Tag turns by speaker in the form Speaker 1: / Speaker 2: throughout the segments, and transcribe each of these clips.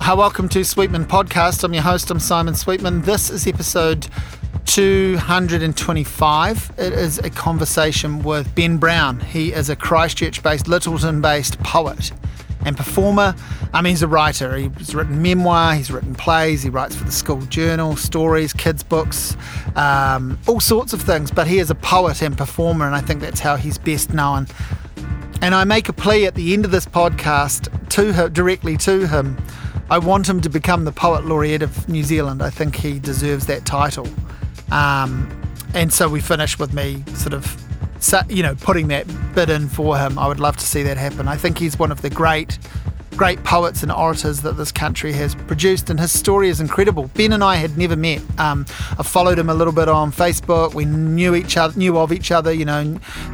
Speaker 1: Hi, welcome to Sweetman Podcast. I'm your host, I'm Simon Sweetman. This is episode 225. It is a conversation with Ben Brown. He is a Christchurch based, Littleton based poet and performer. I mean, he's a writer. He's written memoir, he's written plays, he writes for the school journal, stories, kids' books, um, all sorts of things. But he is a poet and performer, and I think that's how he's best known. And I make a plea at the end of this podcast to her, directly to him. I want him to become the poet laureate of New Zealand. I think he deserves that title. Um, and so we finish with me sort of, sa- you know, putting that bid in for him. I would love to see that happen. I think he's one of the great, great poets and orators that this country has produced, and his story is incredible. Ben and I had never met. Um, I followed him a little bit on Facebook. We knew each other, knew of each other, you know,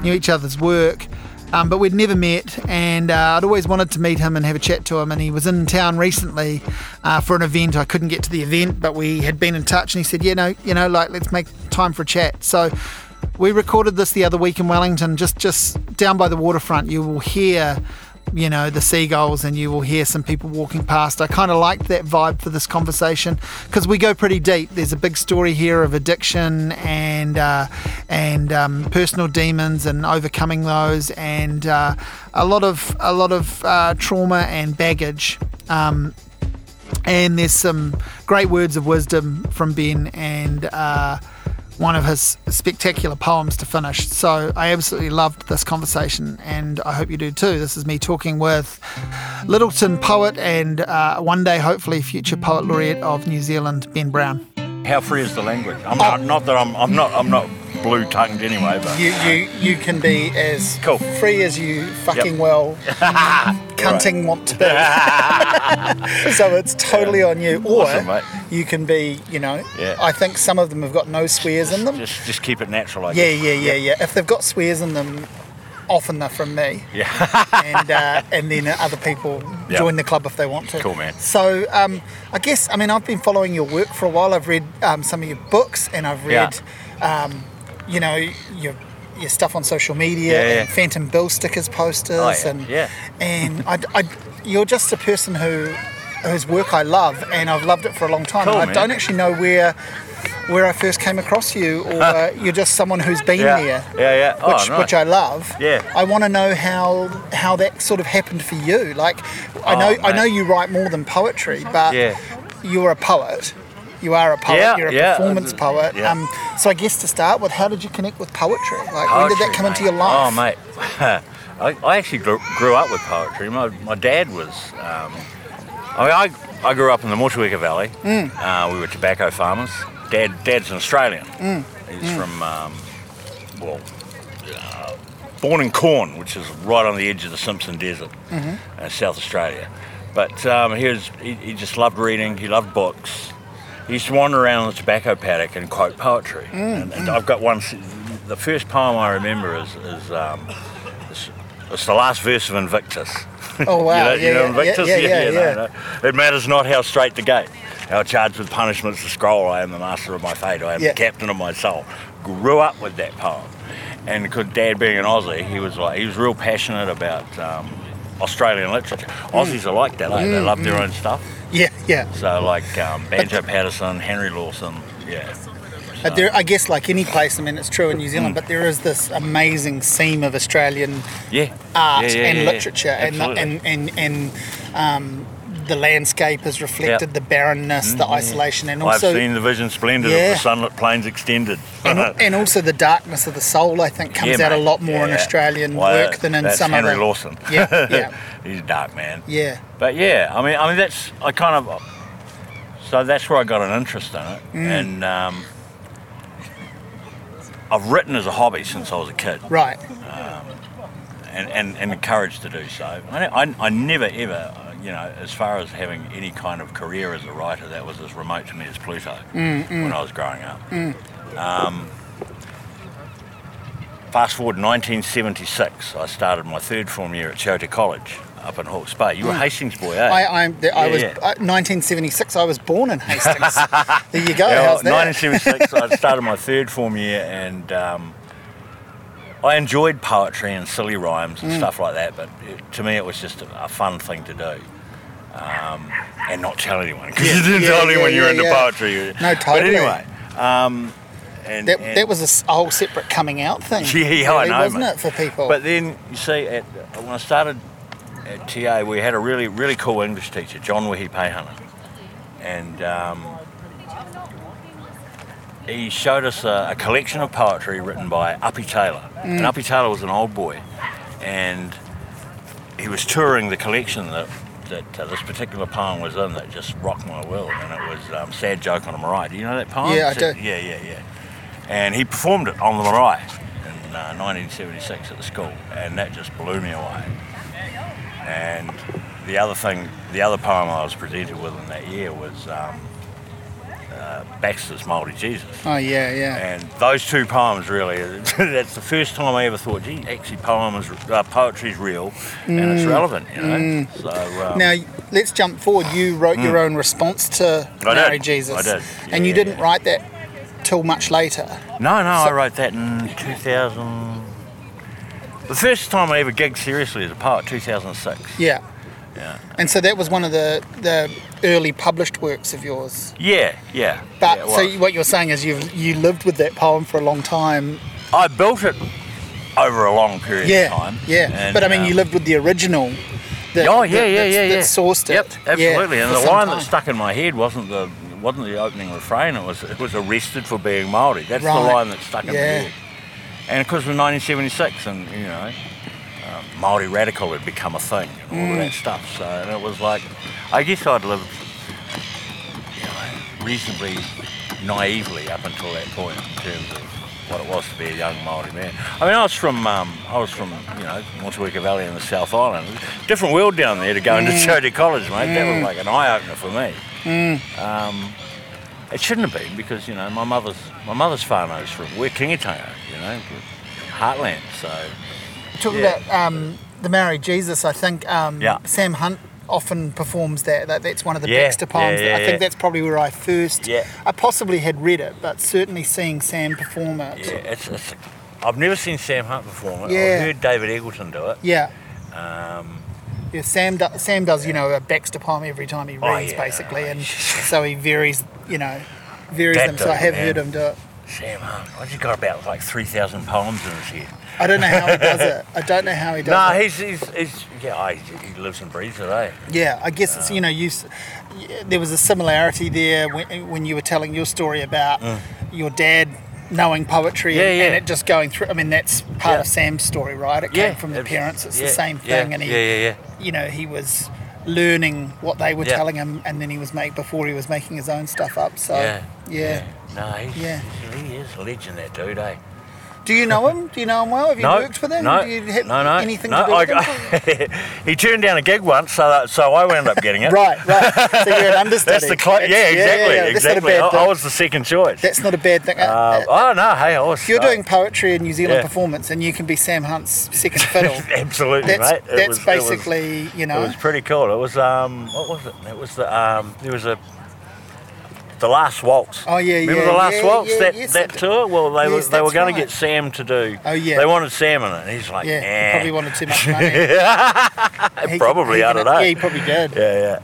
Speaker 1: knew each other's work. Um, but we'd never met, and uh, I'd always wanted to meet him and have a chat to him. And he was in town recently uh, for an event. I couldn't get to the event, but we had been in touch, and he said, "You know, you know, like let's make time for a chat." So we recorded this the other week in Wellington, just just down by the waterfront. You will hear. You know, the seagulls, and you will hear some people walking past. I kind of liked that vibe for this conversation because we go pretty deep. There's a big story here of addiction and uh, and um, personal demons and overcoming those, and uh, a lot of a lot of uh, trauma and baggage. Um, and there's some great words of wisdom from Ben and uh, one of his spectacular poems to finish. So I absolutely loved this conversation, and I hope you do too. This is me talking with Littleton poet and uh, one day, hopefully, future poet laureate of New Zealand, Ben Brown.
Speaker 2: How free is the language? I'm not, not that I'm, I'm not I'm not blue tongued anyway, but
Speaker 1: You you you can be as
Speaker 2: Cool.
Speaker 1: free as you fucking well cunting want to be. so it's totally on you. Or
Speaker 2: Awesome, mate.
Speaker 1: you can be, you know,
Speaker 2: Yeah.
Speaker 1: I think some of them have got no swears in them.
Speaker 2: just just keep it natural. I
Speaker 1: yeah,
Speaker 2: guess.
Speaker 1: yeah, yeah, yeah. If they've got swears in them, often they're from me. Yeah. and uh, and then other people
Speaker 2: Yeah.
Speaker 1: join the club if they want to.
Speaker 2: Cool, man.
Speaker 1: So um, I guess I mean I've been following your work for a while. I've read um, some of your books and I've
Speaker 2: Yeah.
Speaker 1: read, um, you know, your your stuff on social media
Speaker 2: Yeah, yeah.
Speaker 1: and Phantom Bill stickers posters
Speaker 2: Oh, yeah,
Speaker 1: and
Speaker 2: yeah.
Speaker 1: and I, I- you're just a person who whose work I love and I've loved it for a long time.
Speaker 2: Cool,
Speaker 1: and I
Speaker 2: man.
Speaker 1: don't actually know where where I first came across you, or uh, you're just someone who's been
Speaker 2: Yeah.
Speaker 1: there,
Speaker 2: Yeah, yeah. Oh,
Speaker 1: which
Speaker 2: nice.
Speaker 1: which I love.
Speaker 2: Yeah.
Speaker 1: I want to know how how that sort of happened for you. Like, I know
Speaker 2: Oh,
Speaker 1: I know
Speaker 2: mate.
Speaker 1: you write more than poetry, but
Speaker 2: Yeah.
Speaker 1: you're a poet. You are a poet.
Speaker 2: Yeah,
Speaker 1: you're a
Speaker 2: yeah.
Speaker 1: performance poet.
Speaker 2: Yeah.
Speaker 1: Um, so I guess to start with, how did you connect with poetry? Like, when did that
Speaker 2: Poetry,
Speaker 1: come into
Speaker 2: mate.
Speaker 1: your life?
Speaker 2: Oh, mate. I, I actually grew, grew up with poetry. My, my dad was. Um, I, mean, I I grew up in the Motueka Valley.
Speaker 1: Mm.
Speaker 2: Uh, we were tobacco farmers. Dad Dad's an Australian.
Speaker 1: Mm.
Speaker 2: He's from um, well, uh, born in Corn, which is right on the edge of the Simpson Desert, uh, South Australia. But um, he was he, he just loved reading. He loved books. He used to wander around the tobacco paddock and quote poetry. and, and I've got one. s- The first poem I remember is, is um, it's, it's the last verse of Invictus.
Speaker 1: Oh, wow.
Speaker 2: you know, you
Speaker 1: Yeah,
Speaker 2: know
Speaker 1: yeah,
Speaker 2: Invictus?
Speaker 1: yeah, yeah,
Speaker 2: you know,
Speaker 1: yeah.
Speaker 2: no. It matters not how straight the gate, how charged with punishments the scroll. I am the master of my fate. I am
Speaker 1: Yeah.
Speaker 2: the captain of my soul. Grew up with that poem, and because Dad being an Aussie, he was like he was real passionate about um, Australian literature.
Speaker 1: Mm.
Speaker 2: Aussies are like that. eh? They love their own stuff.
Speaker 1: Yeah, yeah.
Speaker 2: So like um, Banjo Patterson, Henry Lawson, yeah.
Speaker 1: But there,
Speaker 2: Uh,
Speaker 1: I guess, like any place, I mean, it's true in New
Speaker 2: mm.
Speaker 1: Zealand, but there is this amazing seam of Australian
Speaker 2: Yeah.
Speaker 1: art
Speaker 2: Yeah, yeah,
Speaker 1: and
Speaker 2: yeah, yeah.
Speaker 1: literature, and the,
Speaker 2: Absolutely.
Speaker 1: and and and um, the landscape is reflected,
Speaker 2: Yeah.
Speaker 1: the barrenness, the isolation, and also
Speaker 2: I've seen the vision splendid of
Speaker 1: Yeah.
Speaker 2: the sunlit plains extended.
Speaker 1: and, and also the darkness of the soul. I think comes
Speaker 2: Yeah,
Speaker 1: out
Speaker 2: mate.
Speaker 1: a lot more in
Speaker 2: Yeah.
Speaker 1: Australian
Speaker 2: Well,
Speaker 1: work than in
Speaker 2: that's
Speaker 1: some
Speaker 2: Henry
Speaker 1: other.
Speaker 2: Lawson.
Speaker 1: Yeah, yeah,
Speaker 2: He's a dark man.
Speaker 1: yeah.
Speaker 2: But yeah, I mean, I mean that's I kind of so that's where I got an interest in it,
Speaker 1: Mm.
Speaker 2: and um, I've written as a hobby since I was a kid,
Speaker 1: Right.
Speaker 2: and, and, and encouraged to do so. I, I, I never ever, uh, you know, as far as having any kind of career as a writer, that was as remote to me as Pluto when I was growing up. Um, fast forward 1976, I started my third form year at Chota College up in Hawke's Bay. You were Hastings boy, eh?
Speaker 1: I I, the, I
Speaker 2: Yeah,
Speaker 1: was
Speaker 2: yeah.
Speaker 1: uh 1976. I was born in Hastings. there you go.
Speaker 2: Yeah,
Speaker 1: How's that?
Speaker 2: 1976, I started my third form year and um, I enjoyed
Speaker 1: Mm.
Speaker 2: poetry and silly rhymes and stuff like that, but it, to me it was just a, a fun thing to do. um, and not tell anyone because you didn't tell anyone you were into poetry.
Speaker 1: No,
Speaker 2: But
Speaker 1: totally.
Speaker 2: anyway, um, and,
Speaker 1: That,
Speaker 2: and-
Speaker 1: that was a s- a whole separate coming out thing.
Speaker 2: Yeah, yeah, I
Speaker 1: really,
Speaker 2: know,
Speaker 1: Wasn't
Speaker 2: mate.
Speaker 1: it for people?
Speaker 2: But then you see, at, when I started at TA, we had a really really cool English teacher, John Wehi Payhunter, and um, he showed us a, a collection of poetry written by Uppy Taylor,
Speaker 1: Mm.
Speaker 2: and Uppy Taylor was an old boy, and he was touring the collection that. That uh, this particular poem was in that just rocked my world, and it was um, "Sad Joke on a Mariah." Do you know that poem?
Speaker 1: Yeah, I
Speaker 2: Sad-
Speaker 1: do.
Speaker 2: Yeah, yeah, yeah and he performed it on the Marae in uh, 1976 at the school, and that just blew me away. And the other thing, the other poem I was presented with in that year was um, uh, Baxter's Mouldy Jesus.
Speaker 1: oh yeah, yeah.
Speaker 2: And those two poems really, that's the first time I ever thought, gee, actually poem is, uh, poetry's real and it's relevant, you know? So, um,
Speaker 1: Mm. Now let's jump forward. You wrote your own response to
Speaker 2: Hmm. I
Speaker 1: Mary
Speaker 2: did.
Speaker 1: Jesus,
Speaker 2: I did.
Speaker 1: and you
Speaker 2: Yeah.
Speaker 1: didn't write that till much later.
Speaker 2: No, no, I
Speaker 1: So-
Speaker 2: wrote that in 2000. The first time I ever gigged seriously as a poet, 2006.
Speaker 1: Yeah.
Speaker 2: Yeah.
Speaker 1: And so that was one of the the early published works of yours.
Speaker 2: Yeah, yeah.
Speaker 1: But
Speaker 2: yeah, it
Speaker 1: so
Speaker 2: was.
Speaker 1: you- what you're saying is you have you lived with that poem for a long time.
Speaker 2: I built it over a long period
Speaker 1: yeah.
Speaker 2: of time.
Speaker 1: Yeah.
Speaker 2: and,
Speaker 1: but I mean,
Speaker 2: um,
Speaker 1: you lived with the original. That,
Speaker 2: Oh yeah,
Speaker 1: that-
Speaker 2: yeah,
Speaker 1: that's-
Speaker 2: yeah, yeah.
Speaker 1: That sourced it.
Speaker 2: Yep,
Speaker 1: yeah,
Speaker 2: absolutely. and
Speaker 1: for
Speaker 2: the
Speaker 1: some
Speaker 2: line
Speaker 1: time.
Speaker 2: that stuck in my head wasn't the wasn't the opening refrain. It was it was arrested for being Maori. That's
Speaker 1: Right.
Speaker 2: the line that stuck in my
Speaker 1: Yeah.
Speaker 2: head. And of course, in 1976, and you know, um, Maori radical had become a thing and all of that
Speaker 1: Mm.
Speaker 2: stuff. So and it was like, I guess I'd lived you know, reasonably naively up until that point in terms of what it was to be a young Maori man. I mean, I was from um, I was from you know Motueka Valley in the South Island. Different world down there to go into Jody College, mate. That was like an eye opener for me. Um, it shouldn't have been because you know my mother's my mother's whānau's from we're Kingitango, you know, we're heartland. So
Speaker 1: Talking
Speaker 2: Yeah.
Speaker 1: about um, the Mary Jesus, I think um,
Speaker 2: Yeah.
Speaker 1: Sam Hunt often performs that. that that's one of the
Speaker 2: Yeah,
Speaker 1: Baxter poems.
Speaker 2: yeah, yeah,
Speaker 1: I think
Speaker 2: yeah.
Speaker 1: that's probably where I first.
Speaker 2: Yeah.
Speaker 1: I possibly had read it, but certainly seeing Sam perform it.
Speaker 2: yeah, it's, it's I've never seen Sam Hunt perform it.
Speaker 1: Yeah.
Speaker 2: I've heard David Eagleton do it.
Speaker 1: Yeah.
Speaker 2: Um,
Speaker 1: Yeah, Sam do, Sam does you know a Baxter poem every time he
Speaker 2: Oh,
Speaker 1: reads
Speaker 2: yeah.
Speaker 1: basically, and so he varies you know varies
Speaker 2: That
Speaker 1: them. So I
Speaker 2: dude,
Speaker 1: have
Speaker 2: man.
Speaker 1: heard him do it.
Speaker 2: Sam Hunt. I just got about like 3,000 poems in his head.
Speaker 1: I don't know how he does it. I don't know how he does
Speaker 2: Nah,
Speaker 1: it.
Speaker 2: he's, he's, he's yeah, I, he lives and breathes it, eh?
Speaker 1: Yeah, I guess it's you know you. s- y- There was a similarity there when, when you were telling your story about your dad knowing poetry
Speaker 2: Mm. Yeah,
Speaker 1: and, and
Speaker 2: yeah.
Speaker 1: it just going through. I mean, that's part
Speaker 2: Yeah.
Speaker 1: of Sam's story, right? It
Speaker 2: Yeah.
Speaker 1: came from the
Speaker 2: abs-
Speaker 1: parents. It's
Speaker 2: yeah,
Speaker 1: the same
Speaker 2: yeah,
Speaker 1: thing, and he,
Speaker 2: Yeah, yeah, yeah.
Speaker 1: you know, he was learning what they were
Speaker 2: Yeah.
Speaker 1: telling him, and then he was make before he was making his own stuff up. So
Speaker 2: yeah.
Speaker 1: yeah.
Speaker 2: No, he's,
Speaker 1: Yeah.
Speaker 2: he is a legend, that dude, eh?
Speaker 1: Do you know him? Do you know him well? Have you worked with him?
Speaker 2: No,
Speaker 1: Have you had
Speaker 2: no, no,
Speaker 1: anything
Speaker 2: no,
Speaker 1: to do with
Speaker 2: I-
Speaker 1: him?
Speaker 2: he turned down a gig once, so that, so I wound up getting it.
Speaker 1: right, right. So you're an understudy.
Speaker 2: That's the clo- yeah,
Speaker 1: That's-
Speaker 2: exactly,
Speaker 1: yeah, yeah. That's
Speaker 2: exactly.
Speaker 1: Not a bad
Speaker 2: I, I
Speaker 1: thing.
Speaker 2: was the second choice.
Speaker 1: That's not a bad thing. Uh,
Speaker 2: Uh,
Speaker 1: uh,
Speaker 2: oh no, hey, I was.
Speaker 1: if you're
Speaker 2: I-
Speaker 1: doing poetry in New Zealand
Speaker 2: Yeah.
Speaker 1: performance and you can be Sam Hunt's second fiddle,
Speaker 2: absolutely,
Speaker 1: that's,
Speaker 2: mate. It
Speaker 1: that's
Speaker 2: was- it was-
Speaker 1: basically, you
Speaker 2: It
Speaker 1: know,
Speaker 2: was pretty cool. It was um, what was it? It was the um, there was a the last waltz.
Speaker 1: Oh, yeah,
Speaker 2: Remember
Speaker 1: yeah,
Speaker 2: the last
Speaker 1: yeah,
Speaker 2: waltz
Speaker 1: yeah,
Speaker 2: that
Speaker 1: yes, I
Speaker 2: that
Speaker 1: do.
Speaker 2: tour? Well, they
Speaker 1: Yes,
Speaker 2: were they were
Speaker 1: that's
Speaker 2: going
Speaker 1: right.
Speaker 2: to get Sam to do.
Speaker 1: Oh, yeah.
Speaker 2: They wanted Sam in it, and he's like,
Speaker 1: yeah, he probably
Speaker 2: nah.
Speaker 1: wanted too much money. He can-
Speaker 2: Probably,
Speaker 1: he
Speaker 2: I
Speaker 1: can-
Speaker 2: don't know.
Speaker 1: Yeah, he probably did.
Speaker 2: Yeah, yeah.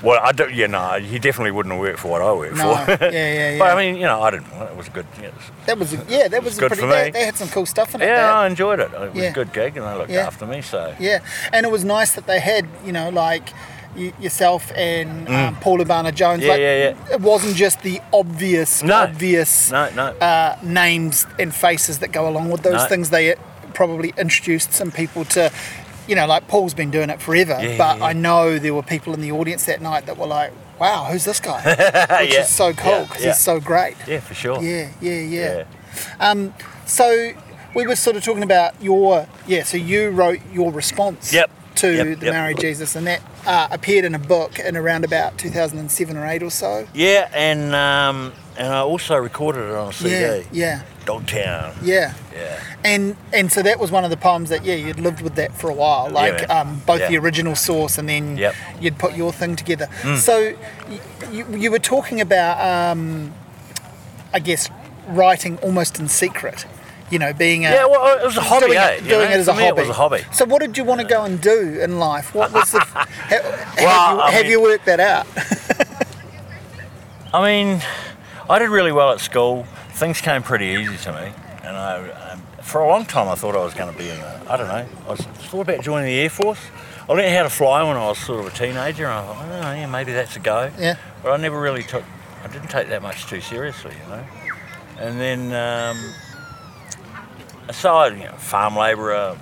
Speaker 2: Well, I don't. Yeah, no, he definitely wouldn't have worked for what I worked
Speaker 1: No,
Speaker 2: for.
Speaker 1: yeah, yeah, yeah.
Speaker 2: but I mean, you know, I didn't. want It It was a good. Yeah, it was-
Speaker 1: That was, a, yeah, that was, a
Speaker 2: good
Speaker 1: pretty.
Speaker 2: for me.
Speaker 1: They, they had some cool stuff in it.
Speaker 2: yeah,
Speaker 1: that.
Speaker 2: I enjoyed it. It was
Speaker 1: Yeah.
Speaker 2: a good gig, and they looked
Speaker 1: Yeah.
Speaker 2: after me. So
Speaker 1: Yeah, and it was nice that they had, you know, like y- yourself and um, Paul Urbana Jones.
Speaker 2: Mm. Yeah,
Speaker 1: like,
Speaker 2: yeah,
Speaker 1: It wasn't just the obvious,
Speaker 2: No.
Speaker 1: obvious
Speaker 2: no, no.
Speaker 1: Uh, names and faces that go along with those
Speaker 2: No.
Speaker 1: things. They probably introduced some people to. You know, like Paul's been doing it forever,
Speaker 2: Yeah,
Speaker 1: but
Speaker 2: yeah, yeah.
Speaker 1: I know there were people in the audience that night that were like, "Wow, who's this guy?" Which
Speaker 2: Yeah,
Speaker 1: is so cool
Speaker 2: yeah,
Speaker 1: because
Speaker 2: yeah.
Speaker 1: he's so great.
Speaker 2: yeah, for sure.
Speaker 1: Yeah, yeah, yeah.
Speaker 2: yeah.
Speaker 1: So we were sort of talking about your yeah. So you wrote your response
Speaker 2: Yep.
Speaker 1: to
Speaker 2: Yep,
Speaker 1: the
Speaker 2: yep.
Speaker 1: Mary Jesus, and that uh, appeared in a book in around about 2007 or eight or so.
Speaker 2: Yeah, and um, and I also recorded it on a CD.
Speaker 1: Yeah, yeah,
Speaker 2: Dogtown.
Speaker 1: yeah.
Speaker 2: Yeah.
Speaker 1: And and so that was one of the poems that yeah you'd lived with that for a while, like
Speaker 2: man.
Speaker 1: um, both the
Speaker 2: Yeah.
Speaker 1: original source and then
Speaker 2: Yep. Hmm.
Speaker 1: you'd put your thing together. So y- you, you were talking about um, I guess writing almost in secret. you know, being a
Speaker 2: Yeah, well, it was a hobby,
Speaker 1: doing,
Speaker 2: eh,
Speaker 1: it,
Speaker 2: you
Speaker 1: doing
Speaker 2: know?
Speaker 1: it as a
Speaker 2: For me, it
Speaker 1: hobby.
Speaker 2: was a hobby.
Speaker 1: So, what did you want to go and do in life? What was the? ha, have
Speaker 2: Well,
Speaker 1: you,
Speaker 2: I
Speaker 1: have
Speaker 2: mean-
Speaker 1: you worked that out?
Speaker 2: I mean, I did really well at school. Things came pretty easy to me, and I, um, for a long time, I thought I was going to be in. The, I don't know. I was, thought about joining the air force. I learned how to fly when I was sort of a teenager, and I thought, oh yeah, maybe that's a go.
Speaker 1: Yeah.
Speaker 2: But I never really took. I didn't take that much too seriously, you know. And then, um, aside, you know, farm labourer,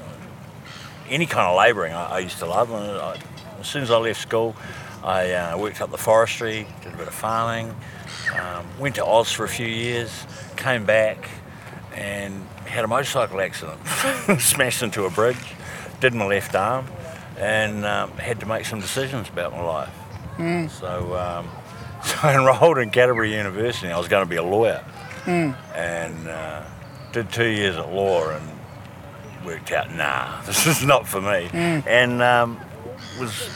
Speaker 2: any kind of labouring I, I used to love. And I, as soon as I left school, I uh, worked up the forestry, did a bit of farming, um, went to Oz for a few years, came back and had a motorcycle accident, smashed into a bridge, did my left arm, and um, had to make some decisions about my life. So, um, so I enrolled in Canterbury University. I was going to be a lawyer, and uh, did two years at law and worked out, nah, this is not for me.
Speaker 1: Mm.
Speaker 2: And um, was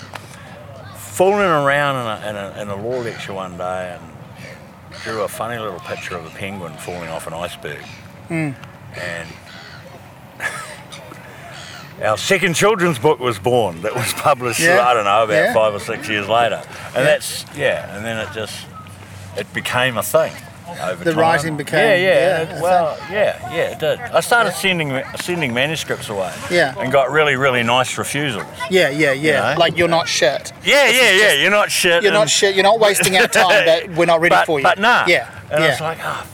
Speaker 2: fooling around in a, in, a, in a law lecture one day and drew a funny little picture of a penguin falling off an iceberg.
Speaker 1: Mm.
Speaker 2: And our second children's book was born that was published,
Speaker 1: Yeah.
Speaker 2: I don't know, about
Speaker 1: Yeah.
Speaker 2: five or six years later. And that's, yeah, and then it just, it became a thing. Over
Speaker 1: The
Speaker 2: time.
Speaker 1: writing became-
Speaker 2: yeah, yeah.
Speaker 1: yeah,
Speaker 2: it- well, yeah, yeah, it did. I started sending sending manuscripts away.
Speaker 1: Yeah.
Speaker 2: And got really, really nice refusals.
Speaker 1: Yeah, yeah, yeah.
Speaker 2: You know?
Speaker 1: Like you're not shit.
Speaker 2: Yeah, yeah, yeah. You're not shit.
Speaker 1: You're not
Speaker 2: and-
Speaker 1: shit. You're not wasting our time. That we're not ready
Speaker 2: Um, but,
Speaker 1: for you.
Speaker 2: But nah.
Speaker 1: Yeah,
Speaker 2: And I was
Speaker 1: yeah.
Speaker 2: like, oh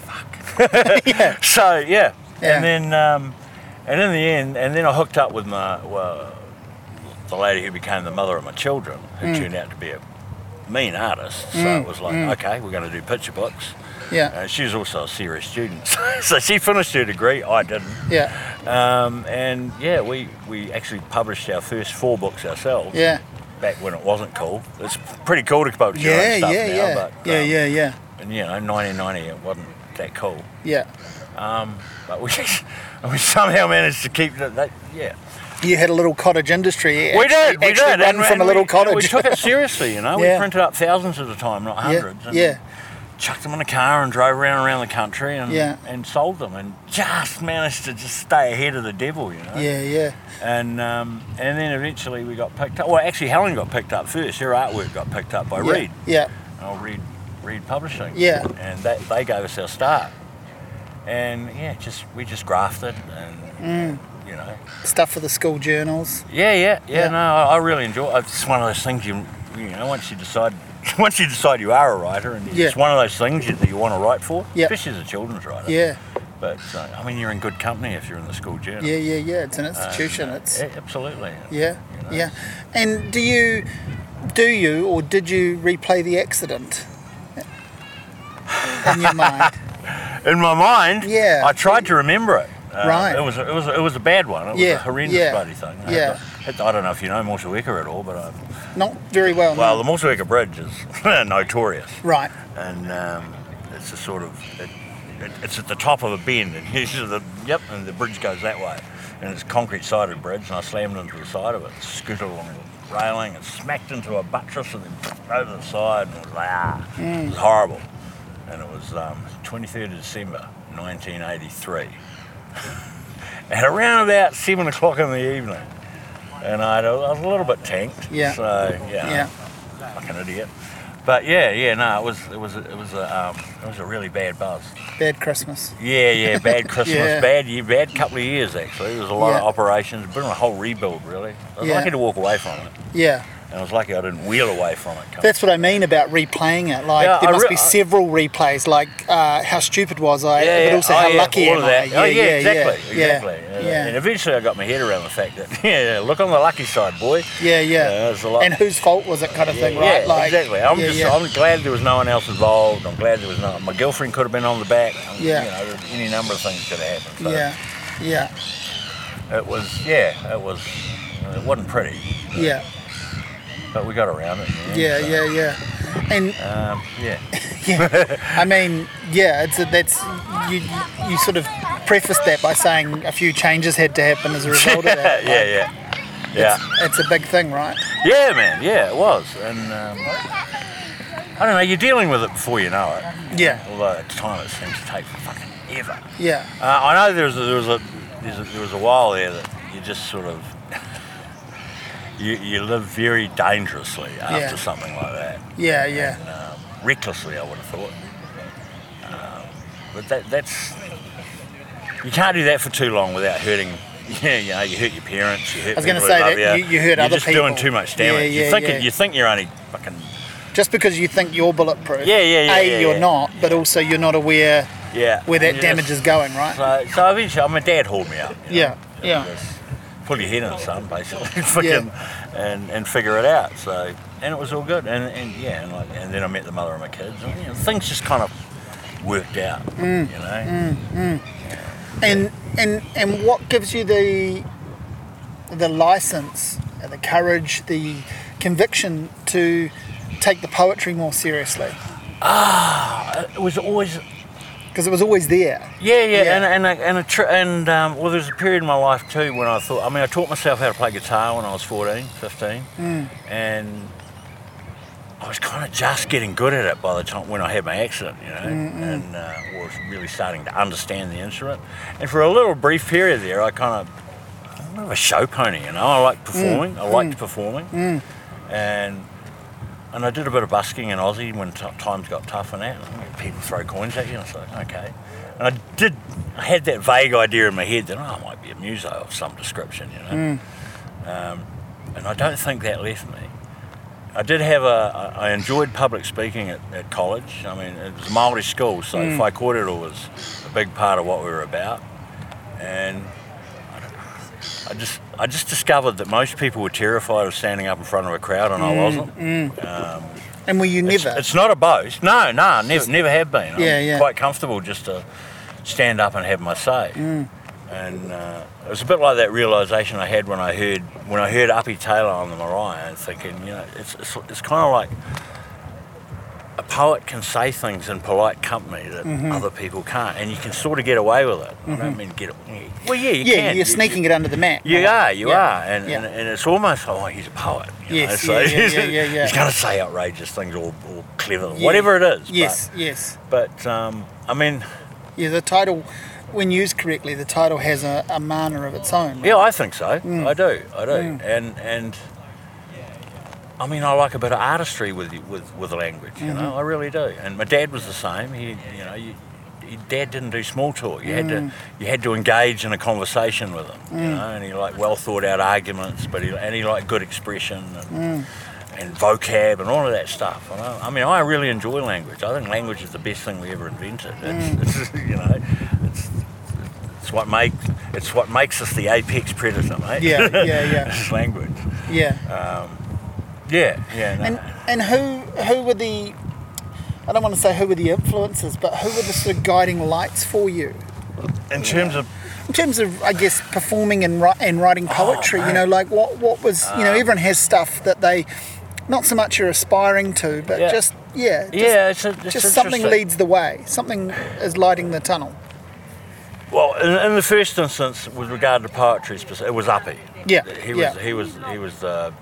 Speaker 2: fuck.
Speaker 1: Yeah.
Speaker 2: So yeah.
Speaker 1: Yeah.
Speaker 2: And then um, and in the end, and then I hooked up with my well, the lady who became the mother of my children, who
Speaker 1: Mm.
Speaker 2: turned out to be a mean artist. So it was like, okay, we're going to do picture books.
Speaker 1: yeah,
Speaker 2: Uh, she was also a serious student, so she finished her degree. I didn't.
Speaker 1: yeah,
Speaker 2: Um, and yeah, we, we actually published our first four books ourselves.
Speaker 1: yeah,
Speaker 2: Back when it wasn't cool. It's pretty cool to publish your
Speaker 1: yeah,
Speaker 2: own stuff
Speaker 1: yeah,
Speaker 2: now,
Speaker 1: yeah,
Speaker 2: but
Speaker 1: yeah,
Speaker 2: um,
Speaker 1: yeah, yeah,
Speaker 2: And you know, 1990, it wasn't that cool.
Speaker 1: yeah.
Speaker 2: But we and we somehow managed to keep that. that yeah,
Speaker 1: You had a little cottage industry.
Speaker 2: we did.
Speaker 1: actually
Speaker 2: We did.
Speaker 1: Run from
Speaker 2: and
Speaker 1: a little
Speaker 2: we,
Speaker 1: cottage.
Speaker 2: We took it seriously. You know,
Speaker 1: Yeah.
Speaker 2: we printed up thousands at a time, not
Speaker 1: yeah,
Speaker 2: hundreds. and
Speaker 1: yeah,
Speaker 2: chucked them in a car and drove around around the country and
Speaker 1: Yeah.
Speaker 2: and sold them and just managed to just stay ahead of the devil. You know.
Speaker 1: yeah, yeah.
Speaker 2: and um, and then eventually we got picked up. Well, actually, Helen got picked up first. Her artwork got picked up by
Speaker 1: yeah,
Speaker 2: Reed.
Speaker 1: Yeah,
Speaker 2: Oh, Reed, Reed Publishing.
Speaker 1: Yeah.
Speaker 2: And they, they gave us our start. And yeah, just we just grafted and
Speaker 1: Mm.
Speaker 2: you know.
Speaker 1: stuff for the school journals.
Speaker 2: Yeah, yeah, yeah.
Speaker 1: Yeah.
Speaker 2: No, I, I really enjoy. it. It's one of those things you you know once you decide. Once you decide you are a writer, and
Speaker 1: Yeah.
Speaker 2: it's one of those things you, that you want to write for,
Speaker 1: Yeah.
Speaker 2: especially as a children's writer.
Speaker 1: Yeah,
Speaker 2: But uh, I mean, you're in good company if you're in the school journal.
Speaker 1: yeah, yeah, yeah. It's an
Speaker 2: And,
Speaker 1: institution.
Speaker 2: uh,
Speaker 1: It's
Speaker 2: yeah, absolutely.
Speaker 1: yeah,
Speaker 2: you know,
Speaker 1: yeah. And do you, do you, or did you replay the accident in your mind?
Speaker 2: in my mind.
Speaker 1: Yeah.
Speaker 2: I tried to remember it. Uh,
Speaker 1: Right.
Speaker 2: It was it was it was a bad one. It was
Speaker 1: Yeah,
Speaker 2: a horrendous
Speaker 1: yeah,
Speaker 2: bloody thing. I-
Speaker 1: yeah.
Speaker 2: I, I don't know if you know Motueka at all, but I,
Speaker 1: Not very well. no.
Speaker 2: well, the Motueka Bridge is notorious,
Speaker 1: right.
Speaker 2: and um, it's a sort of it, it, it's at the top of a bend, and usually the yep, and the bridge goes that way, and it's a concrete sided bridge, and I slammed into the side of it, scooted along the railing, and smacked into a buttress, and then over the side, and it was like ah, it was horrible, and it was um, 23rd of December, 1983 at around about seven o'clock in the evening. And I'd, I was a little bit tanked.
Speaker 1: Yeah.
Speaker 2: So yeah,
Speaker 1: Yeah.
Speaker 2: fucking idiot. But yeah, yeah, no, it was it was it was a um, it was a really bad buzz.
Speaker 1: Bad Christmas.
Speaker 2: Yeah, yeah, bad Christmas,
Speaker 1: Yeah.
Speaker 2: bad year, bad couple of years actually. There was a lot of
Speaker 1: Yeah.
Speaker 2: operations, been a whole rebuild really. I was
Speaker 1: Yeah.
Speaker 2: lucky to walk away from it,
Speaker 1: Yeah.
Speaker 2: and I was lucky I didn't wheel away from it.
Speaker 1: That's what I mean about replaying it. Like
Speaker 2: Yeah,
Speaker 1: there
Speaker 2: I
Speaker 1: must
Speaker 2: re-
Speaker 1: be
Speaker 2: I-
Speaker 1: several replays, like uh, how stupid was I,
Speaker 2: Yeah,
Speaker 1: but
Speaker 2: yeah.
Speaker 1: also
Speaker 2: Oh,
Speaker 1: how
Speaker 2: yeah,
Speaker 1: lucky
Speaker 2: all
Speaker 1: am
Speaker 2: of that.
Speaker 1: I.
Speaker 2: oh, yeah, exactly,
Speaker 1: yeah,
Speaker 2: exactly. Uh,
Speaker 1: Yeah,
Speaker 2: And eventually, I got my head around the fact that yeah, look on the lucky side, boy.
Speaker 1: yeah, yeah.
Speaker 2: Yeah, there's a lot-
Speaker 1: And whose fault was it, kind of thing,
Speaker 2: Yeah,
Speaker 1: right?
Speaker 2: yeah,
Speaker 1: like,
Speaker 2: exactly. I'm
Speaker 1: yeah,
Speaker 2: just.
Speaker 1: yeah.
Speaker 2: I'm glad there was no one else involved. I'm glad there was no. My girlfriend could have been on the back. I'm-
Speaker 1: Yeah.
Speaker 2: You know, any number of things could have happened. So
Speaker 1: yeah, yeah,
Speaker 2: It was. Yeah. It was. It wasn't pretty,
Speaker 1: yeah,
Speaker 2: but we got around it. in the
Speaker 1: yeah,
Speaker 2: end, so,
Speaker 1: yeah, yeah. And
Speaker 2: Um, yeah.
Speaker 1: I mean, yeah, it's a, that's you. You sort of prefaced that by saying a few changes had to happen as a result of
Speaker 2: yeah.
Speaker 1: that.
Speaker 2: Yeah. Yeah. Yeah.
Speaker 1: It's a big thing, right?
Speaker 2: Yeah, man. Yeah, it was. And um, I don't know. You're dealing with it before you know it.
Speaker 1: Yeah,
Speaker 2: Although at the time it seems to take fucking ever.
Speaker 1: Yeah.
Speaker 2: Uh, I know there was a, there was a, there's a there was a while there that you just sort of you, you live very dangerously after
Speaker 1: Yeah.
Speaker 2: something like that,
Speaker 1: Yeah, yeah.
Speaker 2: um, recklessly I would have thought. Um, but that that's you can't do that for too long without hurting. Yeah, you know, you hurt your parents. You hurt
Speaker 1: was gonna
Speaker 2: people who
Speaker 1: say
Speaker 2: love
Speaker 1: that
Speaker 2: you.
Speaker 1: you- you hurt
Speaker 2: You're
Speaker 1: other
Speaker 2: just doing
Speaker 1: people.
Speaker 2: too much
Speaker 1: Yeah,
Speaker 2: damage.
Speaker 1: yeah,
Speaker 2: you think
Speaker 1: yeah.
Speaker 2: you think you're only fucking
Speaker 1: Just because you think you're bulletproof.
Speaker 2: Yeah, yeah, yeah,
Speaker 1: A,
Speaker 2: yeah,
Speaker 1: you're
Speaker 2: yeah.
Speaker 1: not, but also you're not aware
Speaker 2: yeah
Speaker 1: where that
Speaker 2: Yes.
Speaker 1: damage is going, right?
Speaker 2: So, so eventually, I mean, Dad hauled me up. you know.
Speaker 1: Yeah, yeah.
Speaker 2: Just Pull your head in the sun, basically, fucking, and and figure it out. So, and it was all good, and, and yeah, and, like, and then I met the mother of my kids, and you know, things just kind of worked out, you know.
Speaker 1: And and and what gives you the the license, uh, the courage, the conviction to take the poetry more seriously?
Speaker 2: It was always
Speaker 1: Because it was always there.
Speaker 2: Yeah, yeah,
Speaker 1: Yeah.
Speaker 2: and and a, and, a tr- and um, well, there was a period in my life too when I thought. I mean, I taught myself how to play guitar when I was 14, 15, and I was kind of just getting good at it by the time when I had my accident, you know, and uh, was really starting to understand the instrument. And for a little brief period there, I kind of I'm a bit of a show pony, you know. I liked performing. I liked performing, and and I did a bit of busking in Aussie when t- times got tough and that. and People throw coins at you, and it's like, okay. And I did, I had that vague idea in my head that oh, I might be a muso of some description, you know. Um, and I don't think that left me. I did have a, I I enjoyed public speaking at, at college. I mean, it was a Māori school, so Whai Kōrero was a big part of what we were about. And I just I just discovered that most people were terrified of standing up in front of a crowd, and I wasn't.
Speaker 1: And were you
Speaker 2: It's-
Speaker 1: never?
Speaker 2: It's, not a boast. No, no, never, never have been.
Speaker 1: Yeah,
Speaker 2: I'm
Speaker 1: yeah.
Speaker 2: Quite comfortable just to stand up and have my say.
Speaker 1: Mm.
Speaker 2: And uh, it was a bit like that realization I had when I heard when I heard Uppy Taylor on the Mariah, and thinking, you know, it's it's, it's kind of like a poet can say things in polite company that
Speaker 1: Mm-hmm.
Speaker 2: other people can't, and you can sort of get away with it. I don't mean get. away- Well, yeah, you
Speaker 1: yeah,
Speaker 2: can.
Speaker 1: you're
Speaker 2: You-
Speaker 1: sneaking it under the mat.
Speaker 2: you
Speaker 1: right?
Speaker 2: are, you
Speaker 1: Yeah,
Speaker 2: are, and,
Speaker 1: yeah.
Speaker 2: and and it's almost like oh, he's a poet. You
Speaker 1: Yes,
Speaker 2: know? so
Speaker 1: yeah, yeah,
Speaker 2: he's,
Speaker 1: yeah, yeah, yeah.
Speaker 3: he's going to say outrageous things or, or clever,
Speaker 1: Yeah.
Speaker 2: whatever it is.
Speaker 1: Yes, yes.
Speaker 2: but, but um, I mean,
Speaker 1: Yeah, the title, when used correctly, the title has a, a mana of its own. right?
Speaker 2: yeah, I think so.
Speaker 1: Mm.
Speaker 2: I do, I do, and and I mean, I like a bit of artistry with you- with with language. You know,
Speaker 1: Mm-hmm.
Speaker 2: I really do. And my dad was the same. He, you know, you, your dad didn't do small talk. You had
Speaker 1: Mm.
Speaker 2: to you had to engage in a conversation with him. You know, and he liked well thought out arguments, but he and he liked good expression. And,
Speaker 1: Mm.
Speaker 2: and vocab and all of that stuff. And I, I mean, I really enjoy language. I think language is the best thing we ever invented.
Speaker 1: Mm.
Speaker 2: It's, it's you know, it's, it's what make it's what makes us the apex predator, mate.
Speaker 1: Yeah, yeah, yeah.
Speaker 2: it's language.
Speaker 1: Yeah.
Speaker 2: Yeah, yeah. No.
Speaker 1: And and who who were the I don't want to say who were the influences, but who were the sort of guiding lights for you
Speaker 2: in terms of
Speaker 1: in terms of I guess performing and wri- and
Speaker 2: Oh,
Speaker 1: writing poetry? you know, like what what was you
Speaker 2: Uh.
Speaker 1: know everyone has stuff that they not so much you're aspiring to, but
Speaker 2: Yeah.
Speaker 1: just yeah, just,
Speaker 2: yeah, it's, a, it's
Speaker 1: just something
Speaker 2: interesting.
Speaker 1: leads the way. Something is lighting the tunnel.
Speaker 2: Well, in, in the first instance, with regard to poetry, speci- it was Uppy.
Speaker 1: Yeah,
Speaker 2: he was.
Speaker 1: yeah.
Speaker 2: He was. He was the.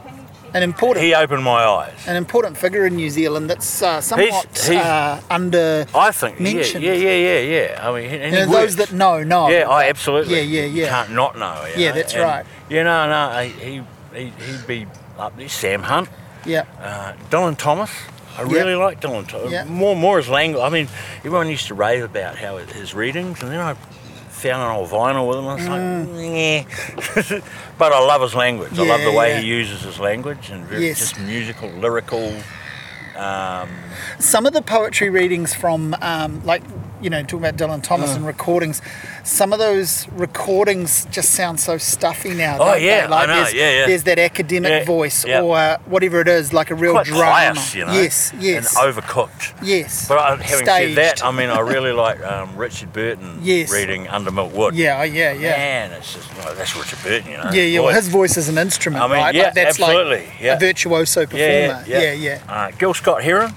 Speaker 1: An important
Speaker 2: He opened my eyes.
Speaker 1: an important figure in New Zealand that's uh, somewhat
Speaker 2: he's-
Speaker 1: uh, under.
Speaker 2: I think. Yeah,
Speaker 1: Mentioned.
Speaker 2: yeah, yeah, yeah, yeah. I mean, and
Speaker 1: You
Speaker 2: he
Speaker 1: know, those
Speaker 2: worked.
Speaker 1: that know know.
Speaker 2: Yeah, I
Speaker 1: Oh.
Speaker 2: absolutely.
Speaker 1: Yeah, yeah,
Speaker 2: You
Speaker 1: yeah.
Speaker 2: can't not know. you
Speaker 1: Yeah,
Speaker 2: know,
Speaker 1: that's
Speaker 2: and-
Speaker 1: right.
Speaker 2: Yeah, no, no. He, he he'd be up there. Sam Hunt,
Speaker 1: yeah,
Speaker 2: uh, Dylan Thomas. I
Speaker 1: Yeah.
Speaker 2: really like Dylan Thomas.
Speaker 1: Yeah.
Speaker 2: More, more his language. I mean, everyone used to rave about how his readings, and then I found an old vinyl with him, and it's like, yeah. but I love his language. I love the
Speaker 1: Mm. Yeah,
Speaker 2: way
Speaker 1: yeah.
Speaker 2: he uses his language and very,
Speaker 1: Yes.
Speaker 2: just musical, lyrical.
Speaker 1: some of the poetry readings from um, like you know talking about Dylan Thomas
Speaker 2: Mm.
Speaker 1: and recordings some of those recordings just sound so stuffy now
Speaker 2: Oh,
Speaker 1: don't they?
Speaker 2: yeah, I know,
Speaker 1: there's,
Speaker 2: yeah, yeah.
Speaker 1: there's that academic
Speaker 2: Yeah,
Speaker 1: voice
Speaker 2: yeah.
Speaker 1: or uh, whatever it is like a real
Speaker 2: Quite
Speaker 1: drama
Speaker 2: pious, you know.
Speaker 1: yes yes
Speaker 2: And overcooked.
Speaker 1: yes
Speaker 2: But I, having
Speaker 1: Staged.
Speaker 2: said that, I mean, I really like um, Richard Burton
Speaker 1: Yes.
Speaker 2: reading Under Milk Wood.
Speaker 1: yeah oh, yeah yeah
Speaker 2: Man, it's just, well, that's Richard Burton, you know.
Speaker 1: yeah yeah well
Speaker 2: Boy.
Speaker 1: his voice is an instrument
Speaker 2: I mean,
Speaker 1: right
Speaker 2: yeah,
Speaker 1: like, that's
Speaker 2: absolutely,
Speaker 1: like
Speaker 2: yeah.
Speaker 1: a virtuoso performer
Speaker 2: Yeah, yeah.
Speaker 1: yeah, Mm.
Speaker 2: Uh, Gil Scott Heron,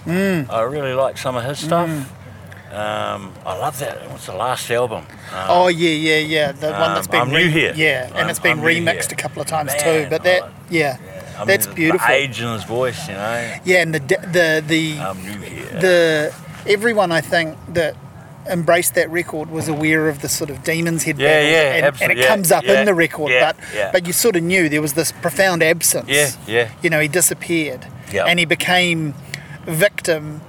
Speaker 2: I really like some of his stuff. Um, I love that. It was the last album. Uh,
Speaker 1: oh yeah yeah yeah the one that's
Speaker 2: um,
Speaker 1: been
Speaker 2: I'm new here.
Speaker 1: yeah and
Speaker 2: I'm-
Speaker 1: it's been
Speaker 2: I'm new
Speaker 1: remixed
Speaker 2: here.
Speaker 1: a couple of times
Speaker 2: Man,
Speaker 1: too but
Speaker 2: I
Speaker 1: that
Speaker 2: like-
Speaker 1: yeah,
Speaker 2: I mean,
Speaker 1: that's
Speaker 2: the-
Speaker 1: beautiful
Speaker 2: The age in his voice, you know. Um,
Speaker 1: Yeah, and the de- the the
Speaker 2: I'm new here.
Speaker 1: the everyone I think that embraced that record was aware of the sort of demon's head
Speaker 2: Yeah,
Speaker 1: battles,
Speaker 2: yeah,
Speaker 1: and,
Speaker 2: absolute-
Speaker 1: and it
Speaker 2: yeah,
Speaker 1: comes up
Speaker 2: yeah,
Speaker 1: in the record
Speaker 2: yeah,
Speaker 1: but
Speaker 2: yeah.
Speaker 1: but you sort of knew there was this profound absence
Speaker 2: Yeah, yeah.
Speaker 1: you know he disappeared
Speaker 2: Yeah.
Speaker 1: and he became victim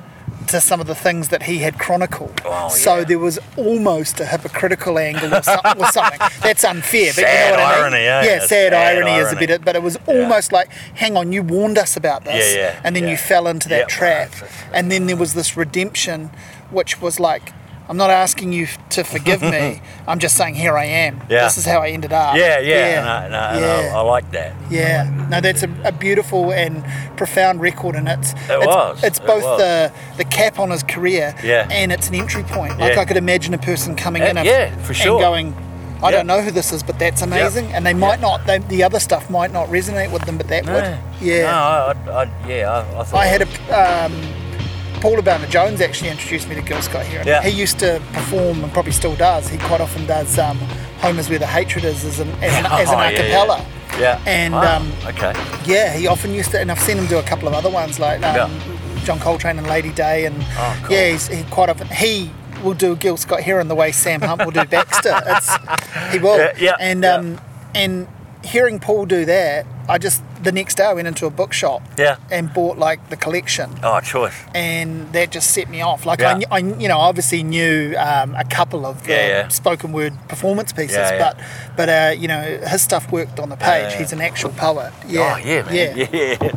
Speaker 1: to some of the things that he had chronicled
Speaker 2: Oh,
Speaker 1: so
Speaker 2: yeah.
Speaker 1: there was almost a hypocritical angle or, so, or something that's unfair but you
Speaker 2: Sad
Speaker 1: know what I mean
Speaker 2: irony, eh?
Speaker 1: yeah
Speaker 2: It's
Speaker 1: sad,
Speaker 2: sad
Speaker 1: irony, is a
Speaker 2: irony.
Speaker 1: bit of, but it was almost like hang on you warned us about this
Speaker 2: Yeah, yeah,
Speaker 1: and then
Speaker 2: yeah.
Speaker 1: you fell into that
Speaker 2: Yeah,
Speaker 1: trap
Speaker 2: right.
Speaker 1: and then there was this redemption which was like i'm not asking you f- to forgive me i'm just saying here i am
Speaker 2: Yeah.
Speaker 1: this is how i ended up
Speaker 2: Yeah, yeah, and I, and I,
Speaker 1: yeah.
Speaker 2: and I, I like that.
Speaker 1: Yeah, no, that's a, a beautiful and profound record, and it's it's,
Speaker 2: was,
Speaker 1: it's
Speaker 2: it
Speaker 1: both
Speaker 2: was.
Speaker 1: the the cap on his career,
Speaker 2: Yeah.
Speaker 1: and it's an entry point. Like
Speaker 2: Yeah.
Speaker 1: I could imagine a person coming
Speaker 2: Yeah,
Speaker 1: in, and,
Speaker 2: yeah, for sure.
Speaker 1: and going, I
Speaker 2: Yeah.
Speaker 1: don't know who this is, but that's amazing, and they might not, they, the other stuff might not resonate with them, but that
Speaker 2: No,
Speaker 1: would, yeah.
Speaker 2: No, I, I, I, yeah, I, I thought.
Speaker 1: I had a um, Paul Obama Jones actually introduced me to Gil Scott Heron.
Speaker 2: Yeah.
Speaker 1: He used to perform and probably still does. He quite often does um, "Homer's Where the Hatred Is" as an as an, as an
Speaker 2: Oh, yeah,
Speaker 1: a cappella.
Speaker 2: Yeah. yeah.
Speaker 1: And
Speaker 2: Ah,
Speaker 1: um,
Speaker 2: okay.
Speaker 1: yeah, he often used to, and I've seen him do a couple of other ones like um, John Coltrane and Lady Day, and
Speaker 2: Oh, cool.
Speaker 1: yeah, he's, he quite often he will do Gil Scott Heron the way Sam Hunt will do Baxter. It's, he will,
Speaker 2: Yeah, yeah,
Speaker 1: and
Speaker 2: yeah.
Speaker 1: Um, and hearing Paul do that, I just the next day I went into a bookshop,
Speaker 2: Yeah.
Speaker 1: and bought like the collection
Speaker 2: Oh, choice.
Speaker 1: and that just set me off. Like
Speaker 2: Yeah.
Speaker 1: I, kn- I, kn- you know, obviously knew um, a couple of the
Speaker 2: Yeah, yeah.
Speaker 1: spoken word performance pieces,
Speaker 2: Yeah, yeah.
Speaker 1: but but uh, you know, his stuff worked on the page.
Speaker 2: yeah.
Speaker 1: He's an actual poet. Yeah,
Speaker 2: Oh, yeah, man. Yeah. yeah.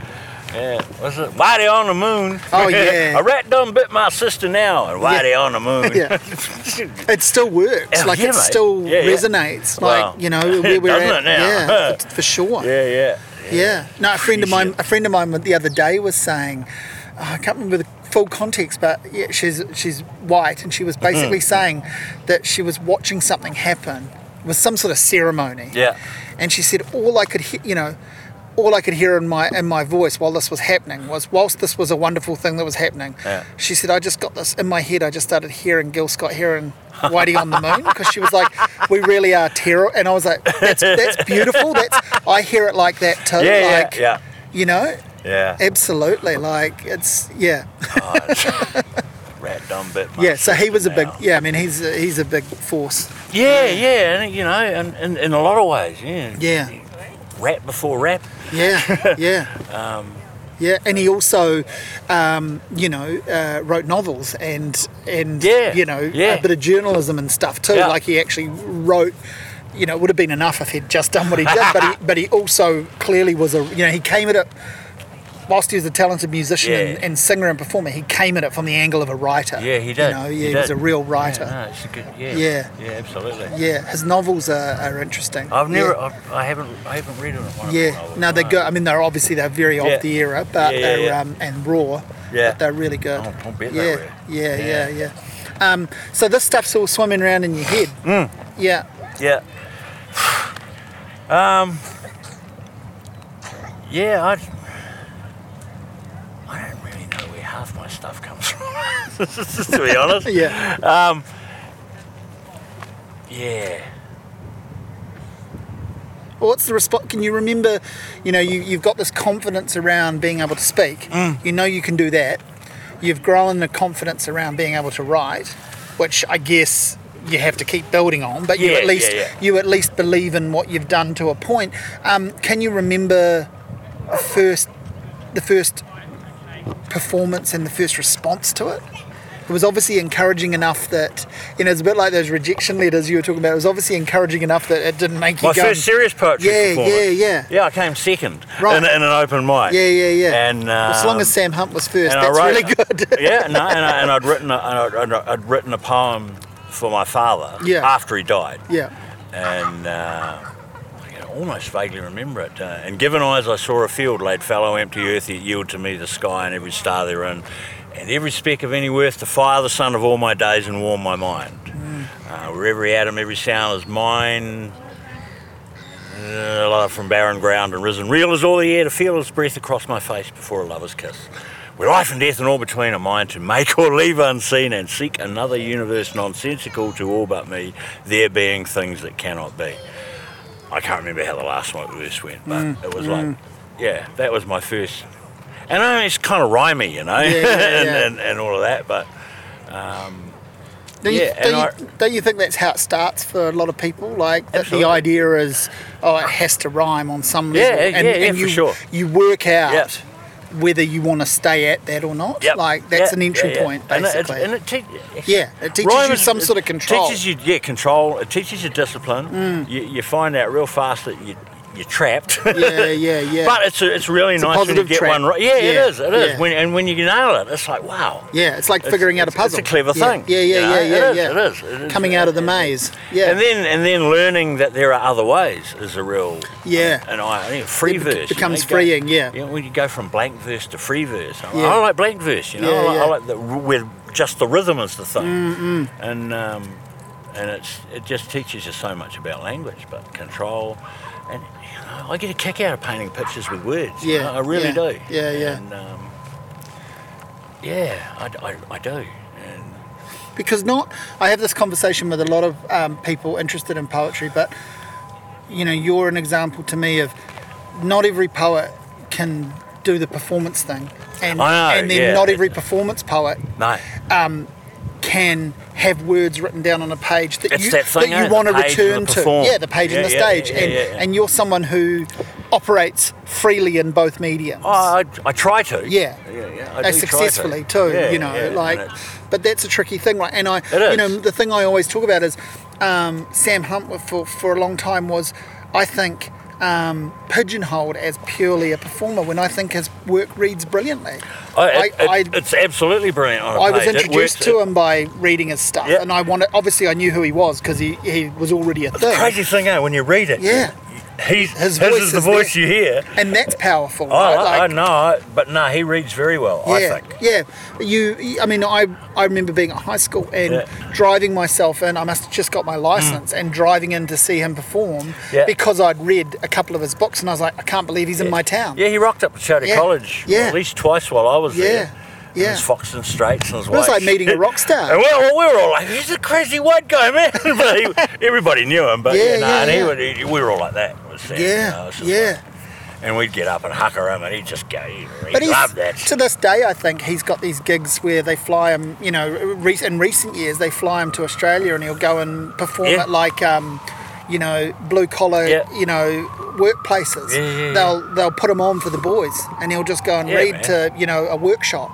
Speaker 2: what's it? Whitey on the moon.
Speaker 1: Oh, yeah.
Speaker 2: a rat done bit my sister now. And Whitey on the moon.
Speaker 1: Yeah. It still works.
Speaker 2: Oh,
Speaker 1: like
Speaker 2: yeah,
Speaker 1: it
Speaker 2: mate.
Speaker 1: still
Speaker 2: Yeah, yeah.
Speaker 1: resonates.
Speaker 2: Wow.
Speaker 1: Like you know, where we're
Speaker 2: Doesn't
Speaker 1: at.
Speaker 2: it now?
Speaker 1: Yeah, for, for sure.
Speaker 2: yeah, yeah.
Speaker 1: Yeah. No, a friend of
Speaker 2: Appreciate
Speaker 1: mine, a friend of mine the other day was saying, oh, I can't remember the full context, but yeah, she's she's white, and she was basically saying that she was watching something happen with some sort of ceremony.
Speaker 2: Yeah.
Speaker 1: And she said, all I could, hear, you know, all I could hear in my in my voice while this was happening was, whilst this was a wonderful thing that was happening,
Speaker 2: Yeah.
Speaker 1: she said, I just got this in my head. I just started hearing Gil Scott Heron. Whitey on the moon because she was like, "We really are terrible," and I was like, "That's that's beautiful. That's I hear it like that too.
Speaker 2: Yeah, yeah,
Speaker 1: like,
Speaker 2: yeah.
Speaker 1: You know,
Speaker 2: Yeah. Oh,
Speaker 1: absolutely. Like it's yeah,
Speaker 2: rat done bit my
Speaker 1: yeah. So he was a
Speaker 2: sister
Speaker 1: big
Speaker 2: now.
Speaker 1: yeah. I mean, he's a, he's a big force.
Speaker 2: Yeah, yeah, and you know, and in, in a lot of ways, yeah.
Speaker 1: Yeah.
Speaker 2: Rap before rap.
Speaker 1: Yeah, yeah. um, yeah, and he also, um, you know, uh, wrote novels and and
Speaker 2: Yeah,
Speaker 1: you know
Speaker 2: yeah.
Speaker 1: a bit of journalism and stuff too.
Speaker 2: Yeah.
Speaker 1: Like he actually wrote. You know, it would have been enough if he'd just done what he did, but he, but he also clearly was a you know he came at it. Whilst he was a talented musician and,
Speaker 2: Yeah.
Speaker 1: and singer and performer, he came at it from the angle of a writer.
Speaker 2: Yeah, he did.
Speaker 1: You know, yeah, he, was
Speaker 2: did.
Speaker 1: a real writer.
Speaker 2: Yeah, no, it's a good, yeah.
Speaker 1: Yeah.
Speaker 2: Yeah, absolutely.
Speaker 1: Yeah, his novels are, are interesting.
Speaker 2: I've
Speaker 1: Yeah.
Speaker 2: never, I've, I haven't, I haven't read it. One
Speaker 1: Yeah, no, they're good. I mean, they're obviously they're very
Speaker 2: Yeah.
Speaker 1: of the era, but
Speaker 2: Yeah, yeah,
Speaker 1: they're
Speaker 2: yeah.
Speaker 1: Um, and raw.
Speaker 2: Yeah.
Speaker 1: but they're really good.
Speaker 2: I'll- I'll bet
Speaker 1: yeah,
Speaker 2: they were.
Speaker 1: yeah, yeah,
Speaker 2: Yeah.
Speaker 1: yeah, Um, so this stuff's all swimming around in your head.
Speaker 2: Hmm.
Speaker 1: Yeah,
Speaker 2: Yeah. Um. Yeah, I. I don't really know where half my stuff comes from. to be honest.
Speaker 1: yeah,
Speaker 2: Um. Yeah.
Speaker 1: Well, what's the response? Can you remember? You know, you, you've got this confidence around being able to speak.
Speaker 2: Mm.
Speaker 1: You know you can do that. You've grown the confidence around being able to write, which I guess you have to keep building on. But you
Speaker 2: Yeah,
Speaker 1: at least
Speaker 2: yeah, yeah.
Speaker 1: you at least believe in what you've done to a point. Um, can you remember the first the first performance and the first response to it? It was obviously encouraging enough that you know it's a bit like those rejection letters you were talking about. It was obviously encouraging enough that it didn't make you
Speaker 2: My
Speaker 1: go.
Speaker 2: first serious poetry
Speaker 1: Yeah,
Speaker 2: performance.
Speaker 1: yeah, yeah.
Speaker 2: Yeah, I came second
Speaker 1: Right.
Speaker 2: in, in an open mic.
Speaker 1: Yeah, yeah, yeah.
Speaker 2: And
Speaker 1: Well, as long
Speaker 2: um,
Speaker 1: as Sam Hunt was first,
Speaker 2: and
Speaker 1: that's
Speaker 2: I wrote,
Speaker 1: really good.
Speaker 2: yeah, no, and, I, and I'd written a, and I'd, I'd, I'd written a poem for my father
Speaker 1: Yeah.
Speaker 2: after he died.
Speaker 1: yeah.
Speaker 2: and uh, I can almost vaguely remember it. Uh, and given eyes, I saw a field laid fallow, empty earth. It yielded to me the sky and every star therein, and every speck of any worth, the fire, the sun of all my days, and warm my mind. Uh, where every atom, every sound is mine. Uh, love from barren ground and risen, real as all the air to feel his breath across my face before a lover's kiss. Where life and death and all between are mine to make or leave unseen and seek another universe nonsensical to all but me, there being things that cannot be. I can't remember how the last one verse went, but
Speaker 1: Mm,
Speaker 2: it was like, yeah, that was my first. And I know it's kind of rhymey, you know,
Speaker 1: yeah,
Speaker 2: and,
Speaker 1: yeah.
Speaker 2: and, and all of that, but um,
Speaker 1: Don't,
Speaker 2: Yeah,
Speaker 1: you,
Speaker 2: and
Speaker 1: don't,
Speaker 2: I-
Speaker 1: you, don't you think that's how it starts for a lot of people? Like that the
Speaker 2: Absolutely.
Speaker 1: idea is, oh, it has to rhyme on some
Speaker 2: Yeah,
Speaker 1: level.
Speaker 2: yeah, yeah, for
Speaker 1: you,
Speaker 2: sure.
Speaker 1: You work out
Speaker 2: Yes.
Speaker 1: whether you want to stay at that or not.
Speaker 2: Yep.
Speaker 1: Like that's
Speaker 2: Yeah,
Speaker 1: an entry
Speaker 2: yeah, yeah.
Speaker 1: point,
Speaker 2: And it-
Speaker 1: basically.
Speaker 2: And it, te-
Speaker 1: Yeah, it teaches
Speaker 2: Rhyme
Speaker 1: you
Speaker 2: is-
Speaker 1: some
Speaker 2: it
Speaker 1: sort of control. Mm.
Speaker 2: Teaches you, yeah, control. It teaches you discipline. You, you find out real fast that you, you're trapped.
Speaker 1: yeah, yeah, yeah.
Speaker 2: But it's a, it's really
Speaker 1: a
Speaker 2: nice when you
Speaker 1: positive
Speaker 2: get
Speaker 1: trap.
Speaker 2: one right. Yeah,
Speaker 1: Yeah,
Speaker 2: it is. It is.
Speaker 1: yeah.
Speaker 2: When, and when you nail it, it's like wow.
Speaker 1: yeah, it's like
Speaker 2: It's-
Speaker 1: figuring out a
Speaker 2: it's-
Speaker 1: puzzle.
Speaker 2: It's a clever
Speaker 1: Yeah,
Speaker 2: thing.
Speaker 1: Yeah,
Speaker 2: you
Speaker 1: yeah, yeah,
Speaker 2: know?
Speaker 1: yeah,
Speaker 2: It is,
Speaker 1: yeah.
Speaker 2: It is. It is.
Speaker 1: Coming out of the maze. Yeah.
Speaker 2: And then and then learning that there are other ways is a real
Speaker 1: Yeah.
Speaker 2: And I, I think free
Speaker 1: It bec-
Speaker 2: verse you know,
Speaker 1: becomes
Speaker 2: go-
Speaker 1: freeing, yeah.
Speaker 2: You know, when you go from blank verse to free verse, I,
Speaker 1: Yeah.
Speaker 2: I like blank verse. You know,
Speaker 1: Yeah,
Speaker 2: I, like,
Speaker 1: yeah. Mm,
Speaker 2: I like the, where just the rhythm is the thing, and um, and it's it just teaches you so much about language, but control, and you know, I get a kick out of painting pictures with words. you
Speaker 1: Yeah,
Speaker 2: know, I really
Speaker 1: yeah,
Speaker 2: do.
Speaker 1: yeah, yeah.
Speaker 2: And, um, yeah, I, I, I do. And
Speaker 1: because not i have this conversation with a lot of um, people interested in poetry but you know you're an example to me of not every poet can do the performance thing and,
Speaker 2: I know,
Speaker 1: and then
Speaker 2: yeah.
Speaker 1: not every performance poet
Speaker 2: no,
Speaker 1: can have words written down on a page that
Speaker 2: It's
Speaker 1: you,
Speaker 2: that thing,
Speaker 1: that you
Speaker 2: eh?
Speaker 1: want to
Speaker 2: The page and
Speaker 1: return
Speaker 2: the
Speaker 1: to.
Speaker 2: perform.
Speaker 1: Yeah, the page and
Speaker 2: Yeah,
Speaker 1: the
Speaker 2: yeah,
Speaker 1: stage.
Speaker 2: yeah,
Speaker 1: and,
Speaker 2: yeah, yeah.
Speaker 1: and you're someone who operates freely in both mediums.
Speaker 2: Oh, I, I try to.
Speaker 1: Yeah.
Speaker 2: yeah, yeah. I
Speaker 1: Uh,
Speaker 2: do try to.
Speaker 1: successfully too.
Speaker 2: Yeah,
Speaker 1: you know,
Speaker 2: yeah, and
Speaker 1: like,
Speaker 2: it's-
Speaker 1: but that's a tricky thing, right? And I,
Speaker 2: It
Speaker 1: you know,
Speaker 2: is.
Speaker 1: the thing I always talk about is um, Sam Hunt for for a long time was, I think. Um, pigeonholed as purely a performer when I think his work reads brilliantly.
Speaker 2: Oh, it-
Speaker 1: I,
Speaker 2: it- it's absolutely brilliant. On a
Speaker 1: I, I was
Speaker 2: page. It works-
Speaker 1: introduced to him by reading his stuff,
Speaker 2: Yeah.
Speaker 1: and I wanted. Obviously, I knew who he was because he, he was already a
Speaker 2: The
Speaker 1: thing,
Speaker 2: crazy thing, eh, when you read it,
Speaker 1: Yeah.
Speaker 2: he's,
Speaker 1: His
Speaker 2: his,
Speaker 1: voice
Speaker 2: is the
Speaker 1: is
Speaker 2: voice
Speaker 1: there.
Speaker 2: you hear.
Speaker 1: and that's powerful.
Speaker 2: Oh,
Speaker 1: right?
Speaker 2: I, I
Speaker 1: Like-
Speaker 2: know, I- but no, he reads very well. I
Speaker 1: Yeah,
Speaker 2: think.
Speaker 1: yeah. You, I mean, I, I remember being at high school and
Speaker 2: Yeah. Mm.
Speaker 1: driving myself in. I must have just got my license and driving in to see him perform
Speaker 2: Yeah.
Speaker 1: because I'd read a couple of his books and I was like, I can't believe he's in my town.
Speaker 2: Yeah, he rocked up to Chater
Speaker 1: Yeah,
Speaker 2: College
Speaker 1: yeah.
Speaker 2: at least twice while I was
Speaker 1: yeah,
Speaker 2: there.
Speaker 1: yeah.
Speaker 2: It was Foxton Straits and his
Speaker 1: It was
Speaker 2: wife.
Speaker 1: like meeting a rock star.
Speaker 2: And we well, we were all like, he's a crazy white guy, man. but he, everybody knew him, but
Speaker 1: Yeah,
Speaker 2: yeah, no,
Speaker 1: yeah,
Speaker 2: and he
Speaker 1: yeah.
Speaker 2: would, he, we were all like that. with Sam, you know,
Speaker 1: yeah,
Speaker 2: it was just
Speaker 1: yeah.
Speaker 2: like- and we'd get up and hucker him, and he'd just go, he, he
Speaker 1: But he's,
Speaker 2: loved that.
Speaker 1: to this day, I think he's got these gigs where they fly him. You know, re- in recent years, they fly him to Australia, and he'll go and perform
Speaker 2: Yeah.
Speaker 1: at like, um, you know, blue collar,
Speaker 2: Yeah.
Speaker 1: you know, workplaces.
Speaker 2: Yeah, yeah, yeah.
Speaker 1: They'll they'll put him on for the boys, and he'll just go and
Speaker 2: Yeah,
Speaker 1: read
Speaker 2: man.
Speaker 1: to you know a workshop,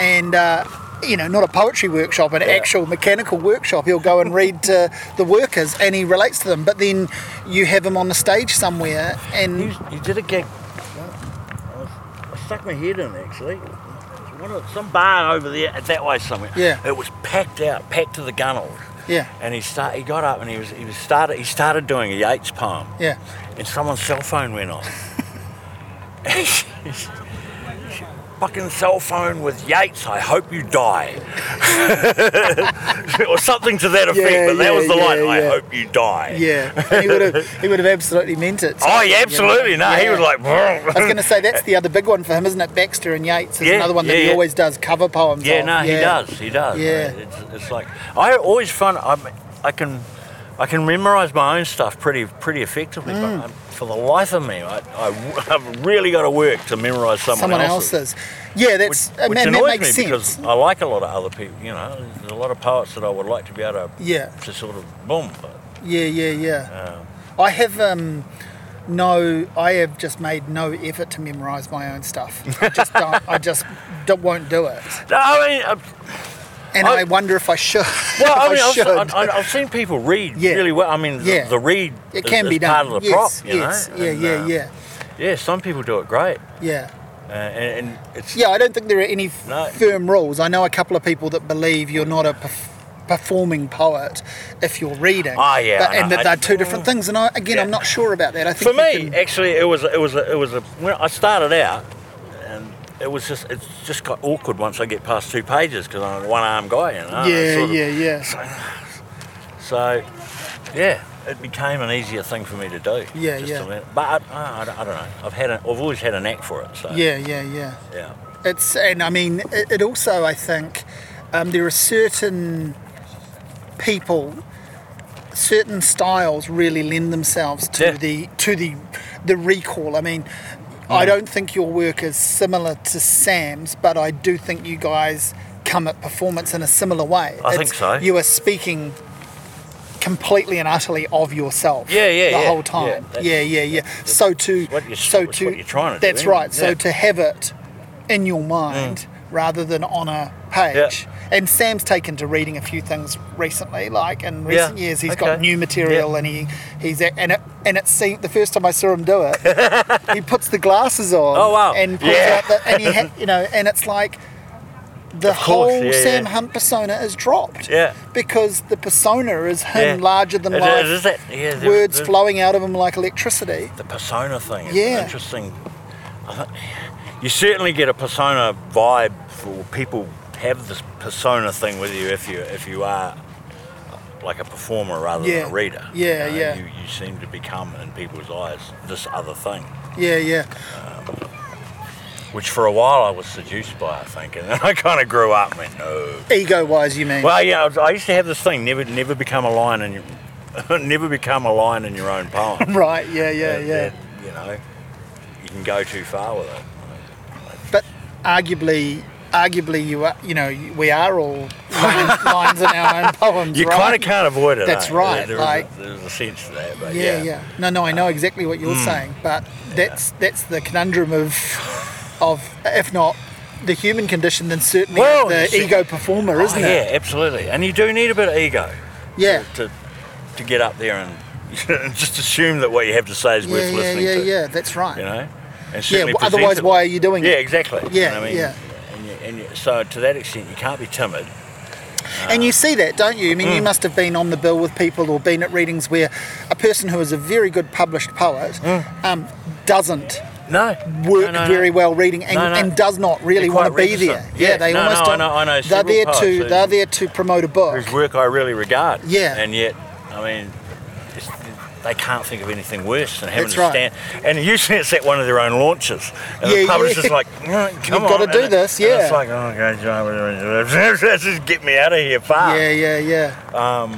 Speaker 1: and. Uh, you know, not a poetry workshop, an actual mechanical workshop. He'll go and read to the workers, and he relates to them. But then you have him on the stage somewhere, and
Speaker 2: You, you did a gig. I stuck my head in actually. One of- Some bar over there, that way somewhere.
Speaker 1: Yeah.
Speaker 2: It was packed out, packed to the gunnels.
Speaker 1: Yeah.
Speaker 2: And he start, he got up and he was, he was started, he started doing a Yeats poem.
Speaker 1: Yeah.
Speaker 2: And someone's cell phone went off. Fucking cell phone with Yates. I hope you die, or something to that effect.
Speaker 1: Yeah,
Speaker 2: but that
Speaker 1: yeah,
Speaker 2: was the
Speaker 1: yeah,
Speaker 2: line. I
Speaker 1: yeah.
Speaker 2: hope you die.
Speaker 1: Yeah, and he would have he would have absolutely meant it.
Speaker 2: Oh, yeah,
Speaker 1: You know?
Speaker 2: absolutely. No, he
Speaker 1: Yeah.
Speaker 2: was like.
Speaker 1: I was going to say that's the other big one for him, isn't it? Baxter and Yeats is
Speaker 2: Yeah,
Speaker 1: another one that
Speaker 2: yeah,
Speaker 1: he
Speaker 2: yeah.
Speaker 1: always does cover poems.
Speaker 2: Yeah,
Speaker 1: of.
Speaker 2: no, he does. He does.
Speaker 1: Yeah.
Speaker 2: It's, it's like I always find I'm, I can, I can memorize my own stuff pretty pretty effectively,
Speaker 1: Mm.
Speaker 2: but i for the life of me, I, I have really got to work to memorize someone,
Speaker 1: Someone
Speaker 2: else's.
Speaker 1: else's. Yeah,
Speaker 2: Which,
Speaker 1: that's and
Speaker 2: which
Speaker 1: that- that
Speaker 2: annoys
Speaker 1: makes
Speaker 2: me
Speaker 1: sense.
Speaker 2: because I like a lot of other people. You know, there's a lot of poets that I would like to be able to
Speaker 1: Yeah.
Speaker 2: to sort of boom. But
Speaker 1: Yeah, yeah, yeah. I have um, no. I have just made no effort to memorize my own stuff. I just don't. I just don't, won't do it.
Speaker 2: no, I mean, uh,
Speaker 1: And
Speaker 2: I-
Speaker 1: I, wonder if I should.
Speaker 2: well,
Speaker 1: if
Speaker 2: I mean,
Speaker 1: I
Speaker 2: I've,
Speaker 1: should.
Speaker 2: se- I- I- I've seen people read
Speaker 1: Yeah.
Speaker 2: really well. I mean,
Speaker 1: Yeah.
Speaker 2: the, the read
Speaker 1: it
Speaker 2: is-
Speaker 1: can
Speaker 2: is
Speaker 1: be done.
Speaker 2: part of the
Speaker 1: yes,
Speaker 2: prop. You
Speaker 1: yes.
Speaker 2: know?
Speaker 1: Yeah,
Speaker 2: And,
Speaker 1: yeah,
Speaker 2: uh,
Speaker 1: yeah,
Speaker 2: yeah. Some people do it great.
Speaker 1: yeah.
Speaker 2: Uh, and, and it's
Speaker 1: Yeah, I don't think there are any f-
Speaker 2: No.
Speaker 1: firm rules. I know a couple of people that believe you're not a perf- performing poet if you're reading.
Speaker 2: Ah, yeah,
Speaker 1: But-
Speaker 2: I
Speaker 1: and
Speaker 2: know.
Speaker 1: that they're two different things. And I, again,
Speaker 2: Yeah.
Speaker 1: I'm not sure about that. I think
Speaker 2: for
Speaker 1: you
Speaker 2: me
Speaker 1: can-
Speaker 2: actually it was it was a, it was a when I started out and it was just it's just got awkward once I get past two pages because I'm a one arm guy you know
Speaker 1: yeah,
Speaker 2: uh, sort of- uh,
Speaker 1: yeah, yeah,
Speaker 2: so yeah it became an easier thing for me to do
Speaker 1: Yeah,
Speaker 2: just
Speaker 1: yeah.
Speaker 2: to learn. but I, I, don't- I don't know I've had a, I've always had a knack for it so
Speaker 1: yeah, yeah, yeah.
Speaker 2: yeah
Speaker 1: It's and I mean it, it also I think um, there are certain people, certain styles really lend themselves to
Speaker 2: Yeah.
Speaker 1: the to the the recall. I mean, I don't think your work is similar to Sam's, but I do think you guys come at performance in a similar way.
Speaker 2: I think so.
Speaker 1: You are speaking completely and utterly of yourself.
Speaker 2: Yeah, yeah,
Speaker 1: The
Speaker 2: yeah,
Speaker 1: whole
Speaker 2: yeah,
Speaker 1: time.
Speaker 2: that's-
Speaker 1: Yeah, yeah, yeah. So to
Speaker 2: what you're-
Speaker 1: so
Speaker 2: it's
Speaker 1: to
Speaker 2: what you're trying to do,
Speaker 1: that's
Speaker 2: isn't it?
Speaker 1: right. So
Speaker 2: Yeah.
Speaker 1: to have it in your
Speaker 2: Mm.
Speaker 1: mind rather than on a page. And Sam's taken to reading a few things recently. Like in recent
Speaker 2: Yeah,
Speaker 1: years, he's got
Speaker 2: okay.
Speaker 1: new material
Speaker 2: Yeah.
Speaker 1: and he he's a and it and it seemed the first time I saw him do it, he puts the glasses on.
Speaker 2: Oh, wow.
Speaker 1: And pulls
Speaker 2: Yeah.
Speaker 1: out the, and he ha- you know and it's like. The
Speaker 2: course,
Speaker 1: whole
Speaker 2: yeah,
Speaker 1: Sam
Speaker 2: yeah.
Speaker 1: Hunt persona is dropped
Speaker 2: Yeah.
Speaker 1: because the persona is him
Speaker 2: Yeah.
Speaker 1: larger than
Speaker 2: It-
Speaker 1: life.
Speaker 2: it is that- yeah, there-
Speaker 1: words
Speaker 2: there-
Speaker 1: flowing out of him like electricity.
Speaker 2: The persona thing is
Speaker 1: Yeah.
Speaker 2: an interesting. I thi- You certainly get a persona vibe. For people have this persona thing with you if you if you are like a performer rather
Speaker 1: Yeah.
Speaker 2: than a reader.
Speaker 1: Yeah,
Speaker 2: you
Speaker 1: yeah.
Speaker 2: You, you seem to become in people's eyes this other thing,
Speaker 1: Yeah, yeah.
Speaker 2: which for a while I was seduced by, I think, and then I kind of grew up and went, no.
Speaker 1: Ego wise, you mean?
Speaker 2: Well, yeah, I was- I used to have this thing never never become a line in your never become a line in your own poem.
Speaker 1: right, yeah, yeah,
Speaker 2: that-
Speaker 1: yeah.
Speaker 2: that, you know, you can go too far with it.
Speaker 1: But arguably, arguably, you are, you know, you- we are all lines, lines in our own poems.
Speaker 2: You
Speaker 1: right?
Speaker 2: kind of can't avoid it.
Speaker 1: That's
Speaker 2: eh?
Speaker 1: right,
Speaker 2: There- there is
Speaker 1: like-
Speaker 2: a, there's a sense to that, but
Speaker 1: Yeah,
Speaker 2: yeah, Hmm.
Speaker 1: yeah, No, no, I know exactly what you're saying, but that's that's the conundrum of, of if not the human condition, then certainly
Speaker 2: Well,
Speaker 1: the
Speaker 2: it's-
Speaker 1: ego performer,
Speaker 2: Oh,
Speaker 1: isn't
Speaker 2: yeah,
Speaker 1: it?
Speaker 2: absolutely. And you do need a bit of ego
Speaker 1: Yeah.
Speaker 2: to to get up there and, and just assume that what you have to say is
Speaker 1: Yeah,
Speaker 2: worth
Speaker 1: yeah,
Speaker 2: listening
Speaker 1: yeah,
Speaker 2: to.
Speaker 1: yeah, that's right.
Speaker 2: You know, and
Speaker 1: yeah,
Speaker 2: certainly
Speaker 1: well, otherwise,
Speaker 2: presentable.
Speaker 1: why are you doing
Speaker 2: Yeah,
Speaker 1: it?
Speaker 2: exactly.
Speaker 1: Yeah,
Speaker 2: And I mean,
Speaker 1: yeah.
Speaker 2: And you, and you, so to that extent, you can't be timid.
Speaker 1: And you see that, don't you? I mean,
Speaker 2: Hmm.
Speaker 1: you must have been on the bill with people or been at readings where a person who is a very good published poet
Speaker 2: Hmm.
Speaker 1: um, doesn't
Speaker 2: No,
Speaker 1: work
Speaker 2: no, no,
Speaker 1: very
Speaker 2: no.
Speaker 1: well reading and,
Speaker 2: No, no.
Speaker 1: and does not really
Speaker 2: They're
Speaker 1: want to
Speaker 2: quite
Speaker 1: be
Speaker 2: reticent.
Speaker 1: there. Yeah,
Speaker 2: Yeah,
Speaker 1: they
Speaker 2: no,
Speaker 1: almost
Speaker 2: no, I
Speaker 1: don't.
Speaker 2: know- I know
Speaker 1: they're
Speaker 2: several
Speaker 1: there
Speaker 2: poets
Speaker 1: to
Speaker 2: who-
Speaker 1: they're there to promote a book.
Speaker 2: whose work I really regard.
Speaker 1: Yeah.
Speaker 2: And yet, I mean, it's, they can't think of anything worse than having
Speaker 1: That's
Speaker 2: to
Speaker 1: right.
Speaker 2: stand. And usually it's at one of their own launches. And
Speaker 1: Yeah,
Speaker 2: the publisher's
Speaker 1: yeah.
Speaker 2: like, "Mm, come
Speaker 1: gotta
Speaker 2: on. and
Speaker 1: do
Speaker 2: it-
Speaker 1: this,
Speaker 2: and
Speaker 1: yeah.
Speaker 2: it's like, oh, okay, John, just get me out of here fast.
Speaker 1: Yeah, yeah, yeah.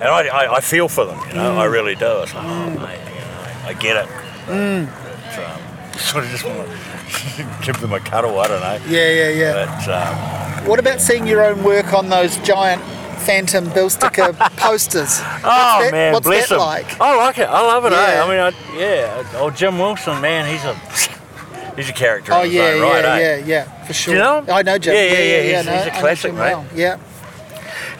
Speaker 2: And I, I, I feel for them, you know,
Speaker 1: Mm.
Speaker 2: I really do. It's like, oh, mate, you know, I get it.
Speaker 1: Mm.
Speaker 2: But, um, sort of just want to give them a cuddle, I don't know.
Speaker 1: Yeah, yeah, yeah.
Speaker 2: But, um,
Speaker 1: What about seeing your own work on those giant phantom bill sticker posters? Oh
Speaker 2: oh
Speaker 1: that,
Speaker 2: man,
Speaker 1: what's
Speaker 2: bless
Speaker 1: that
Speaker 2: them.
Speaker 1: like?
Speaker 2: I like it. I love it. eh?
Speaker 1: Yeah.
Speaker 2: I mean, I, yeah. Oh, Jim Wilson, man, he's a he's a character.
Speaker 1: Oh
Speaker 2: in his
Speaker 1: yeah,
Speaker 2: own right,
Speaker 1: yeah,
Speaker 2: eh?
Speaker 1: yeah, yeah, for sure.
Speaker 2: you know him?
Speaker 1: I know Jim.
Speaker 2: Yeah, yeah, yeah, he's-
Speaker 1: no,
Speaker 2: he's a
Speaker 1: I know
Speaker 2: classic,
Speaker 1: Jim
Speaker 2: mate.
Speaker 1: well, Yeah.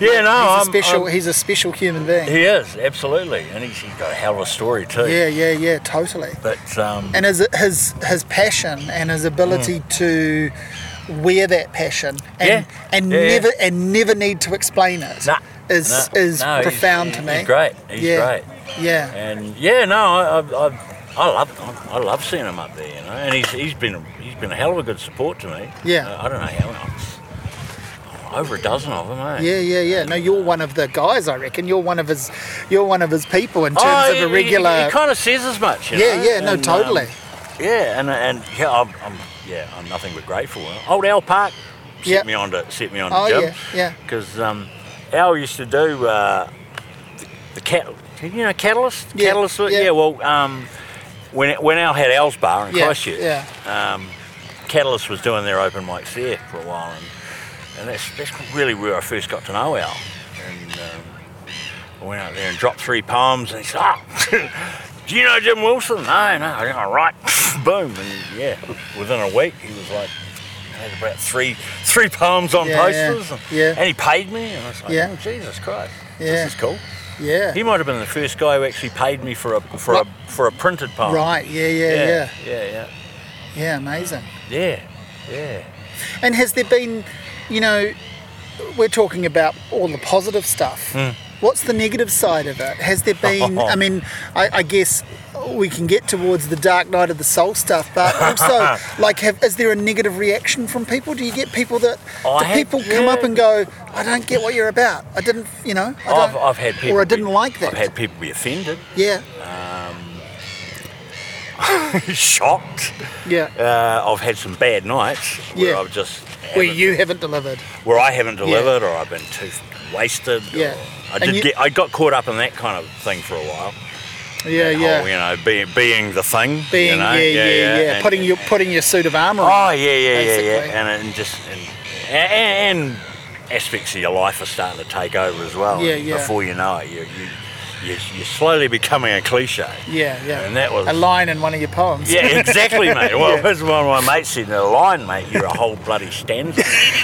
Speaker 2: Yeah,
Speaker 1: he's
Speaker 2: no, I'm,
Speaker 1: a special.
Speaker 2: I'm-
Speaker 1: he's a special human being.
Speaker 2: he is absolutely, and he's, he's got a hell of a story too.
Speaker 1: yeah, yeah, yeah, totally.
Speaker 2: But um,
Speaker 1: And his his his passion and his ability to wear that passion and
Speaker 2: Mm. Yeah.
Speaker 1: and
Speaker 2: Yeah, yeah.
Speaker 1: never and never need to explain it is
Speaker 2: Nah. Nah.
Speaker 1: is
Speaker 2: No, he's-
Speaker 1: profound
Speaker 2: he's-
Speaker 1: to me.
Speaker 2: he's great. He's
Speaker 1: yeah.
Speaker 2: great.
Speaker 1: Yeah.
Speaker 2: and yeah, no, I, I, I, I love I love seeing him up there, you know. And he's he's been he's been a hell of a good support to me.
Speaker 1: Yeah.
Speaker 2: Uh, I don't know how long. Over a dozen of them, eh?
Speaker 1: Yeah, yeah, yeah. No, you're one of the guys. I reckon you're one of his, you're one of his people in terms
Speaker 2: Oh,
Speaker 1: of a
Speaker 2: he-
Speaker 1: regular.
Speaker 2: He, kind of says as much. you
Speaker 1: yeah,
Speaker 2: know,
Speaker 1: yeah. No,
Speaker 2: and, um,
Speaker 1: totally.
Speaker 2: yeah, and and yeah, I'm, I'm yeah, I'm nothing but grateful. Old Al Park set
Speaker 1: Yeah.
Speaker 2: me on to set me on
Speaker 1: Oh,
Speaker 2: to
Speaker 1: yeah,
Speaker 2: Jim.
Speaker 1: yeah.
Speaker 2: Because um, Al used to do uh, the, the cat. You know, catalyst.
Speaker 1: Yeah,
Speaker 2: Catalyst.
Speaker 1: yeah.
Speaker 2: Well, um, when when Al had Al's bar in
Speaker 1: Yeah,
Speaker 2: Christchurch,
Speaker 1: yeah.
Speaker 2: um, Catalyst was doing their open mics there for a while, and, and that's that's really where I first got to know Al. And um, I went out there and dropped three poems, and he said, "Ah, do you know Jim Wilson?" No, no, I go right, boom, and yeah, within a week he was like. I had about three three poems on
Speaker 1: Yeah, yeah,
Speaker 2: posters, and,
Speaker 1: yeah.
Speaker 2: and he paid me, and I was like,
Speaker 1: Yeah.
Speaker 2: oh, "Jesus Christ,
Speaker 1: Yeah.
Speaker 2: this is cool."
Speaker 1: yeah.
Speaker 2: He might have been the first guy who actually paid me for a for
Speaker 1: Right.
Speaker 2: a for a printed poem.
Speaker 1: Right. Yeah, yeah, yeah, yeah,
Speaker 2: yeah, yeah,
Speaker 1: Amazing.
Speaker 2: yeah, yeah.
Speaker 1: And has there been, you know, we're talking about all the positive stuff.
Speaker 2: Hmm.
Speaker 1: What's the negative side of it? Has there been, I mean, I, I guess we can get towards the dark night of the soul stuff, but also, like, have, is there a negative reaction from people? Do you get people that,
Speaker 2: I
Speaker 1: do
Speaker 2: had-
Speaker 1: people come up
Speaker 2: yeah.
Speaker 1: and go, I don't get what you're about. I didn't, you know, I
Speaker 2: I've,
Speaker 1: don't-
Speaker 2: I've had people
Speaker 1: or I didn't
Speaker 2: be-
Speaker 1: like that.
Speaker 2: I've had people be offended,
Speaker 1: yeah,
Speaker 2: shocked.
Speaker 1: yeah.
Speaker 2: Uh, I've had some bad nights where
Speaker 1: Yeah.
Speaker 2: I've just
Speaker 1: Where
Speaker 2: haven't-
Speaker 1: you haven't delivered.
Speaker 2: where I haven't delivered or I've been too wasted.
Speaker 1: Yeah.
Speaker 2: or- I
Speaker 1: And
Speaker 2: did
Speaker 1: you-
Speaker 2: get I got caught up in that kind of thing for a while.
Speaker 1: Yeah,
Speaker 2: That
Speaker 1: yeah.
Speaker 2: whole, you know, being being the thing.
Speaker 1: Being,
Speaker 2: oh, you know,
Speaker 1: yeah, yeah, yeah.
Speaker 2: and-
Speaker 1: putting your putting your suit of armour on.
Speaker 2: Oh yeah, yeah, yeah,
Speaker 1: basically.
Speaker 2: yeah, and, and just and and, and aspects of your life are starting to take over as well.
Speaker 1: Yeah, yeah.
Speaker 2: Before you know it, you, you, you, you're slowly becoming a cliche.
Speaker 1: Yeah, yeah.
Speaker 2: And that was-
Speaker 1: a line in one of your poems.
Speaker 2: Yeah, exactly, mate. Well,
Speaker 1: Yeah.
Speaker 2: that's one of my mates said in the line, mate, you're a whole bloody stanza.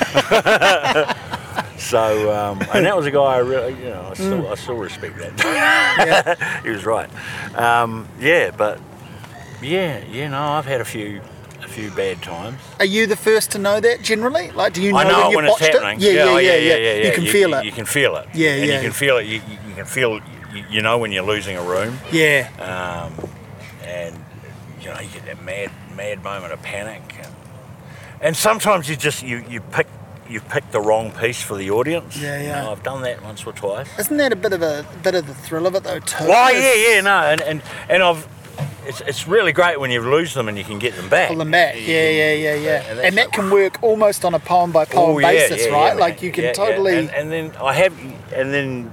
Speaker 2: so, um, and that was a guy I really, you know, I still, I still respect that. he was right. Um, yeah, but yeah, you know, I've had a few, a few bad times.
Speaker 1: Are you the first to know that generally? Like, do you know,
Speaker 2: I
Speaker 1: when
Speaker 2: know it
Speaker 1: you
Speaker 2: when it's
Speaker 1: botched
Speaker 2: happening. Oh,
Speaker 1: it? Yeah, yeah, yeah, yeah. You
Speaker 2: yeah.
Speaker 1: can feel it.
Speaker 2: You can feel it.
Speaker 1: Yeah,
Speaker 2: and
Speaker 1: yeah.
Speaker 2: You can feel it. You, you you can feel. You, you know when you're losing a room.
Speaker 1: yeah,
Speaker 2: um, and you know you get that mad mad moment of panic and, and sometimes you just you, you pick you pick the wrong piece for the audience
Speaker 1: Yeah,
Speaker 2: You
Speaker 1: yeah.
Speaker 2: know, I've done that once or twice
Speaker 1: isn't that a bit of a bit of the thrill of it though? Too.
Speaker 2: well yeah yeah no and and, and I've it's, it's really great when you lose them and you can get them back
Speaker 1: Pull them back. Yeah, yeah, yeah, yeah.
Speaker 2: And
Speaker 1: And,
Speaker 2: that's
Speaker 1: that can work almost on a poem by poem
Speaker 2: Oh, yeah,
Speaker 1: basis,
Speaker 2: yeah,
Speaker 1: right?
Speaker 2: yeah,
Speaker 1: like
Speaker 2: mate.
Speaker 1: you can
Speaker 2: Yeah, yeah.
Speaker 1: totally.
Speaker 2: And, and then I have, and then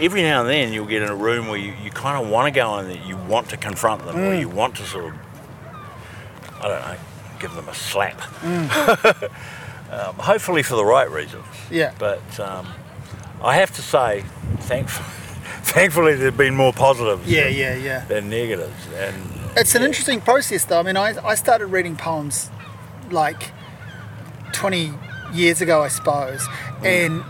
Speaker 2: every now and then you'll get in a room where you, you kind of want to go in there, you want to confront them,
Speaker 1: Mm.
Speaker 2: or you want to sort of, I don't know, give them a slap.
Speaker 1: Mm.
Speaker 2: um, hopefully for the right reasons.
Speaker 1: Yeah.
Speaker 2: But um, I have to say, thankfully, thankfully there've been more positives.
Speaker 1: yeah,
Speaker 2: than,
Speaker 1: yeah, yeah.
Speaker 2: Than negatives, and
Speaker 1: It's an interesting process, though. I mean, I, I started reading poems like 20 years ago, I suppose.
Speaker 2: Mm.
Speaker 1: And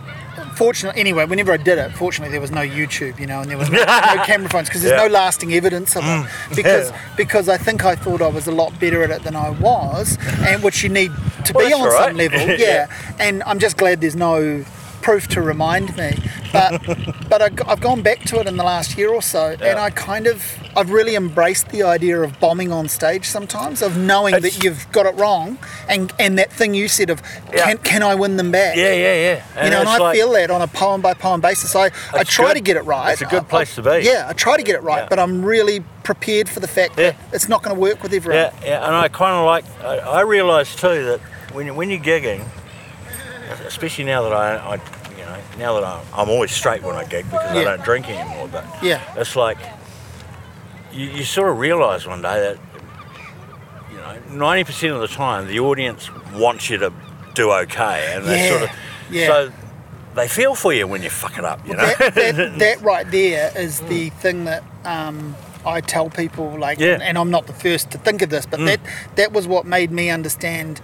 Speaker 1: fortunately, anyway, whenever I did it, fortunately, there was no YouTube, you know, and there was no, no camera phones because there's
Speaker 2: Yeah. Mm.
Speaker 1: no lasting evidence of it. Because, because I think I thought I was a lot better at it than I was, and which you need to
Speaker 2: Well,
Speaker 1: be
Speaker 2: that's
Speaker 1: on
Speaker 2: all right.
Speaker 1: some level. Yeah.
Speaker 2: Yeah.
Speaker 1: And I'm just glad there's no proof to remind me. But but I, g- I've gone back to it in the last year or so, and
Speaker 2: Yeah.
Speaker 1: I kind of I've really embraced the idea of bombing on stage sometimes, of knowing
Speaker 2: It's-
Speaker 1: that you've got it wrong, and and that thing you said of
Speaker 2: Yeah.
Speaker 1: can can I win them back?
Speaker 2: yeah, yeah, yeah.
Speaker 1: You know, and
Speaker 2: it's
Speaker 1: I
Speaker 2: like-
Speaker 1: feel that on a poem by poem basis. I, I
Speaker 2: It's
Speaker 1: try
Speaker 2: good.
Speaker 1: to get it right.
Speaker 2: It's a good
Speaker 1: I-
Speaker 2: place
Speaker 1: I-
Speaker 2: to be.
Speaker 1: Yeah, I try to get it right,
Speaker 2: Yeah.
Speaker 1: but I'm really prepared for the fact that
Speaker 2: Yeah.
Speaker 1: it's not going to work with everyone.
Speaker 2: Yeah, yeah, and I kind of like, I, I realise too that when, you- when you're gigging, especially now that I, I you know, now that I'm, I'm always straight when I gig because I
Speaker 1: Yeah.
Speaker 2: don't drink anymore, but
Speaker 1: Yeah.
Speaker 2: it's like, you, you sort of realise one day that, you know, 90% of the time the audience wants you to do okay, and they
Speaker 1: Yeah,
Speaker 2: sort of,
Speaker 1: yeah.
Speaker 2: so they feel for you when you fuck it up, you know?
Speaker 1: that, that, that right there is the thing that um, I tell people. Like,
Speaker 2: Yeah. Mm.
Speaker 1: and I'm not the first to think of this, but that that was what made me understand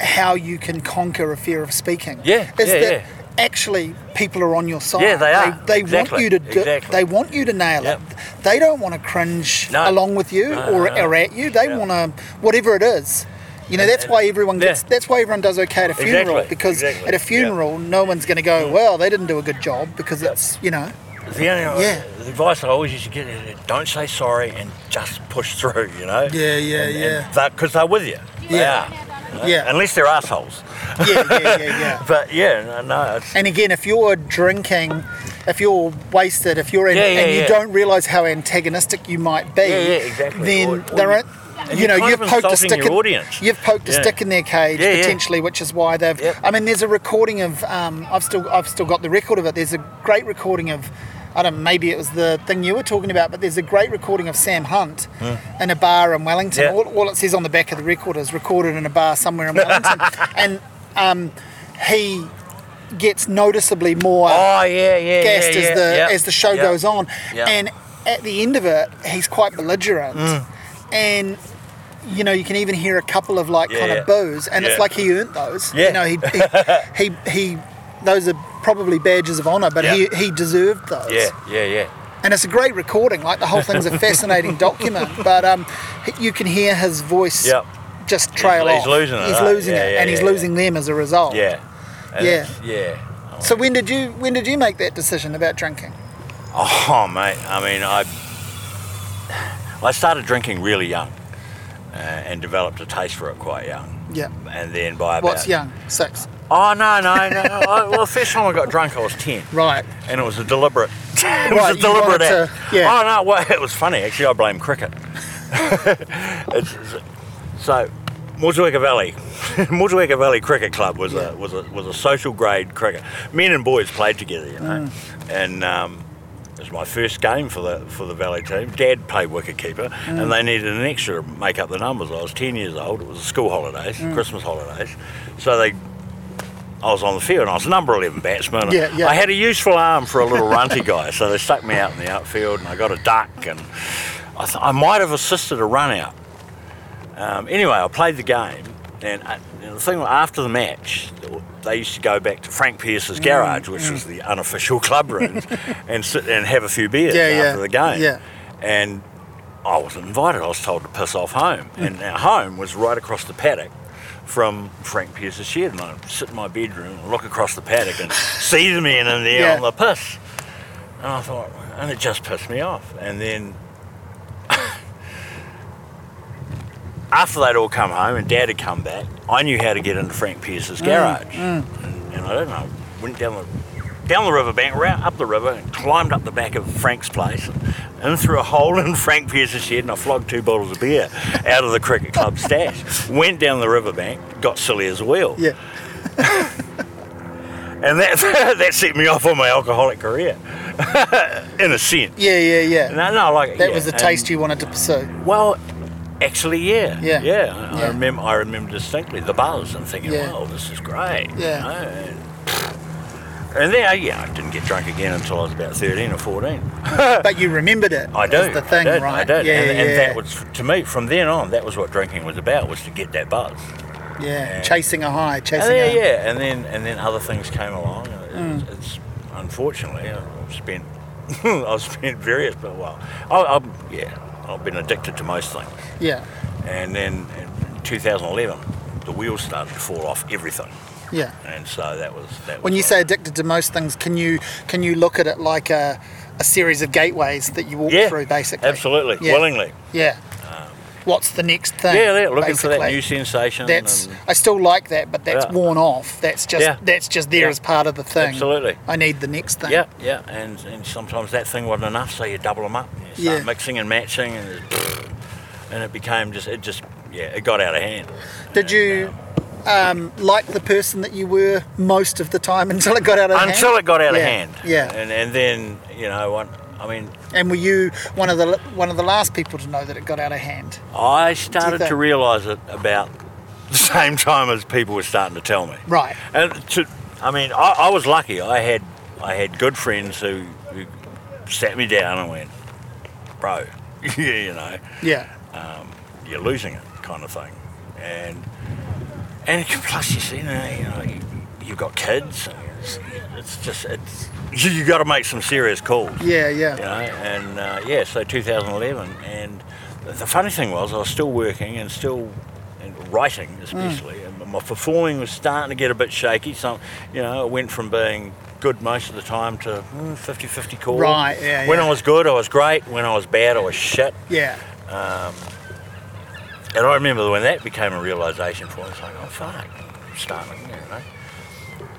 Speaker 1: how you can conquer a fear of speaking.
Speaker 2: Yeah,
Speaker 1: is
Speaker 2: yeah,
Speaker 1: that
Speaker 2: yeah.
Speaker 1: actually people are on your side.
Speaker 2: Yeah, they are.
Speaker 1: They, they want
Speaker 2: Exactly,
Speaker 1: you to do,
Speaker 2: exactly.
Speaker 1: They want you to nail
Speaker 2: Yep.
Speaker 1: it. They don't want to cringe
Speaker 2: No.
Speaker 1: along with you
Speaker 2: No,
Speaker 1: or,
Speaker 2: no, no.
Speaker 1: or at you. They
Speaker 2: Yeah.
Speaker 1: want to whatever it is. You know that's why everyone
Speaker 2: Yeah.
Speaker 1: gets. That's why everyone does okay at a funeral
Speaker 2: Exactly,
Speaker 1: because
Speaker 2: exactly,
Speaker 1: at a
Speaker 2: yeah.
Speaker 1: funeral no one's going to go. Well, they didn't do a good job because it's you know.
Speaker 2: The only
Speaker 1: Yeah.
Speaker 2: the advice I always used to get is don't say sorry and just push through, you know?
Speaker 1: Yeah, yeah,
Speaker 2: yeah. Because they're with you. They
Speaker 1: Yeah.
Speaker 2: are, you know?
Speaker 1: Yeah.
Speaker 2: Unless they're assholes.
Speaker 1: Yeah, yeah, yeah, yeah.
Speaker 2: But yeah, no, no it's,
Speaker 1: And again, if you're drinking, if you're wasted, if you're in,
Speaker 2: Yeah, yeah,
Speaker 1: and you
Speaker 2: yeah.
Speaker 1: don't realise how antagonistic you might be,
Speaker 2: Yeah, yeah, exactly.
Speaker 1: then
Speaker 2: Or- or
Speaker 1: there
Speaker 2: you-
Speaker 1: aren't. You
Speaker 2: and you're
Speaker 1: know,
Speaker 2: kind
Speaker 1: you've
Speaker 2: of
Speaker 1: poked a
Speaker 2: insulting
Speaker 1: stick.
Speaker 2: your
Speaker 1: in,
Speaker 2: audience.
Speaker 1: You've poked a
Speaker 2: Yeah.
Speaker 1: stick in their cage
Speaker 2: Yeah, yeah.
Speaker 1: potentially, which is why they've.
Speaker 2: Yep.
Speaker 1: I mean, there's a recording of. Um, I've still, I've still got the record of it. There's a great recording of. I don't. Maybe it was the thing you were talking about, but there's a great recording of Sam Hunt in a bar in Wellington.
Speaker 2: Hmm. Yeah.
Speaker 1: All, all it says on the back of the record is recorded in a bar somewhere in Wellington, and um, he gets noticeably more
Speaker 2: oh, yeah, yeah.
Speaker 1: gassed
Speaker 2: yeah, yeah,
Speaker 1: as the
Speaker 2: yeah,
Speaker 1: as the show
Speaker 2: yeah.
Speaker 1: goes on.
Speaker 2: Yeah.
Speaker 1: And at the end of it, he's quite belligerent,
Speaker 2: Mm.
Speaker 1: and you know you can even hear a couple of like
Speaker 2: Yeah,
Speaker 1: kind
Speaker 2: yeah.
Speaker 1: of boos, and it's
Speaker 2: Yeah.
Speaker 1: like he earned those.
Speaker 2: Yeah.
Speaker 1: You know he he, he he those are probably badges of honor, but he
Speaker 2: Yeah.
Speaker 1: he deserved those.
Speaker 2: Yeah, yeah, yeah.
Speaker 1: And it's a great recording. Like the whole thing's a fascinating document, but um, h- you can hear his voice.
Speaker 2: Yep.
Speaker 1: Just trail
Speaker 2: he's
Speaker 1: off.
Speaker 2: losing it,
Speaker 1: He's
Speaker 2: huh?
Speaker 1: losing
Speaker 2: Yeah,
Speaker 1: it,
Speaker 2: yeah,
Speaker 1: and he's
Speaker 2: yeah, yeah.
Speaker 1: losing them as a result.
Speaker 2: Yeah. And
Speaker 1: Yeah.
Speaker 2: it's- Yeah.
Speaker 1: So when did you when did you make that decision about drinking?
Speaker 2: Oh, mate. I mean, I I started drinking really young uh, and developed a taste for it quite young.
Speaker 1: Yeah.
Speaker 2: And then by about
Speaker 1: What's young? Six.
Speaker 2: Oh no no no! no. I, well, the first time I got drunk, I was ten,
Speaker 1: Right.
Speaker 2: and it was a deliberate. It
Speaker 1: Right,
Speaker 2: was
Speaker 1: you
Speaker 2: a deliberate
Speaker 1: wanted to-
Speaker 2: act.
Speaker 1: yeah.
Speaker 2: Oh no! Well, it was funny actually. I blame cricket. it's, it's- so, Motueka Valley, Motueka Valley Cricket Club was a was a was a social grade cricket. Men and boys played together, you know,
Speaker 1: Mm.
Speaker 2: and. Um, it was my first game for the for the Valley team. Dad played wicket keeper,
Speaker 1: Mm.
Speaker 2: and they needed an extra to
Speaker 1: Mm.
Speaker 2: make up the numbers. I was ten years old. It was the school holidays, Christmas holidays, so they I was on the field and I was number 11 batsman.
Speaker 1: Yeah, yeah.
Speaker 2: I had a useful arm for a little runty guy, so they stuck me out in the outfield and I got a duck and I, th- I might have assisted a run out. Um, anyway, I played the game and, uh, and the thing was, after the match, they used to go back to Frank Pierce's
Speaker 1: Mm,
Speaker 2: garage, which was the unofficial club room, and sit and have a few beers
Speaker 1: Yeah,
Speaker 2: after
Speaker 1: yeah,
Speaker 2: the game.
Speaker 1: yeah.
Speaker 2: And I wasn't invited. I was told to piss off home.
Speaker 1: Mm.
Speaker 2: And our home was right across the paddock from Frank Pierce's shed. And I sit in my bedroom and look across the paddock and see the men in there
Speaker 1: Yeah.
Speaker 2: on the piss. And I thought, and it just pissed me off. And then after they'd all come home and Dad had come back, I knew how to get into Frank Pierce's garage. And, and I don't know, went down the down the riverbank, round up the river, and climbed up the back of Frank's place, and, and through a hole in Frank Pierce's shed, and I flogged two bottles of beer out of the cricket club stash. Went down the riverbank, got silly as a wheel,
Speaker 1: Yeah.
Speaker 2: and that that set me off on my alcoholic career, in a sense.
Speaker 1: Yeah, yeah, yeah.
Speaker 2: No, no, like
Speaker 1: that
Speaker 2: yeah,
Speaker 1: was the
Speaker 2: and-
Speaker 1: taste you wanted to pursue.
Speaker 2: Well, actually, yeah,
Speaker 1: Yeah.
Speaker 2: yeah. I- I
Speaker 1: Yeah.
Speaker 2: remember, I remember distinctly the buzz and thinking,
Speaker 1: Yeah.
Speaker 2: "Wow, this is great." you
Speaker 1: Yeah.
Speaker 2: know, and, and then, I- yeah, I didn't get drunk again until I was about thirteen or fourteen.
Speaker 1: But you remembered it.
Speaker 2: I do.
Speaker 1: That's the thing,
Speaker 2: I did,
Speaker 1: right?
Speaker 2: I did.
Speaker 1: Yeah,
Speaker 2: and,
Speaker 1: yeah.
Speaker 2: and that was to me from then on. That was what drinking was about: was to get that buzz.
Speaker 1: yeah.
Speaker 2: and-
Speaker 1: Chasing a high,
Speaker 2: And
Speaker 1: chasing a
Speaker 2: then, Oh, yeah, and then and then other things came along. and
Speaker 1: Mm.
Speaker 2: It's, it's unfortunately I've spent I've spent various, but well, I, I'm yeah, I've been addicted to most things.
Speaker 1: yeah.
Speaker 2: And then in 2011, the wheels started to fall off everything.
Speaker 1: Yeah.
Speaker 2: And so that was that. Was
Speaker 1: When you
Speaker 2: like-
Speaker 1: say addicted to most things, can you can you look at it like a, a series of gateways that you walk
Speaker 2: yeah,
Speaker 1: through, basically?
Speaker 2: absolutely,
Speaker 1: Yeah.
Speaker 2: willingly. Um,
Speaker 1: Yeah. What's the next thing?
Speaker 2: Yeah, yeah, looking for that
Speaker 1: basically?
Speaker 2: new sensation.
Speaker 1: That's
Speaker 2: and-
Speaker 1: I still like that, but that's
Speaker 2: Yeah.
Speaker 1: worn off. That's just
Speaker 2: Yeah.
Speaker 1: that's just there
Speaker 2: Yeah.
Speaker 1: as part of the thing.
Speaker 2: Absolutely.
Speaker 1: I need the next thing.
Speaker 2: yeah, yeah, and, and sometimes that thing wasn't enough, so you double them up, and you start
Speaker 1: Yeah.
Speaker 2: mixing and matching, and, it- and it became just, it just, yeah, it got out of hand.
Speaker 1: Did you um, like the person that you were most of the time until it got out of hand?
Speaker 2: Until it got out
Speaker 1: Yeah,
Speaker 2: of hand.
Speaker 1: Yeah.
Speaker 2: And and then you know, one, I mean,
Speaker 1: And were you one of the one of the last people to know that it got out of hand?
Speaker 2: I started
Speaker 1: think?
Speaker 2: to realise it about the same time as people were starting to tell me.
Speaker 1: Right.
Speaker 2: And to, I mean, I, I was lucky. I had I had good friends who, who sat me down and went, "Bro, you know,
Speaker 1: Yeah.
Speaker 2: you're losing it," kind of thing. And and plus, you see, you know, you know you, you've got kids. And it's, it's just it's you, you got to make some serious calls
Speaker 1: Yeah. Yeah.
Speaker 2: you know, and uh, yeah, so 2011, and the funny thing was I was still working and still and writing, especially,
Speaker 1: Mm.
Speaker 2: and my performing was starting to get a bit shaky. So, you know, it went from being good most of the time to 50-50 call.
Speaker 1: Right, yeah,
Speaker 2: When
Speaker 1: yeah.
Speaker 2: I was good, I was great. When I was bad, I was shit.
Speaker 1: Yeah.
Speaker 2: And I remember when that became a realization for me, it's like, oh fuck, I'm starting, you know.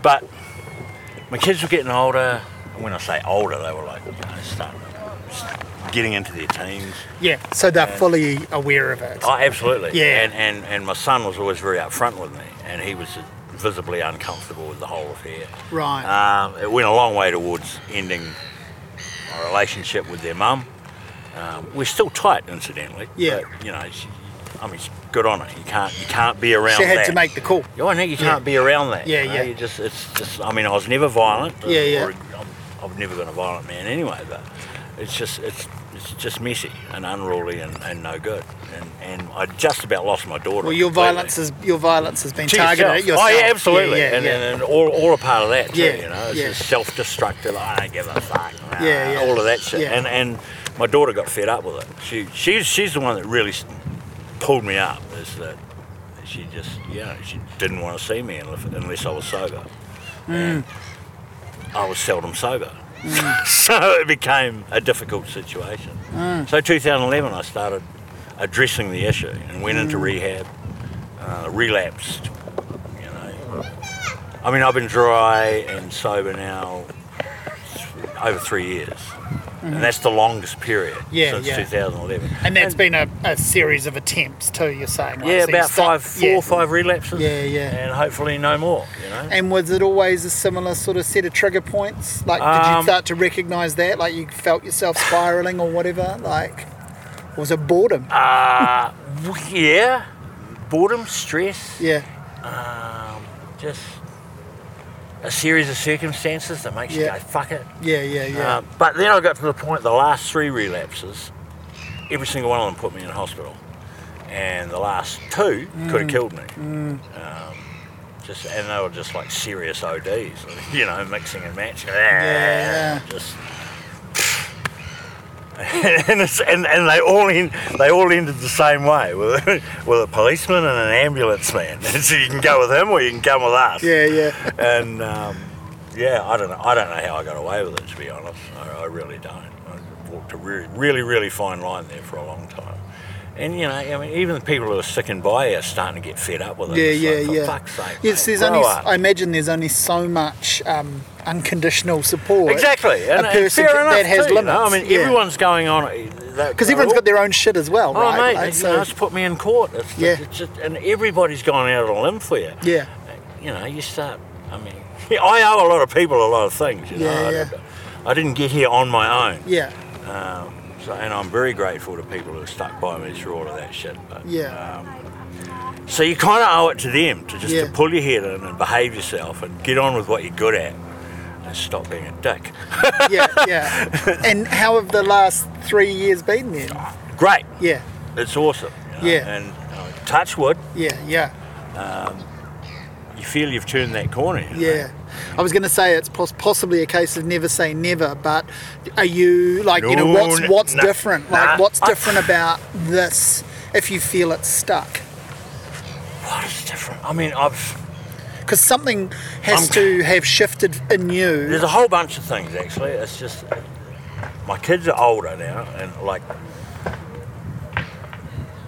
Speaker 2: But my kids were getting older, and when I say older, they were like, you know, starting, getting into their teens.
Speaker 1: Yeah. So they're fully aware of it.
Speaker 2: Oh, absolutely.
Speaker 1: Yeah.
Speaker 2: And, and and my son was always very upfront with me, and he was visibly uncomfortable with the whole affair.
Speaker 1: Right.
Speaker 2: Um, it went a long way towards ending my relationship with their mum. Um, we're still tight, incidentally.
Speaker 1: Yeah.
Speaker 2: But, you know, she, I mean, she's good on it. You can't you can't be around.
Speaker 1: she had
Speaker 2: that.
Speaker 1: to make the call.
Speaker 2: Yeah, I know you can't be around that.
Speaker 1: Yeah,
Speaker 2: you know,
Speaker 1: yeah.
Speaker 2: You just, it's just. I mean, I was never violent.
Speaker 1: Yeah, yeah.
Speaker 2: or- I'm- I've never been a violent man anyway, but it's just, it's, it's just messy and unruly and, and no good. And, and I just about lost my daughter.
Speaker 1: Well, your
Speaker 2: completely.
Speaker 1: violence has your violence has been
Speaker 2: To
Speaker 1: targeted at yourself.
Speaker 2: Oh yeah, absolutely.
Speaker 1: Yeah. Yeah.
Speaker 2: and,
Speaker 1: yeah.
Speaker 2: and, and all, all a part of that too.
Speaker 1: Yeah,
Speaker 2: You know, it's
Speaker 1: yeah.
Speaker 2: just self-destructive. I don't give a fuck. nah,
Speaker 1: Yeah, yeah.
Speaker 2: All of that shit.
Speaker 1: Yeah.
Speaker 2: And and my daughter got fed up with it. She she's she's the one that really s- pulled me up. Is that she just yeah she didn't want to see me unless, unless I was sober.
Speaker 1: Mm.
Speaker 2: And I was seldom sober. so it became a difficult situation. So 2011, I started addressing the issue and went
Speaker 1: Mm.
Speaker 2: into rehab, uh, relapsed. You know, I mean, I've been dry and sober now over three years, and that's the longest period
Speaker 1: Mm-hmm. Yeah,
Speaker 2: since
Speaker 1: yeah.
Speaker 2: 2011.
Speaker 1: And that's been a, a series of attempts too. You're saying, right?
Speaker 2: yeah,
Speaker 1: So you
Speaker 2: about
Speaker 1: start-
Speaker 2: five, four,
Speaker 1: yeah.
Speaker 2: five relapses.
Speaker 1: Yeah, yeah.
Speaker 2: and hopefully no more. You know.
Speaker 1: And was it always a similar sort of set of trigger points? Like, did you
Speaker 2: Um,
Speaker 1: start to recognise that? Like, you felt yourself spiraling or whatever? Like, or was it boredom?
Speaker 2: Uh, w- yeah, boredom, stress.
Speaker 1: yeah,
Speaker 2: Um, just a series of circumstances that makes you
Speaker 1: Yeah.
Speaker 2: go, fuck it.
Speaker 1: Yeah, yeah, yeah.
Speaker 2: Um, but then I got to the point, the last three relapses, every single one of them put me in hospital. And the last two could
Speaker 1: Mm.
Speaker 2: have killed me. Um, just And they were just like serious ODs, you know, mixing and matching.
Speaker 1: Yeah.
Speaker 2: Just. and, it's, and, and they all end, they all ended the same way with, with a policeman and an ambulance man. so you can go with him or you can come with us
Speaker 1: yeah, yeah.
Speaker 2: and um, yeah, I don't know. I don't know how I got away with it. To be honest, I, I really don't. I walked a really, really, really fine line there for a long time. And you know, I mean, even the people who are sick and by are starting to get fed up with it.
Speaker 1: Yeah,
Speaker 2: It's
Speaker 1: yeah,
Speaker 2: like, for
Speaker 1: yeah.
Speaker 2: Fuck's sake,
Speaker 1: Yes,
Speaker 2: mate,
Speaker 1: there's only.
Speaker 2: grow up.
Speaker 1: I imagine there's only so much um, unconditional support.
Speaker 2: exactly, and,
Speaker 1: a
Speaker 2: and
Speaker 1: person
Speaker 2: fair
Speaker 1: ca-
Speaker 2: enough
Speaker 1: that has
Speaker 2: too, you know,
Speaker 1: limits.
Speaker 2: I mean,
Speaker 1: yeah.
Speaker 2: everyone's going on eh,
Speaker 1: because everyone's got their own shit as well,
Speaker 2: Oh
Speaker 1: right?
Speaker 2: mate,
Speaker 1: Like,
Speaker 2: you
Speaker 1: so-
Speaker 2: know, it's put me in court. It's,
Speaker 1: Yeah.
Speaker 2: it's just, and everybody's gone out on a limb for you.
Speaker 1: yeah,
Speaker 2: you know, you start. I mean, I owe a lot of people a lot of things. You know,
Speaker 1: Yeah,
Speaker 2: I,
Speaker 1: yeah.
Speaker 2: didn't- I didn't get here on my own.
Speaker 1: yeah,
Speaker 2: Um, so, and I'm very grateful to people who have stuck by me through all of that shit. But,
Speaker 1: Yeah.
Speaker 2: Um, so you kind of owe it to them to just
Speaker 1: Yeah.
Speaker 2: to pull your head in and behave yourself and get on with what you're good at and stop being a dick.
Speaker 1: yeah, yeah. and how have the last three years been then?
Speaker 2: Great.
Speaker 1: Yeah,
Speaker 2: It's awesome. you know,
Speaker 1: Yeah.
Speaker 2: And you know, touch wood,
Speaker 1: yeah, yeah.
Speaker 2: you feel you've turned that corner. you know.
Speaker 1: Yeah. I was going to say it's pos- possibly a case of never say never, but are you like you know
Speaker 2: No,
Speaker 1: what's
Speaker 2: n-
Speaker 1: what's
Speaker 2: nah,
Speaker 1: different?
Speaker 2: nah.
Speaker 1: Like what's
Speaker 2: I-
Speaker 1: different about this if you feel it's stuck?
Speaker 2: What is different? I mean, I've
Speaker 1: Because something has
Speaker 2: I'm-
Speaker 1: to have shifted in you.
Speaker 2: There's a whole bunch of things actually. It's just my kids are older now, and like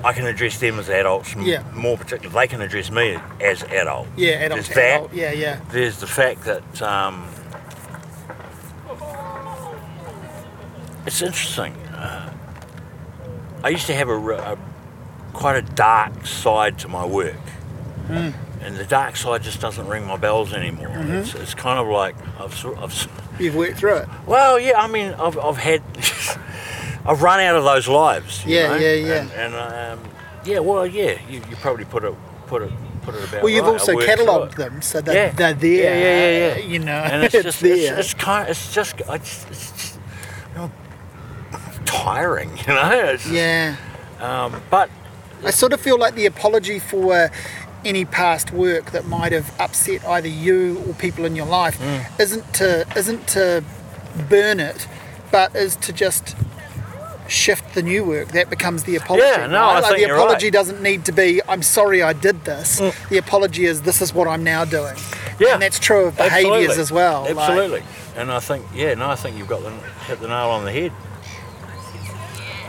Speaker 2: I can address them as adults. m-
Speaker 1: Yeah.
Speaker 2: More particularly, they can address me as adult.
Speaker 1: Yeah, adult,
Speaker 2: There's
Speaker 1: to
Speaker 2: that.
Speaker 1: adult. oh, Yeah, yeah,
Speaker 2: There's the fact that um, it's interesting. Uh, I used to have a, re- a quite a dark side to my work,
Speaker 1: Hmm.
Speaker 2: and the dark side just doesn't ring my bells anymore.
Speaker 1: Mm-hmm.
Speaker 2: It's, it's kind of like I've, sor- I've sor-
Speaker 1: you've worked through it.
Speaker 2: well, yeah. I mean, I've, I've had, I've run out of those lives. you
Speaker 1: Yeah,
Speaker 2: know?
Speaker 1: yeah, yeah.
Speaker 2: And, and um, yeah, well, yeah. You, you probably put it, put it, put it about.
Speaker 1: Well, you've
Speaker 2: right. I
Speaker 1: also
Speaker 2: worked through
Speaker 1: catalogued
Speaker 2: it.
Speaker 1: them so that
Speaker 2: Yeah.
Speaker 1: they're
Speaker 2: Yeah, yeah,
Speaker 1: there.
Speaker 2: yeah, yeah.
Speaker 1: You know,
Speaker 2: And it's, just,
Speaker 1: there.
Speaker 2: it's, it's kind of, it's just, it's, it's just, you know, tiring, you know. It's,
Speaker 1: yeah.
Speaker 2: Um, but
Speaker 1: I sort of feel like the apology for any past work that might have upset either you or people in your life
Speaker 2: Mm.
Speaker 1: isn't to isn't to burn it, but is to just shift the new work. That becomes the apology.
Speaker 2: Yeah, no,
Speaker 1: right?
Speaker 2: I
Speaker 1: like
Speaker 2: think
Speaker 1: the
Speaker 2: you're right. Mm.
Speaker 1: apology doesn't need to be "I'm sorry I did this." The apology is "This is what I'm now doing."
Speaker 2: Yeah,
Speaker 1: and that's true of behaviours
Speaker 2: absolutely.
Speaker 1: as well. like-
Speaker 2: Absolutely. and I think, yeah, no, I think you've got the hit the nail on the head.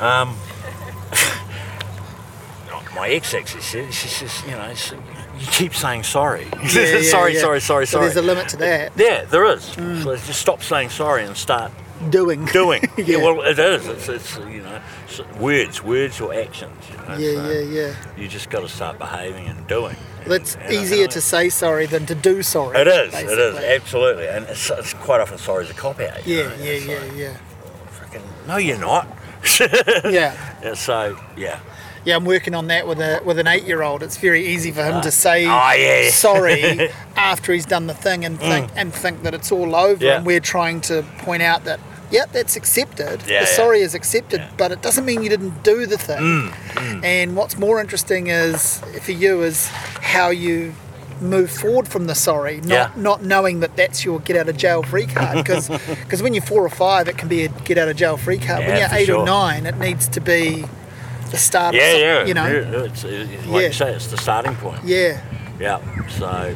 Speaker 2: Um, my ex actually said, she says, you know, she- you keep saying sorry.
Speaker 1: Yeah, yeah,
Speaker 2: sorry,
Speaker 1: yeah.
Speaker 2: sorry, sorry,
Speaker 1: So
Speaker 2: sorry.
Speaker 1: there's a limit to that. Mm.
Speaker 2: Yeah, there is. So just stop saying sorry and start
Speaker 1: doing.
Speaker 2: doing. yeah.
Speaker 1: Yeah.
Speaker 2: well, it is. It's, it's you know, s words, words or actions. You know,
Speaker 1: yeah,
Speaker 2: so
Speaker 1: yeah, yeah.
Speaker 2: You just got to start behaving and doing.
Speaker 1: That's
Speaker 2: And- and I-
Speaker 1: easier
Speaker 2: and I-
Speaker 1: to say sorry than to do sorry.
Speaker 2: it is. It is
Speaker 1: basically.
Speaker 2: absolutely, and it's, it's quite often sorry is a cop out. you
Speaker 1: Yeah,
Speaker 2: know,
Speaker 1: yeah,
Speaker 2: it's
Speaker 1: yeah,
Speaker 2: like,
Speaker 1: yeah.
Speaker 2: Frickin', no, you're not.
Speaker 1: Yeah,
Speaker 2: Yeah, so yeah,
Speaker 1: yeah. I'm working on that with a with an eight year old. It's very easy for him to say
Speaker 2: Ah, yeah. Mm.
Speaker 1: sorry after he's done the thing and think and think that it's all over.
Speaker 2: Yeah.
Speaker 1: And we're trying to point out that yep, that's accepted.
Speaker 2: Yeah,
Speaker 1: the
Speaker 2: yeah. Mm,
Speaker 1: sorry is accepted, but it doesn't mean you didn't do the thing. And what's more interesting is for you is how you move forward from the sorry not
Speaker 2: Yeah.
Speaker 1: not knowing that that's your get out of jail free card because when you're four or five it can be a get out of jail free card when
Speaker 2: Yeah,
Speaker 1: you're
Speaker 2: for
Speaker 1: eight or
Speaker 2: sure.
Speaker 1: nine it needs to be the start of
Speaker 2: yeah,
Speaker 1: some-
Speaker 2: yeah.
Speaker 1: you know
Speaker 2: yeah, it's, it- it- like
Speaker 1: Yeah.
Speaker 2: you say, it's the starting point.
Speaker 1: yeah
Speaker 2: Yeah, so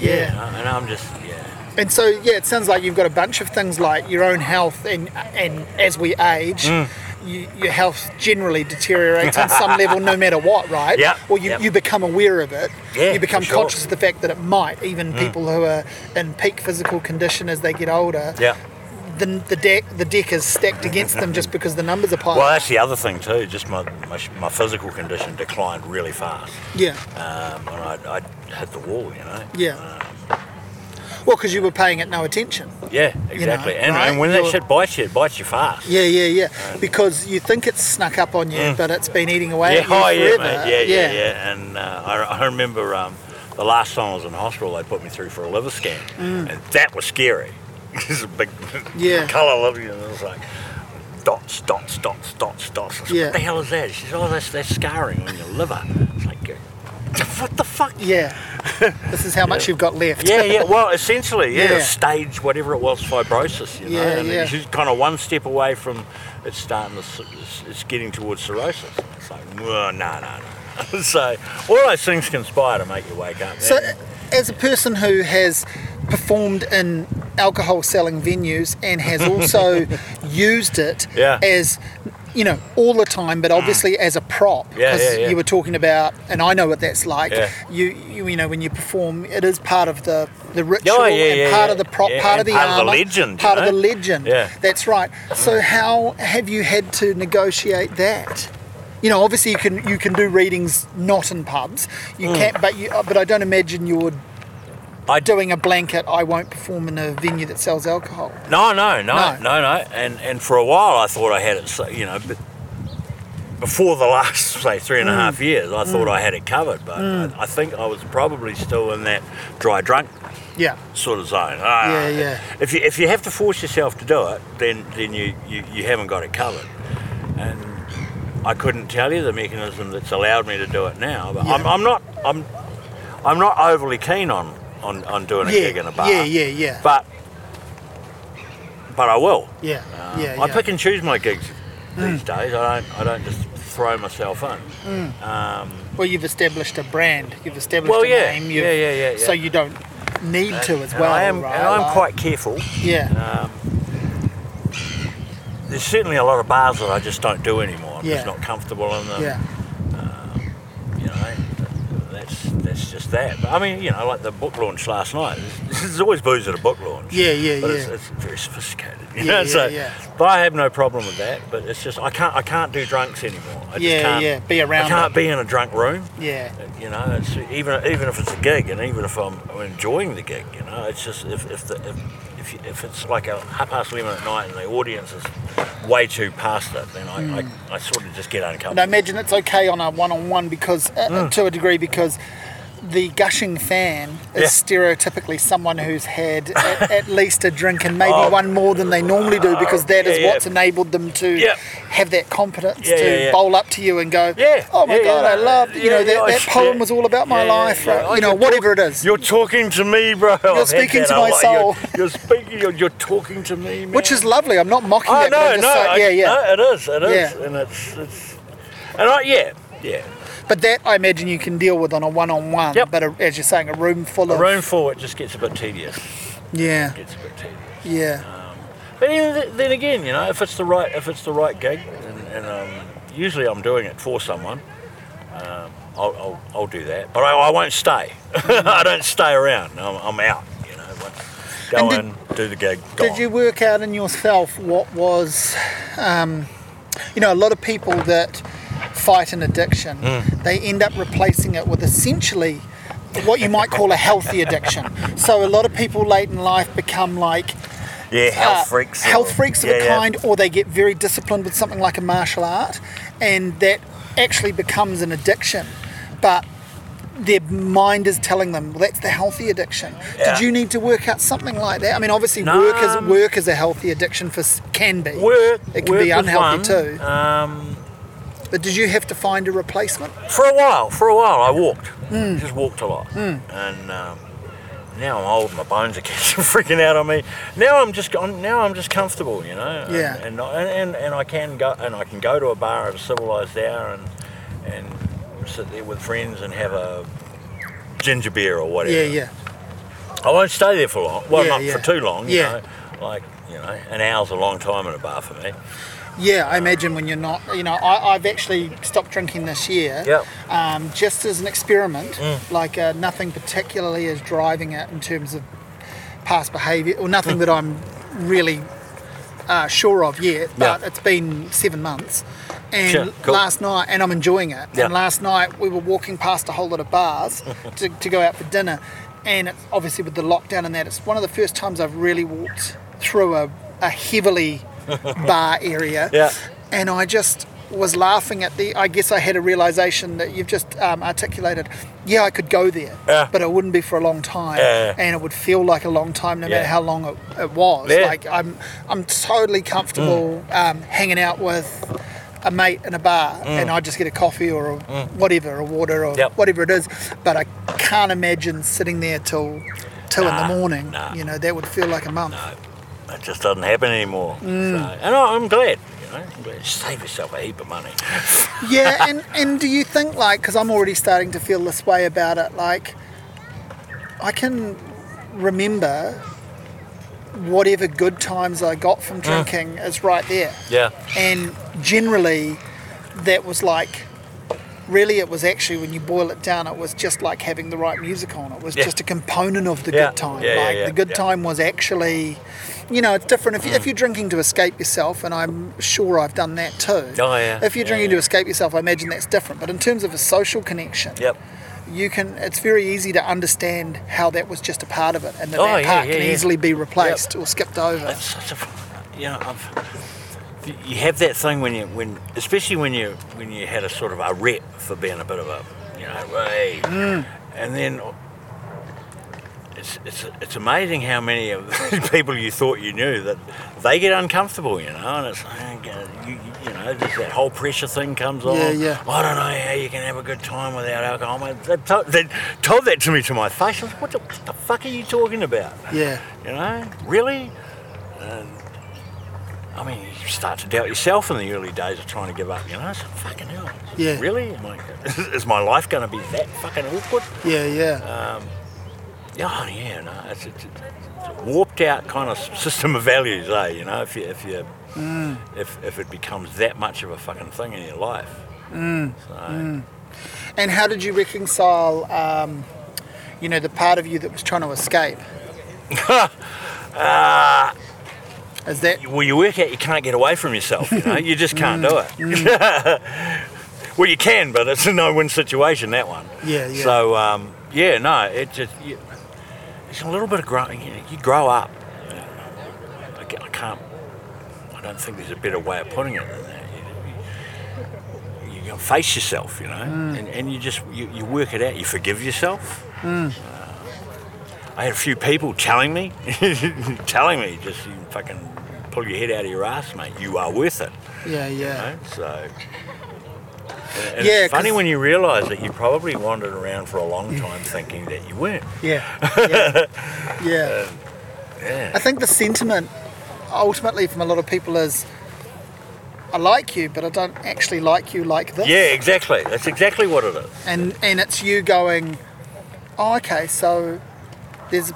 Speaker 1: yeah,
Speaker 2: and I'm just yeah,
Speaker 1: and so yeah it sounds like you've got a bunch of things like your own health and and as we age
Speaker 2: Mm.
Speaker 1: You, your health generally deteriorates on some level, no matter what, right?
Speaker 2: Yeah,
Speaker 1: Or you,
Speaker 2: yeah.
Speaker 1: you become aware of it.
Speaker 2: Yeah,
Speaker 1: you become
Speaker 2: for sure. Mm.
Speaker 1: conscious of the fact that it might. Even people who are in peak physical condition as they get older,
Speaker 2: yeah.
Speaker 1: the the deck the deck is stacked against them just because the numbers are piled.
Speaker 2: Well,
Speaker 1: up.
Speaker 2: that's the other thing too. Just my my, my physical condition declined really fast,
Speaker 1: Yeah,
Speaker 2: um, and I, I hit the wall, you know.
Speaker 1: yeah. Well, because you were paying it no attention.
Speaker 2: Yeah, exactly. and,
Speaker 1: right?
Speaker 2: and when that
Speaker 1: You're-
Speaker 2: shit bites you, it bites you fast.
Speaker 1: Yeah, yeah, yeah. Because you think it's snuck up on you, but it's been eating away
Speaker 2: Mm. Yeah,
Speaker 1: at you
Speaker 2: oh yeah,
Speaker 1: forever.
Speaker 2: mate. Yeah, yeah, yeah. And uh, I, I remember um, The last time I was in hospital, they put me through for a liver scan, and that was scary. It's a big
Speaker 1: Mm. Yeah.
Speaker 2: colour, you know, it's like dots, dots, dots, dots, dots. I said,
Speaker 1: Yeah.
Speaker 2: What the hell is that? She said, oh, that's, that's scarring on your liver. It's like, what the fuck?
Speaker 1: Yeah. this is how much you've got left.
Speaker 2: Yeah, yeah. Well, essentially, yeah,
Speaker 1: Yeah.
Speaker 2: stage whatever it was, fibrosis. You know,
Speaker 1: Yeah,
Speaker 2: and
Speaker 1: yeah.
Speaker 2: it's just kind of one step away from it starting to, s- it's, it's getting towards cirrhosis. It's like, well, no, no, no. so all those things conspire to make you wake up.
Speaker 1: So,
Speaker 2: And-
Speaker 1: as a person who has performed in alcohol selling venues and has also used it
Speaker 2: Yeah. Mm.
Speaker 1: as you know all the time but obviously as a prop
Speaker 2: Yeah, yeah, yeah.
Speaker 1: you were talking about and I know what that's like
Speaker 2: Yeah.
Speaker 1: you, you you know when you perform it is part of the the ritual
Speaker 2: Oh, yeah, yeah,
Speaker 1: and part
Speaker 2: yeah.
Speaker 1: of the prop
Speaker 2: Yeah,
Speaker 1: part
Speaker 2: and
Speaker 1: of the
Speaker 2: part of the
Speaker 1: armor
Speaker 2: legend, you
Speaker 1: part of
Speaker 2: know?
Speaker 1: the legend
Speaker 2: Yeah.
Speaker 1: that's right so how have you had to negotiate that you know, obviously you can you can do readings not in pubs. You
Speaker 2: Mm.
Speaker 1: can't, but you, but I don't imagine you're
Speaker 2: I do.
Speaker 1: doing a blanket. I won't perform in a venue that sells alcohol.
Speaker 2: No, no, no,
Speaker 1: No.
Speaker 2: no, no, And and for a while, I thought I had it. So, you know, but before the last say three
Speaker 1: Mm.
Speaker 2: and a half years, I thought I had it covered. But I, I think I was probably still in that dry drunk
Speaker 1: Yeah,
Speaker 2: sort of zone. Ah,
Speaker 1: Yeah, yeah.
Speaker 2: If you if you have to force yourself to do it, then then you, you, you haven't got it covered. And I couldn't tell you the mechanism that's allowed me to do it now. But I'm,
Speaker 1: Yeah.
Speaker 2: I'm not I'm I'm not overly keen on on, on doing a
Speaker 1: Yeah,
Speaker 2: gig in a bar.
Speaker 1: yeah, yeah, yeah.
Speaker 2: But but I will.
Speaker 1: yeah,
Speaker 2: Um,
Speaker 1: yeah. Mm.
Speaker 2: I
Speaker 1: yeah.
Speaker 2: pick and choose my gigs these days. I don't I don't just throw myself in.
Speaker 1: Mm.
Speaker 2: Um,
Speaker 1: Well, you've established a brand. You've established
Speaker 2: Well,
Speaker 1: a
Speaker 2: yeah,
Speaker 1: name.
Speaker 2: yeah,
Speaker 1: You've,
Speaker 2: yeah, yeah, yeah.
Speaker 1: So you don't need to as
Speaker 2: and
Speaker 1: well.
Speaker 2: I am
Speaker 1: right?
Speaker 2: and I'm
Speaker 1: Like,
Speaker 2: quite careful.
Speaker 1: Yeah,
Speaker 2: Um, there's certainly a lot of bars that I just don't do anymore. I'm
Speaker 1: Yeah.
Speaker 2: just not comfortable in them.
Speaker 1: yeah,
Speaker 2: You know, that's that's just that. But I mean, you know, like the book launch last night. There's, there's always booze at a book launch.
Speaker 1: Yeah, yeah,
Speaker 2: but
Speaker 1: yeah.
Speaker 2: It's, it's very sophisticated. You
Speaker 1: Yeah,
Speaker 2: know,
Speaker 1: yeah,
Speaker 2: so,
Speaker 1: yeah.
Speaker 2: But I have no problem with that. But it's just I can't I can't do drunks anymore. I
Speaker 1: Yeah,
Speaker 2: just can't,
Speaker 1: yeah, be around
Speaker 2: I can't
Speaker 1: it.
Speaker 2: be in a drunk room.
Speaker 1: yeah.
Speaker 2: You know, it's, even even if it's a gig, and even if I'm enjoying the gig, you know, it's just if if the, if, if, you, if it's like a half past eleven at night and the audience is way too past it, then I,
Speaker 1: Hmm.
Speaker 2: I, I sort of just get
Speaker 1: And I
Speaker 2: uncomfortable.
Speaker 1: imagine it's okay on a one-on-one because, uh,
Speaker 2: Mm.
Speaker 1: uh, to a degree, because the gushing fan is
Speaker 2: Yeah.
Speaker 1: stereotypically someone who's had at, at least a drink and maybe one more than they normally do because that is
Speaker 2: Oh. yeah, yeah.
Speaker 1: what's enabled them to
Speaker 2: Yeah.
Speaker 1: have that confidence
Speaker 2: Yeah,
Speaker 1: to
Speaker 2: yeah, yeah.
Speaker 1: bowl up to you and go,
Speaker 2: Yeah,
Speaker 1: oh my
Speaker 2: yeah,
Speaker 1: God,
Speaker 2: yeah,
Speaker 1: I love, you know,
Speaker 2: yeah,
Speaker 1: that,
Speaker 2: yeah,
Speaker 1: that
Speaker 2: I-
Speaker 1: poem
Speaker 2: yeah,
Speaker 1: was all about my
Speaker 2: yeah, yeah,
Speaker 1: life,
Speaker 2: yeah.
Speaker 1: right?
Speaker 2: Oh,
Speaker 1: you know,
Speaker 2: you're
Speaker 1: whatever
Speaker 2: talk-
Speaker 1: it is.
Speaker 2: You're talking to me, bro. I've had
Speaker 1: speaking
Speaker 2: that
Speaker 1: to
Speaker 2: a
Speaker 1: my
Speaker 2: lot.
Speaker 1: soul.
Speaker 2: You're, you're speaking. You're, you're talking to me, man.
Speaker 1: Which is lovely. I'm not mocking
Speaker 2: Oh
Speaker 1: that, but
Speaker 2: no,
Speaker 1: I'm
Speaker 2: no,
Speaker 1: just saying, yeah,
Speaker 2: I-
Speaker 1: yeah.
Speaker 2: no, it is, it is,
Speaker 1: Yeah.
Speaker 2: and it's, it's, and I, yeah, yeah.
Speaker 1: But that I imagine you can deal with on a one-on-one.
Speaker 2: Yep.
Speaker 1: But a, as you're saying, a room full
Speaker 2: The
Speaker 1: of
Speaker 2: room for it just gets a bit tedious.
Speaker 1: yeah,
Speaker 2: Gets a bit tedious.
Speaker 1: yeah.
Speaker 2: But then, then again, you know, if it's the right if it's the right gig, and, and um, usually I'm doing it for someone, um, I'll, I'll, I'll do that. But I, I won't stay. I don't stay around. I'm, I'm out. You know, once- go
Speaker 1: And
Speaker 2: in, do the gig.
Speaker 1: Did
Speaker 2: gone.
Speaker 1: you work out in yourself what was, um, you know, a lot of people that fight an addiction, they end up replacing it with essentially what you might call a healthy addiction. So a lot of people late in life become like
Speaker 2: Yeah,
Speaker 1: uh,
Speaker 2: health freaks. or-
Speaker 1: health freaks of
Speaker 2: yeah,
Speaker 1: a
Speaker 2: yeah.
Speaker 1: kind, or they get very disciplined with something like a martial art, and that actually becomes an addiction. But their mind is telling them well, that's the healthy addiction.
Speaker 2: Yeah.
Speaker 1: Did you need to work out something like that? I mean, obviously,
Speaker 2: No,
Speaker 1: work is
Speaker 2: um,
Speaker 1: work is a healthy addiction for s- can be.
Speaker 2: Work.
Speaker 1: it can
Speaker 2: work
Speaker 1: be
Speaker 2: was
Speaker 1: unhealthy
Speaker 2: one.
Speaker 1: too.
Speaker 2: Um,
Speaker 1: But did you have to find a replacement?
Speaker 2: for a while, for a while, I walked.
Speaker 1: Hmm.
Speaker 2: Just walked a lot. And um, now I'm old. My bones are catching freaking out on me. Now I'm just I'm, now I'm just comfortable, you know. and-
Speaker 1: Yeah.
Speaker 2: And, I- and and I can go and I can go to a bar at a civilized hour and and sit there with friends and have a ginger beer or whatever.
Speaker 1: Yeah, yeah,
Speaker 2: I won't stay there for long. Well,
Speaker 1: Yeah,
Speaker 2: not
Speaker 1: yeah.
Speaker 2: for too long. You
Speaker 1: Yeah.
Speaker 2: Know? Like you know, an hour's a long time in a bar for me.
Speaker 1: yeah. I imagine when you're not, you know, I, I've actually stopped drinking this year.
Speaker 2: Yeah. Mm.
Speaker 1: um, just as an experiment. Like uh, nothing particularly is driving it in terms of past behaviour, or
Speaker 2: Mm.
Speaker 1: nothing that I'm really uh, sure of yet. But
Speaker 2: Yeah.
Speaker 1: it's been seven months, and
Speaker 2: Sure, cool.
Speaker 1: last night, and I'm enjoying it.
Speaker 2: Yeah.
Speaker 1: And last night we were walking past a whole lot of bars to, to go out for dinner, and it's obviously with the lockdown and that, it's one of the first times I've really walked through a, a heavily bar area
Speaker 2: Yeah.
Speaker 1: and I just was laughing at the. I guess I had a realization that you've just um, articulated. Yeah, I could go there,
Speaker 2: Yeah.
Speaker 1: but it wouldn't be for a long time,
Speaker 2: Yeah.
Speaker 1: and it would feel like a long time no
Speaker 2: Yeah.
Speaker 1: matter how long it, it was.
Speaker 2: Yeah. Mm.
Speaker 1: Like I'm, I'm totally comfortable um, hanging out with a mate in a bar, and I just get a coffee or a whatever, a water or
Speaker 2: Mm. Yep.
Speaker 1: whatever it is. But I can't imagine sitting there till two in
Speaker 2: Nah,
Speaker 1: the morning.
Speaker 2: nah.
Speaker 1: You know, that would feel like a month.
Speaker 2: It just doesn't happen anymore.
Speaker 1: Hmm.
Speaker 2: So, and I, I'm glad. You know, I'm glad. Save yourself a heap of money.
Speaker 1: yeah and and do you think like because i'm already starting to feel this way about it like i can remember whatever good times i got from drinking is right there
Speaker 2: Yeah.
Speaker 1: and generally that was like really it was actually when you boil it down it was just like having the right music on it was
Speaker 2: Yeah.
Speaker 1: just a component of the
Speaker 2: Yeah.
Speaker 1: good time
Speaker 2: Yeah, yeah,
Speaker 1: like
Speaker 2: yeah,
Speaker 1: the good
Speaker 2: yeah. Mm.
Speaker 1: time was actually you know it's different if, you, if you're drinking to escape yourself and i'm sure i've done that too
Speaker 2: Oh, yeah.
Speaker 1: if you're
Speaker 2: Yeah,
Speaker 1: drinking
Speaker 2: yeah.
Speaker 1: to escape yourself i imagine that's different but in terms of a social connection
Speaker 2: Yep.
Speaker 1: you can it's very easy to understand how that was just a part of it and that
Speaker 2: Oh,
Speaker 1: that
Speaker 2: yeah,
Speaker 1: part
Speaker 2: yeah,
Speaker 1: can
Speaker 2: yeah.
Speaker 1: easily be replaced or skipped over
Speaker 2: It's such a, you know, I've, you have that thing when you when especially when you when you had a sort of a rep for being a bit of a, you know, hey,
Speaker 1: Mm.
Speaker 2: and then. It's, it's, it's amazing how many of the people you thought you knew that they get uncomfortable, you know, and it's like, uh, you, you know just that whole pressure thing comes on.
Speaker 1: Yeah, yeah.
Speaker 2: I don't know how you can have a good time without alcohol. mate." They told, they told that to me to my face. I was, what, the, what the fuck are you talking about?
Speaker 1: yeah
Speaker 2: You know, really? And, I mean, you start to doubt yourself in the early days of trying to give up. You know, it's like, fucking hell.
Speaker 1: Yeah.
Speaker 2: Really? Am I, is my life going to be that fucking awkward?
Speaker 1: yeah yeah
Speaker 2: Yeah, oh, yeah. No, it's, it's, it's a warped out kind of system of values, eh? You know, if you if you if, if it becomes that much of a fucking thing in your life. So,
Speaker 1: And how did you reconcile, um, you know, the part of you that was trying to escape? Is that
Speaker 2: well, you work out you can't get away from yourself. You know, you just can't do it. well, you can, but it's a no-win situation. That one.
Speaker 1: Yeah, yeah.
Speaker 2: So um, yeah, no, it just you, it's a little bit of growing. You, know, you grow up. I ca- I can't. I don't think there's a better way of putting it than that. You, you, you gotta face yourself, you know,
Speaker 1: Mm.
Speaker 2: and, and you just you, you work it out. You forgive yourself.
Speaker 1: Mm.
Speaker 2: Uh, I had a few people telling me, telling me, just you fucking pull your head out of your ass, mate. You are worth it.
Speaker 1: yeah,
Speaker 2: You
Speaker 1: yeah,
Speaker 2: know? So. And
Speaker 1: Yeah,
Speaker 2: it's funny
Speaker 1: 'cause-
Speaker 2: when you realise that you probably wandered around for a long time thinking that you weren't.
Speaker 1: yeah, yeah, yeah. I
Speaker 2: Uh, Yeah.
Speaker 1: think the sentiment ultimately from a lot of people is, I like you, but I don't actually like you like this.
Speaker 2: Yeah, exactly. That's exactly what it is.
Speaker 1: and and it's you going, oh, okay, so there's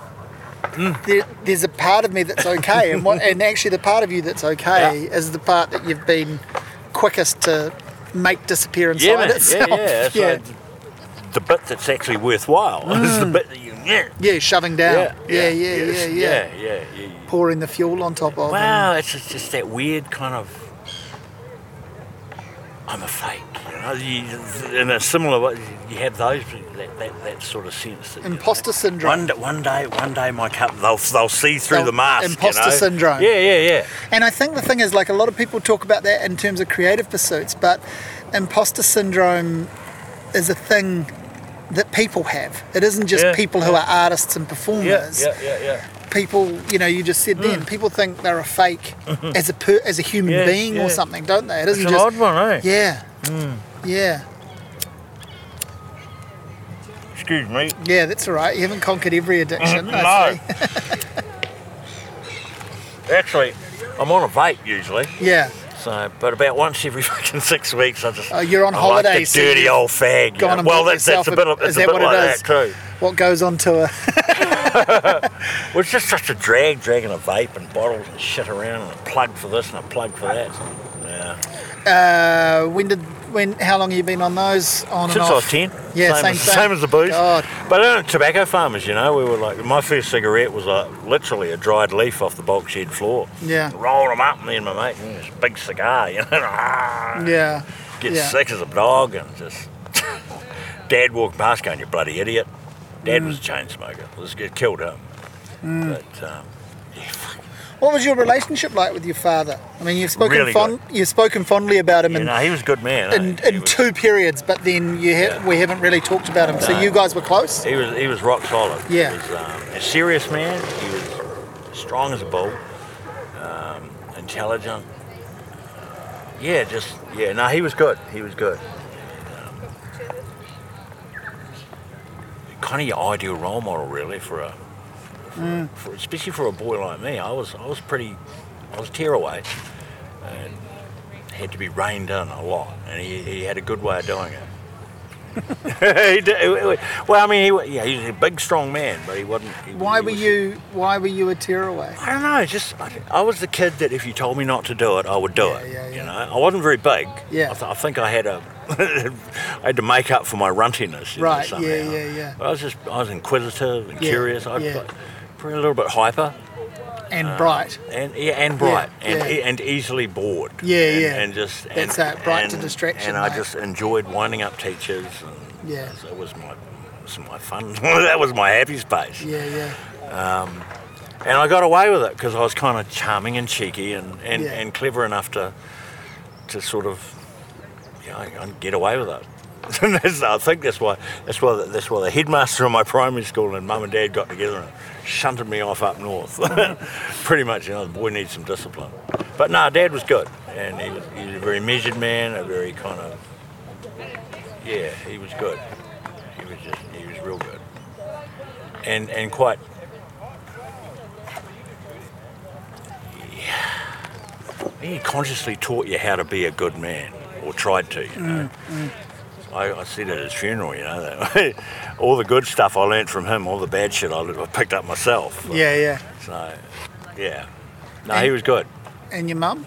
Speaker 1: there, there's a part of me that's okay, and what and actually the part of you that's okay is the part that you've been quickest to make disappear inside
Speaker 2: Yeah, mate.
Speaker 1: itself.
Speaker 2: Yeah, yeah. It's
Speaker 1: yeah.
Speaker 2: like the bit that's actually worthwhile is the bit that you. Yeah.
Speaker 1: Mm. Yeah, shoving down. Yeah, yeah, yeah, yeah.
Speaker 2: it's- yeah, yeah, yeah, yeah.
Speaker 1: Pouring the fuel on top of. and-
Speaker 2: Wow, it's just, just that weird kind of. I'm a fake, you know. You, in a similar way, you have those that, that, that sort of sense. That, you know,
Speaker 1: Imposter syndrome.
Speaker 2: One, da- one day, one day, my cup they'll they'll see through
Speaker 1: They'll-
Speaker 2: the mask. you
Speaker 1: imposter
Speaker 2: know?
Speaker 1: syndrome.
Speaker 2: Yeah, yeah, yeah.
Speaker 1: And I think the thing is, like, a lot of people talk about that in terms of creative pursuits, but imposter syndrome is a thing that people have. It isn't just
Speaker 2: Yeah,
Speaker 1: people who are artists and
Speaker 2: Yeah,
Speaker 1: performers.
Speaker 2: yeah, yeah, yeah. Mm.
Speaker 1: People, you know, you just said then, people think they're a fake as a per, as a human
Speaker 2: Yeah,
Speaker 1: being
Speaker 2: yeah.
Speaker 1: or something, don't they? It
Speaker 2: It's
Speaker 1: isn't
Speaker 2: an
Speaker 1: just
Speaker 2: odd one, eh?
Speaker 1: yeah, yeah,
Speaker 2: Excuse me.
Speaker 1: yeah. That's all right. You haven't conquered every addiction. I
Speaker 2: no.
Speaker 1: see.
Speaker 2: Actually, I'm on a vape usually.
Speaker 1: Yeah.
Speaker 2: So, but about once every fucking six weeks, I just.
Speaker 1: Oh, you're on
Speaker 2: I
Speaker 1: holiday,
Speaker 2: Like the
Speaker 1: so
Speaker 2: dirty
Speaker 1: you've
Speaker 2: old fag. you
Speaker 1: Go on
Speaker 2: know.
Speaker 1: and
Speaker 2: well,
Speaker 1: build
Speaker 2: that's that's
Speaker 1: yourself
Speaker 2: a bit. Of,
Speaker 1: is
Speaker 2: it's
Speaker 1: that
Speaker 2: a bit
Speaker 1: what
Speaker 2: like
Speaker 1: it is?
Speaker 2: that too.
Speaker 1: What goes on tour?
Speaker 2: Well, it's just such a drag, dragging a vape and bottles and shit around, and a plug for this and a plug for that. Yeah.
Speaker 1: Uh, when did when? How long have you been on those? On and
Speaker 2: Since
Speaker 1: off?
Speaker 2: I was ten.
Speaker 1: Yeah,
Speaker 2: same,
Speaker 1: same
Speaker 2: as,
Speaker 1: thing.
Speaker 2: same as the booze.
Speaker 1: God.
Speaker 2: But uh, tobacco farmers, you know, we were like my first cigarette was like literally a dried leaf off the bulk shed floor.
Speaker 1: Yeah.
Speaker 2: Roll them up and then my mate, mm, this big cigar, you know, ah,
Speaker 1: Yeah.
Speaker 2: get
Speaker 1: yeah.
Speaker 2: sick as a dog and just. Dad walked past going, you bloody idiot.
Speaker 1: Mm.
Speaker 2: Dad was a chain smoker. Let's get killed him. But um, yeah,
Speaker 1: What was your relationship like with your father? I mean, you've spoken
Speaker 2: Really
Speaker 1: fond, you've spoken fondly about him
Speaker 2: You
Speaker 1: in,
Speaker 2: know, he was a good man.
Speaker 1: in,
Speaker 2: eh? He
Speaker 1: in
Speaker 2: was-
Speaker 1: two periods, but then you ha-
Speaker 2: Yeah.
Speaker 1: we haven't really talked about him. So you guys were close.
Speaker 2: He was he was rock solid.
Speaker 1: Yeah.
Speaker 2: He was um, a serious man. He was strong as a bull, um, intelligent. Yeah, just yeah. No, he was good. He was good. Um, kind of your ideal role model, really, for a for, especially for a boy like me. I was I was pretty I was a tearaway and had to be reined in a lot, and he, he had a good way of doing it. He did- well, I mean, he, wa- yeah, he's a big, strong man, but he wasn't. he-
Speaker 1: Why
Speaker 2: he
Speaker 1: were
Speaker 2: was-
Speaker 1: you? Why were you a tearaway?
Speaker 2: I don't know. Just I, I was the kid that if you told me not to do it, I would do
Speaker 1: Yeah,
Speaker 2: it.
Speaker 1: yeah, yeah.
Speaker 2: You know, I wasn't very big.
Speaker 1: Yeah.
Speaker 2: I, th- I think I had a, I had to make up for my runtiness. you know,
Speaker 1: Right, yeah,
Speaker 2: somehow.
Speaker 1: yeah, yeah.
Speaker 2: But I was just I was inquisitive and
Speaker 1: Yeah,
Speaker 2: curious. I
Speaker 1: yeah.
Speaker 2: probably a little bit hyper
Speaker 1: And
Speaker 2: Uh,
Speaker 1: bright.
Speaker 2: and yeah, and bright and
Speaker 1: yeah.
Speaker 2: e- and easily bored.
Speaker 1: Yeah,
Speaker 2: and,
Speaker 1: yeah.
Speaker 2: And just
Speaker 1: That's
Speaker 2: and,
Speaker 1: that, bright to
Speaker 2: and-
Speaker 1: distraction,
Speaker 2: And I
Speaker 1: mate.
Speaker 2: just enjoyed winding up teachers. And
Speaker 1: Yeah.
Speaker 2: so it was my it was my fun. that was my happy space.
Speaker 1: Yeah, yeah.
Speaker 2: And I got away with it because I was kind of charming and cheeky and, and,
Speaker 1: Yeah.
Speaker 2: and clever enough to to sort of you know, and get away with it. And that's- I think that's why that's why the, that's why the headmaster of my primary school and mum and dad got together and shunted me off up north. Pretty much, you know, the boy needs some discipline. But no, dad was good, and he was, he was a very measured man, a very kind of yeah, he was good. He was just he was real good, and and quite He consciously taught you how to be a good man, or tried to, you know. I, I said at his funeral, you know, that all the good stuff I learnt from him, all the bad shit I, I picked up myself.
Speaker 1: Yeah, yeah.
Speaker 2: So, yeah. No, he was good.
Speaker 1: And your mum?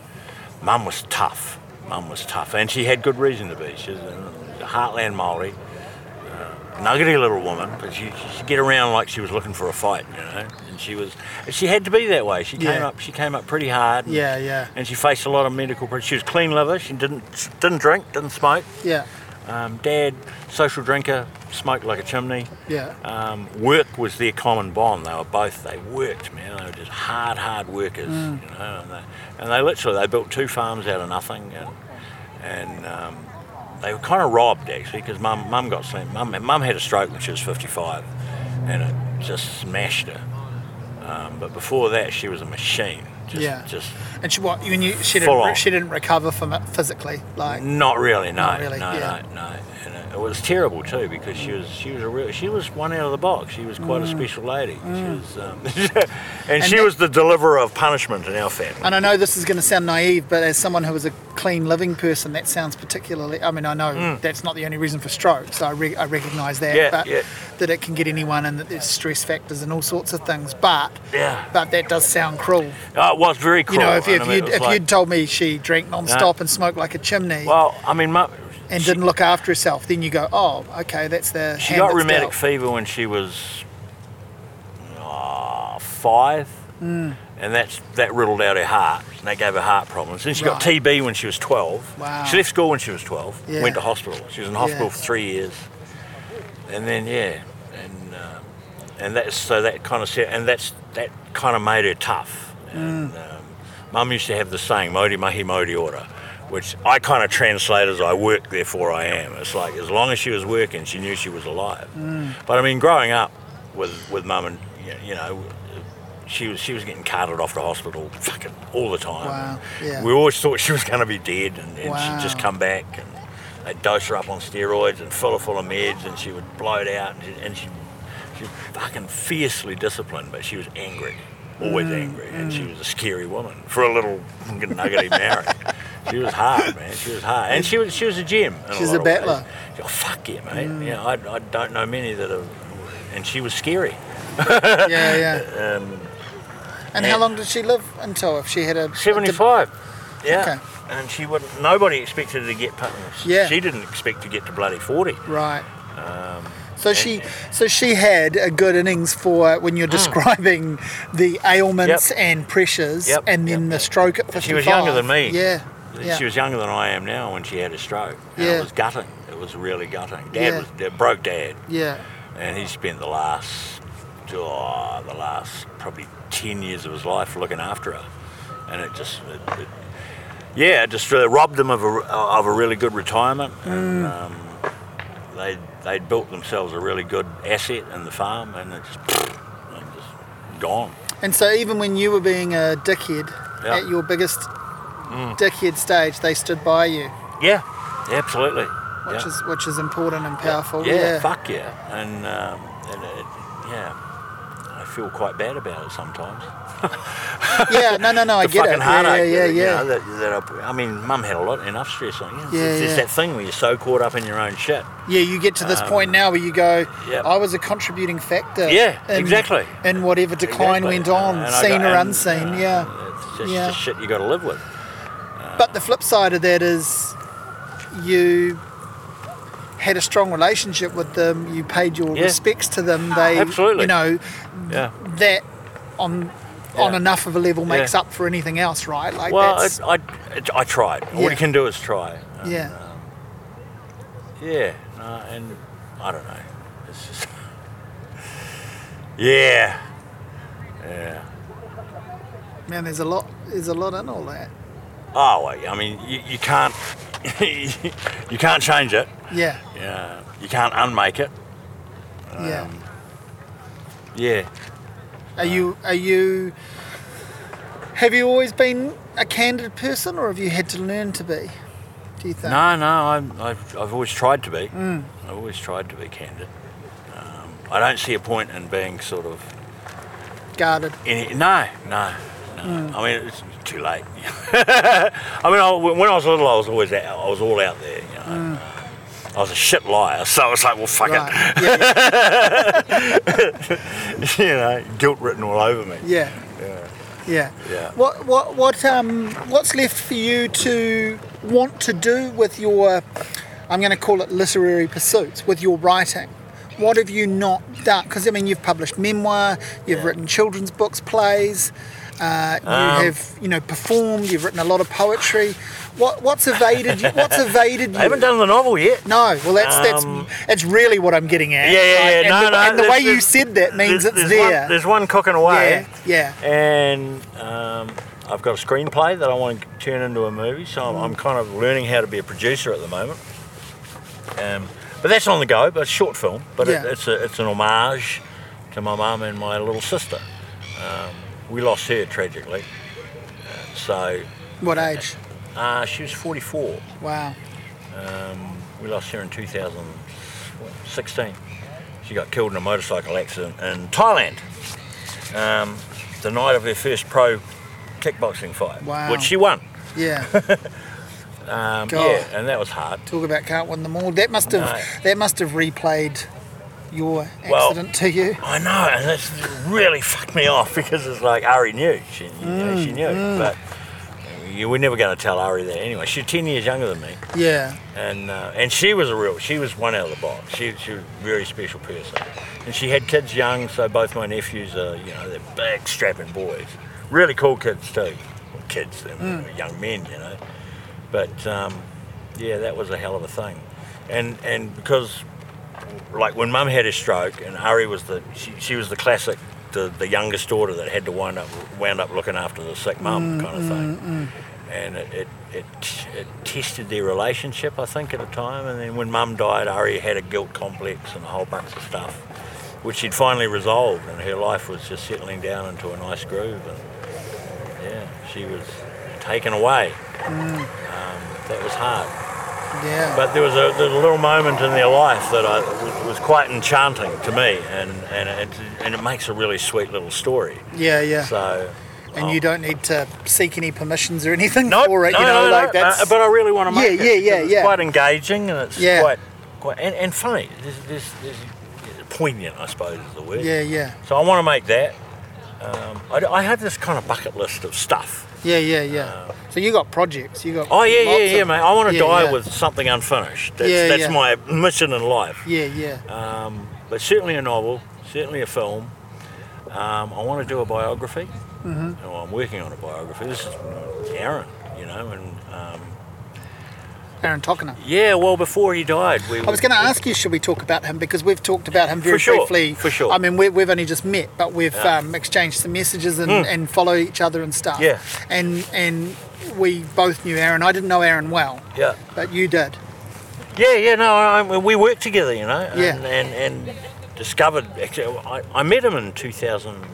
Speaker 2: Mum was tough. Mum was tough, and she had good reason to be. She was a a heartland Maori, uh, nuggety little woman, but she she'd get around like she was looking for a fight, you know. And she was, she had to be that way. She came
Speaker 1: Yeah.
Speaker 2: up, she came up pretty hard. and-
Speaker 1: Yeah, yeah.
Speaker 2: and she faced a lot of medical. pro- She was clean liver. She didn't didn't drink, didn't smoke.
Speaker 1: Yeah,
Speaker 2: Um, Dad, social drinker, smoked like a chimney.
Speaker 1: yeah.
Speaker 2: Um, work was their common bond. They were both, they worked, man. They were just hard, hard workers,
Speaker 1: Mm.
Speaker 2: you know. And they, and they literally, they built two farms out of nothing. And, and um, they were kind of robbed, actually, because mum, mum got slim. Mum, mum had a stroke when she was 55, and it just smashed her. Um, but before that, she was a machine. Just,
Speaker 1: Yeah.
Speaker 2: Just
Speaker 1: And she what? When you she
Speaker 2: Full
Speaker 1: didn't re-
Speaker 2: on.
Speaker 1: she didn't recover from it physically, like
Speaker 2: Not really, no,
Speaker 1: Not really,
Speaker 2: no,
Speaker 1: yeah.
Speaker 2: no, no. And it was terrible too because she was she was a real she was one out of the box. She was quite a special lady. She was, um, and, she
Speaker 1: Mm. that-
Speaker 2: was the deliverer of punishment in our family.
Speaker 1: And I know this is going to sound naive, but as someone who is a clean living person, that sounds particularly. I mean, I know that's not the only reason for stroke, so I, re- I recognise that.
Speaker 2: Mm. Yeah,
Speaker 1: but
Speaker 2: yeah.
Speaker 1: that it can get anyone, and that there's stress factors and all sorts of things. But
Speaker 2: Yeah.
Speaker 1: but that does sound cruel.
Speaker 2: Oh, it was very
Speaker 1: You
Speaker 2: cruel.
Speaker 1: know, if,
Speaker 2: and
Speaker 1: if
Speaker 2: I
Speaker 1: you
Speaker 2: mean, it
Speaker 1: would
Speaker 2: was
Speaker 1: if
Speaker 2: like-
Speaker 1: you'd told me she drank non-stop and smoked like a chimney
Speaker 2: well, I mean, mu-
Speaker 1: and
Speaker 2: she,
Speaker 1: didn't look after herself, then you go, oh, okay, that's the.
Speaker 2: She
Speaker 1: hand
Speaker 2: got
Speaker 1: that's
Speaker 2: rheumatic
Speaker 1: dealt.
Speaker 2: fever when she was uh, five,
Speaker 1: Mm.
Speaker 2: and that's that riddled out her heart, and that gave her heart problems. Then she got
Speaker 1: Right.
Speaker 2: TB when she was twelve.
Speaker 1: Wow.
Speaker 2: She left school when she was twelve.
Speaker 1: Yeah.
Speaker 2: Went to hospital. She was in hospital
Speaker 1: Yeah.
Speaker 2: for three years, and then yeah, and uh, and that's so that kind of set, and that's that kind of made her tough. And,
Speaker 1: Mm.
Speaker 2: um, Mum used to have the saying "Modi mahi modi ora," which I kind of translate as "I work, therefore I am." It's like as long as she was working, she knew she was alive.
Speaker 1: Mm.
Speaker 2: But I mean, growing up with with Mum and you know, she was she was getting carted off to hospital fucking all the time.
Speaker 1: Wow, yeah.
Speaker 2: We always thought she was going to be dead, and, and
Speaker 1: Wow.
Speaker 2: she'd just come back and they'd dose her up on steroids and fill her full of meds, and she would bloat out, and she, and she, she was fucking fiercely disciplined, but she was angry, always
Speaker 1: Mm,
Speaker 2: angry, and she was a scary woman for a little fucking nuggety Mary. She was hard, man. She was hard, and she was she was a gem. in
Speaker 1: She's
Speaker 2: lot
Speaker 1: a
Speaker 2: of ways.
Speaker 1: battler. Mm.
Speaker 2: Oh, fuck yeah, mate. Yeah, I, I don't know many that have, and she was scary.
Speaker 1: Yeah, yeah. and how
Speaker 2: Um, yeah.
Speaker 1: long did she live until if she had a a dip-
Speaker 2: 75. Yeah.
Speaker 1: Okay.
Speaker 2: And she wouldn't, nobody expected her to get, pa-
Speaker 1: Yeah.
Speaker 2: she didn't expect to get to bloody 40.
Speaker 1: Right.
Speaker 2: Um,
Speaker 1: so she, so she had a good innings for when you're describing the ailments
Speaker 2: Hmm. Yep.
Speaker 1: and pressures,
Speaker 2: Yep,
Speaker 1: and then
Speaker 2: yep,
Speaker 1: the stroke at 55.
Speaker 2: She was younger than me.
Speaker 1: Yeah. Yeah.
Speaker 2: She was younger than I am now when she had a stroke. And
Speaker 1: Yeah.
Speaker 2: It was gutting. It was really gutting. Dad
Speaker 1: Yeah.
Speaker 2: was, it broke dad.
Speaker 1: yeah.
Speaker 2: And he spent the last oh, the last probably 10 years of his life looking after her. And it just, it, it, yeah, it just uh, robbed them of a, of a really good retirement. And um, they they'd built themselves a really good asset in the farm and it just, it just gone.
Speaker 1: And so even when you were being a dickhead
Speaker 2: Yeah.
Speaker 1: at your biggest
Speaker 2: Hmm.
Speaker 1: dickhead stage, they stood by you,
Speaker 2: Yeah, absolutely.
Speaker 1: which
Speaker 2: yeah.
Speaker 1: is which is important and powerful.
Speaker 2: yeah,
Speaker 1: Yeah.
Speaker 2: fuck yeah. And, um, and it, yeah, I feel quite bad about it sometimes.
Speaker 1: Yeah, no, no, no, I
Speaker 2: the
Speaker 1: get
Speaker 2: fucking
Speaker 1: it. Yeah,
Speaker 2: heartache.
Speaker 1: yeah, yeah. yeah.
Speaker 2: that, You know, that, that I, I mean, mum had a lot enough stress on you. It's,
Speaker 1: Yeah,
Speaker 2: it's just
Speaker 1: yeah.
Speaker 2: that thing where you're so caught up in your own shit.
Speaker 1: Yeah, you get to this point now where you go,
Speaker 2: Um, yeah.
Speaker 1: I was a contributing factor.
Speaker 2: Yeah, exactly.
Speaker 1: In whatever decline
Speaker 2: Exactly.
Speaker 1: went on,
Speaker 2: And I
Speaker 1: seen
Speaker 2: got-
Speaker 1: or
Speaker 2: and,
Speaker 1: unseen.
Speaker 2: uh,
Speaker 1: yeah.
Speaker 2: It's just
Speaker 1: Yeah.
Speaker 2: the shit you got to live with.
Speaker 1: But the flip side of that is you had a strong relationship with them, you paid your
Speaker 2: Yeah.
Speaker 1: respects to them, they
Speaker 2: Absolutely.
Speaker 1: you know,
Speaker 2: Yeah.
Speaker 1: that on on
Speaker 2: Yeah.
Speaker 1: enough of a level
Speaker 2: Yeah.
Speaker 1: makes up for anything else, right? Like
Speaker 2: Well,
Speaker 1: that's
Speaker 2: it, I, it, I tried. All
Speaker 1: Yeah.
Speaker 2: you can do is try. And,
Speaker 1: Yeah.
Speaker 2: um, yeah. No, and I don't know. It's just. yeah. Yeah.
Speaker 1: man, there's a lot there's a lot in all that.
Speaker 2: Oh, well, I mean, you, you can't. you can't change it.
Speaker 1: Yeah.
Speaker 2: Yeah. You can't unmake it.
Speaker 1: yeah.
Speaker 2: Um, Yeah.
Speaker 1: Are you are you have you always been a candid person or have you had to learn to be? Do you think?
Speaker 2: No, no, I'm, I've, I've always tried to be. I've always tried to be candid. Um, I don't see a point in being sort of
Speaker 1: Guarded.
Speaker 2: any. No, no, no. I mean, it's too late. I mean, I, when I was little, I was always out, I was all out there. You know. Uh, I was a shit liar, so I was like, well, fuck
Speaker 1: Right. Yeah, yeah,
Speaker 2: it. you know, guilt written all over me.
Speaker 1: yeah. Yeah.
Speaker 2: Yeah.
Speaker 1: What what what um what's left for you to want to do with your I'm going to call it literary pursuits with your writing? What have you not done? Because I mean, you've published memoir, you've written children's books, plays, uh, you
Speaker 2: Um.
Speaker 1: have you know performed, you've written a lot of poetry. What what's evaded you? What's evaded you?
Speaker 2: I haven't done the novel yet.
Speaker 1: No, well, that's
Speaker 2: Um,
Speaker 1: that's that's really what I'm getting at.
Speaker 2: Yeah, yeah, yeah.
Speaker 1: Like, and
Speaker 2: no,
Speaker 1: the,
Speaker 2: no.
Speaker 1: And the
Speaker 2: there's-
Speaker 1: way you
Speaker 2: there's-
Speaker 1: said that means
Speaker 2: there's-
Speaker 1: it's
Speaker 2: there's one-
Speaker 1: there.
Speaker 2: there's one cooking away.
Speaker 1: yeah, yeah,
Speaker 2: and um, I've got a screenplay that I want to turn into a movie. So I'm, I'm kind of learning how to be a producer at the moment. Um, but that's on the go. But it's a short film. But it,
Speaker 1: Yeah.
Speaker 2: it's a, it's an homage to my mum and my little sister. Um, we lost her tragically. Uh, so
Speaker 1: What age?
Speaker 2: uh, she was 44.
Speaker 1: Wow.
Speaker 2: Um, we lost her in 2016. She got killed in a motorcycle accident in Thailand. Um, the night of her first pro kickboxing fight,
Speaker 1: Wow.
Speaker 2: which she won.
Speaker 1: Yeah.
Speaker 2: Um,
Speaker 1: God.
Speaker 2: yeah, and that was hard.
Speaker 1: Talk about can't win them all. That must have
Speaker 2: No.
Speaker 1: that must have replayed your
Speaker 2: Well-
Speaker 1: accident to you.
Speaker 2: I know, and that's really fucked me off because it's like Ari knew. She, you know,
Speaker 1: Mm,
Speaker 2: she knew, but you were never going to tell Ari that anyway. She's 10 years younger than me.
Speaker 1: Yeah.
Speaker 2: and uh, and she was a real she was one out of the box she, she was a very special person and she had kids young so both my nephews are you know they're big strapping boys really cool kids too well, kids they're young men you know but um, yeah that was a hell of a thing and and because like when mum had a stroke and Ari was the she, she was the classic the, the youngest daughter that had to wind up wound up looking after the sick mum kind of thing and it, it, it, it tested their relationship, I think, at a time. And then when Mum died, Ari had a guilt complex and a whole bunch of stuff, which she'd finally resolved, and her life was just settling down into a nice groove. And yeah, she was taken away. Um, that was hard.
Speaker 1: Yeah.
Speaker 2: But there was a, there was a little moment in their life that I, was, was quite enchanting to me, and, and, it, and it makes a really sweet little story.
Speaker 1: yeah, yeah.
Speaker 2: So.
Speaker 1: and you don't need to seek any permissions or anything
Speaker 2: No,
Speaker 1: for it,
Speaker 2: no,
Speaker 1: you know,
Speaker 2: no,
Speaker 1: like
Speaker 2: no,
Speaker 1: that's
Speaker 2: uh, but I really want to make
Speaker 1: Yeah,
Speaker 2: it,
Speaker 1: yeah, yeah,
Speaker 2: 'cause it's
Speaker 1: yeah.
Speaker 2: Quite engaging and it's
Speaker 1: Yeah.
Speaker 2: quite, quite and, and funny. There's, there's, there's poignant, I suppose, is the word.
Speaker 1: Yeah, yeah.
Speaker 2: So I want to make that. Um, I, I had this kind of bucket list of stuff.
Speaker 1: Yeah, yeah, yeah. So you got projects, you got
Speaker 2: Uh. Oh yeah,
Speaker 1: lots
Speaker 2: yeah, yeah,
Speaker 1: of-
Speaker 2: mate. I want to
Speaker 1: yeah,
Speaker 2: die
Speaker 1: yeah.
Speaker 2: with something unfinished. That's,
Speaker 1: Yeah,
Speaker 2: that's
Speaker 1: yeah.
Speaker 2: my mission in life.
Speaker 1: Yeah, yeah.
Speaker 2: Um, but certainly a novel, certainly a film. Um, I want to do a biography.
Speaker 1: Mm-hmm.
Speaker 2: Oh, I'm working on a biography. This is Aaron, you know, and um,
Speaker 1: Aaron Tokiner.
Speaker 2: uh, Yeah, well, before he died, we.
Speaker 1: I was going to ask you, should we talk about him? Because we've talked about him very
Speaker 2: For sure,
Speaker 1: briefly.
Speaker 2: for sure.
Speaker 1: I mean, we, we've only just met, but we've
Speaker 2: Yeah. Hmm.
Speaker 1: um, exchanged some messages and, and follow each other and stuff.
Speaker 2: Yeah.
Speaker 1: And and we both knew Aaron. I didn't know Aaron well,
Speaker 2: Yeah.
Speaker 1: but you did.
Speaker 2: Yeah, yeah, no, I, I- we worked together, you know, and,
Speaker 1: Yeah.
Speaker 2: and, and discovered, actually, I, I met him in 2008,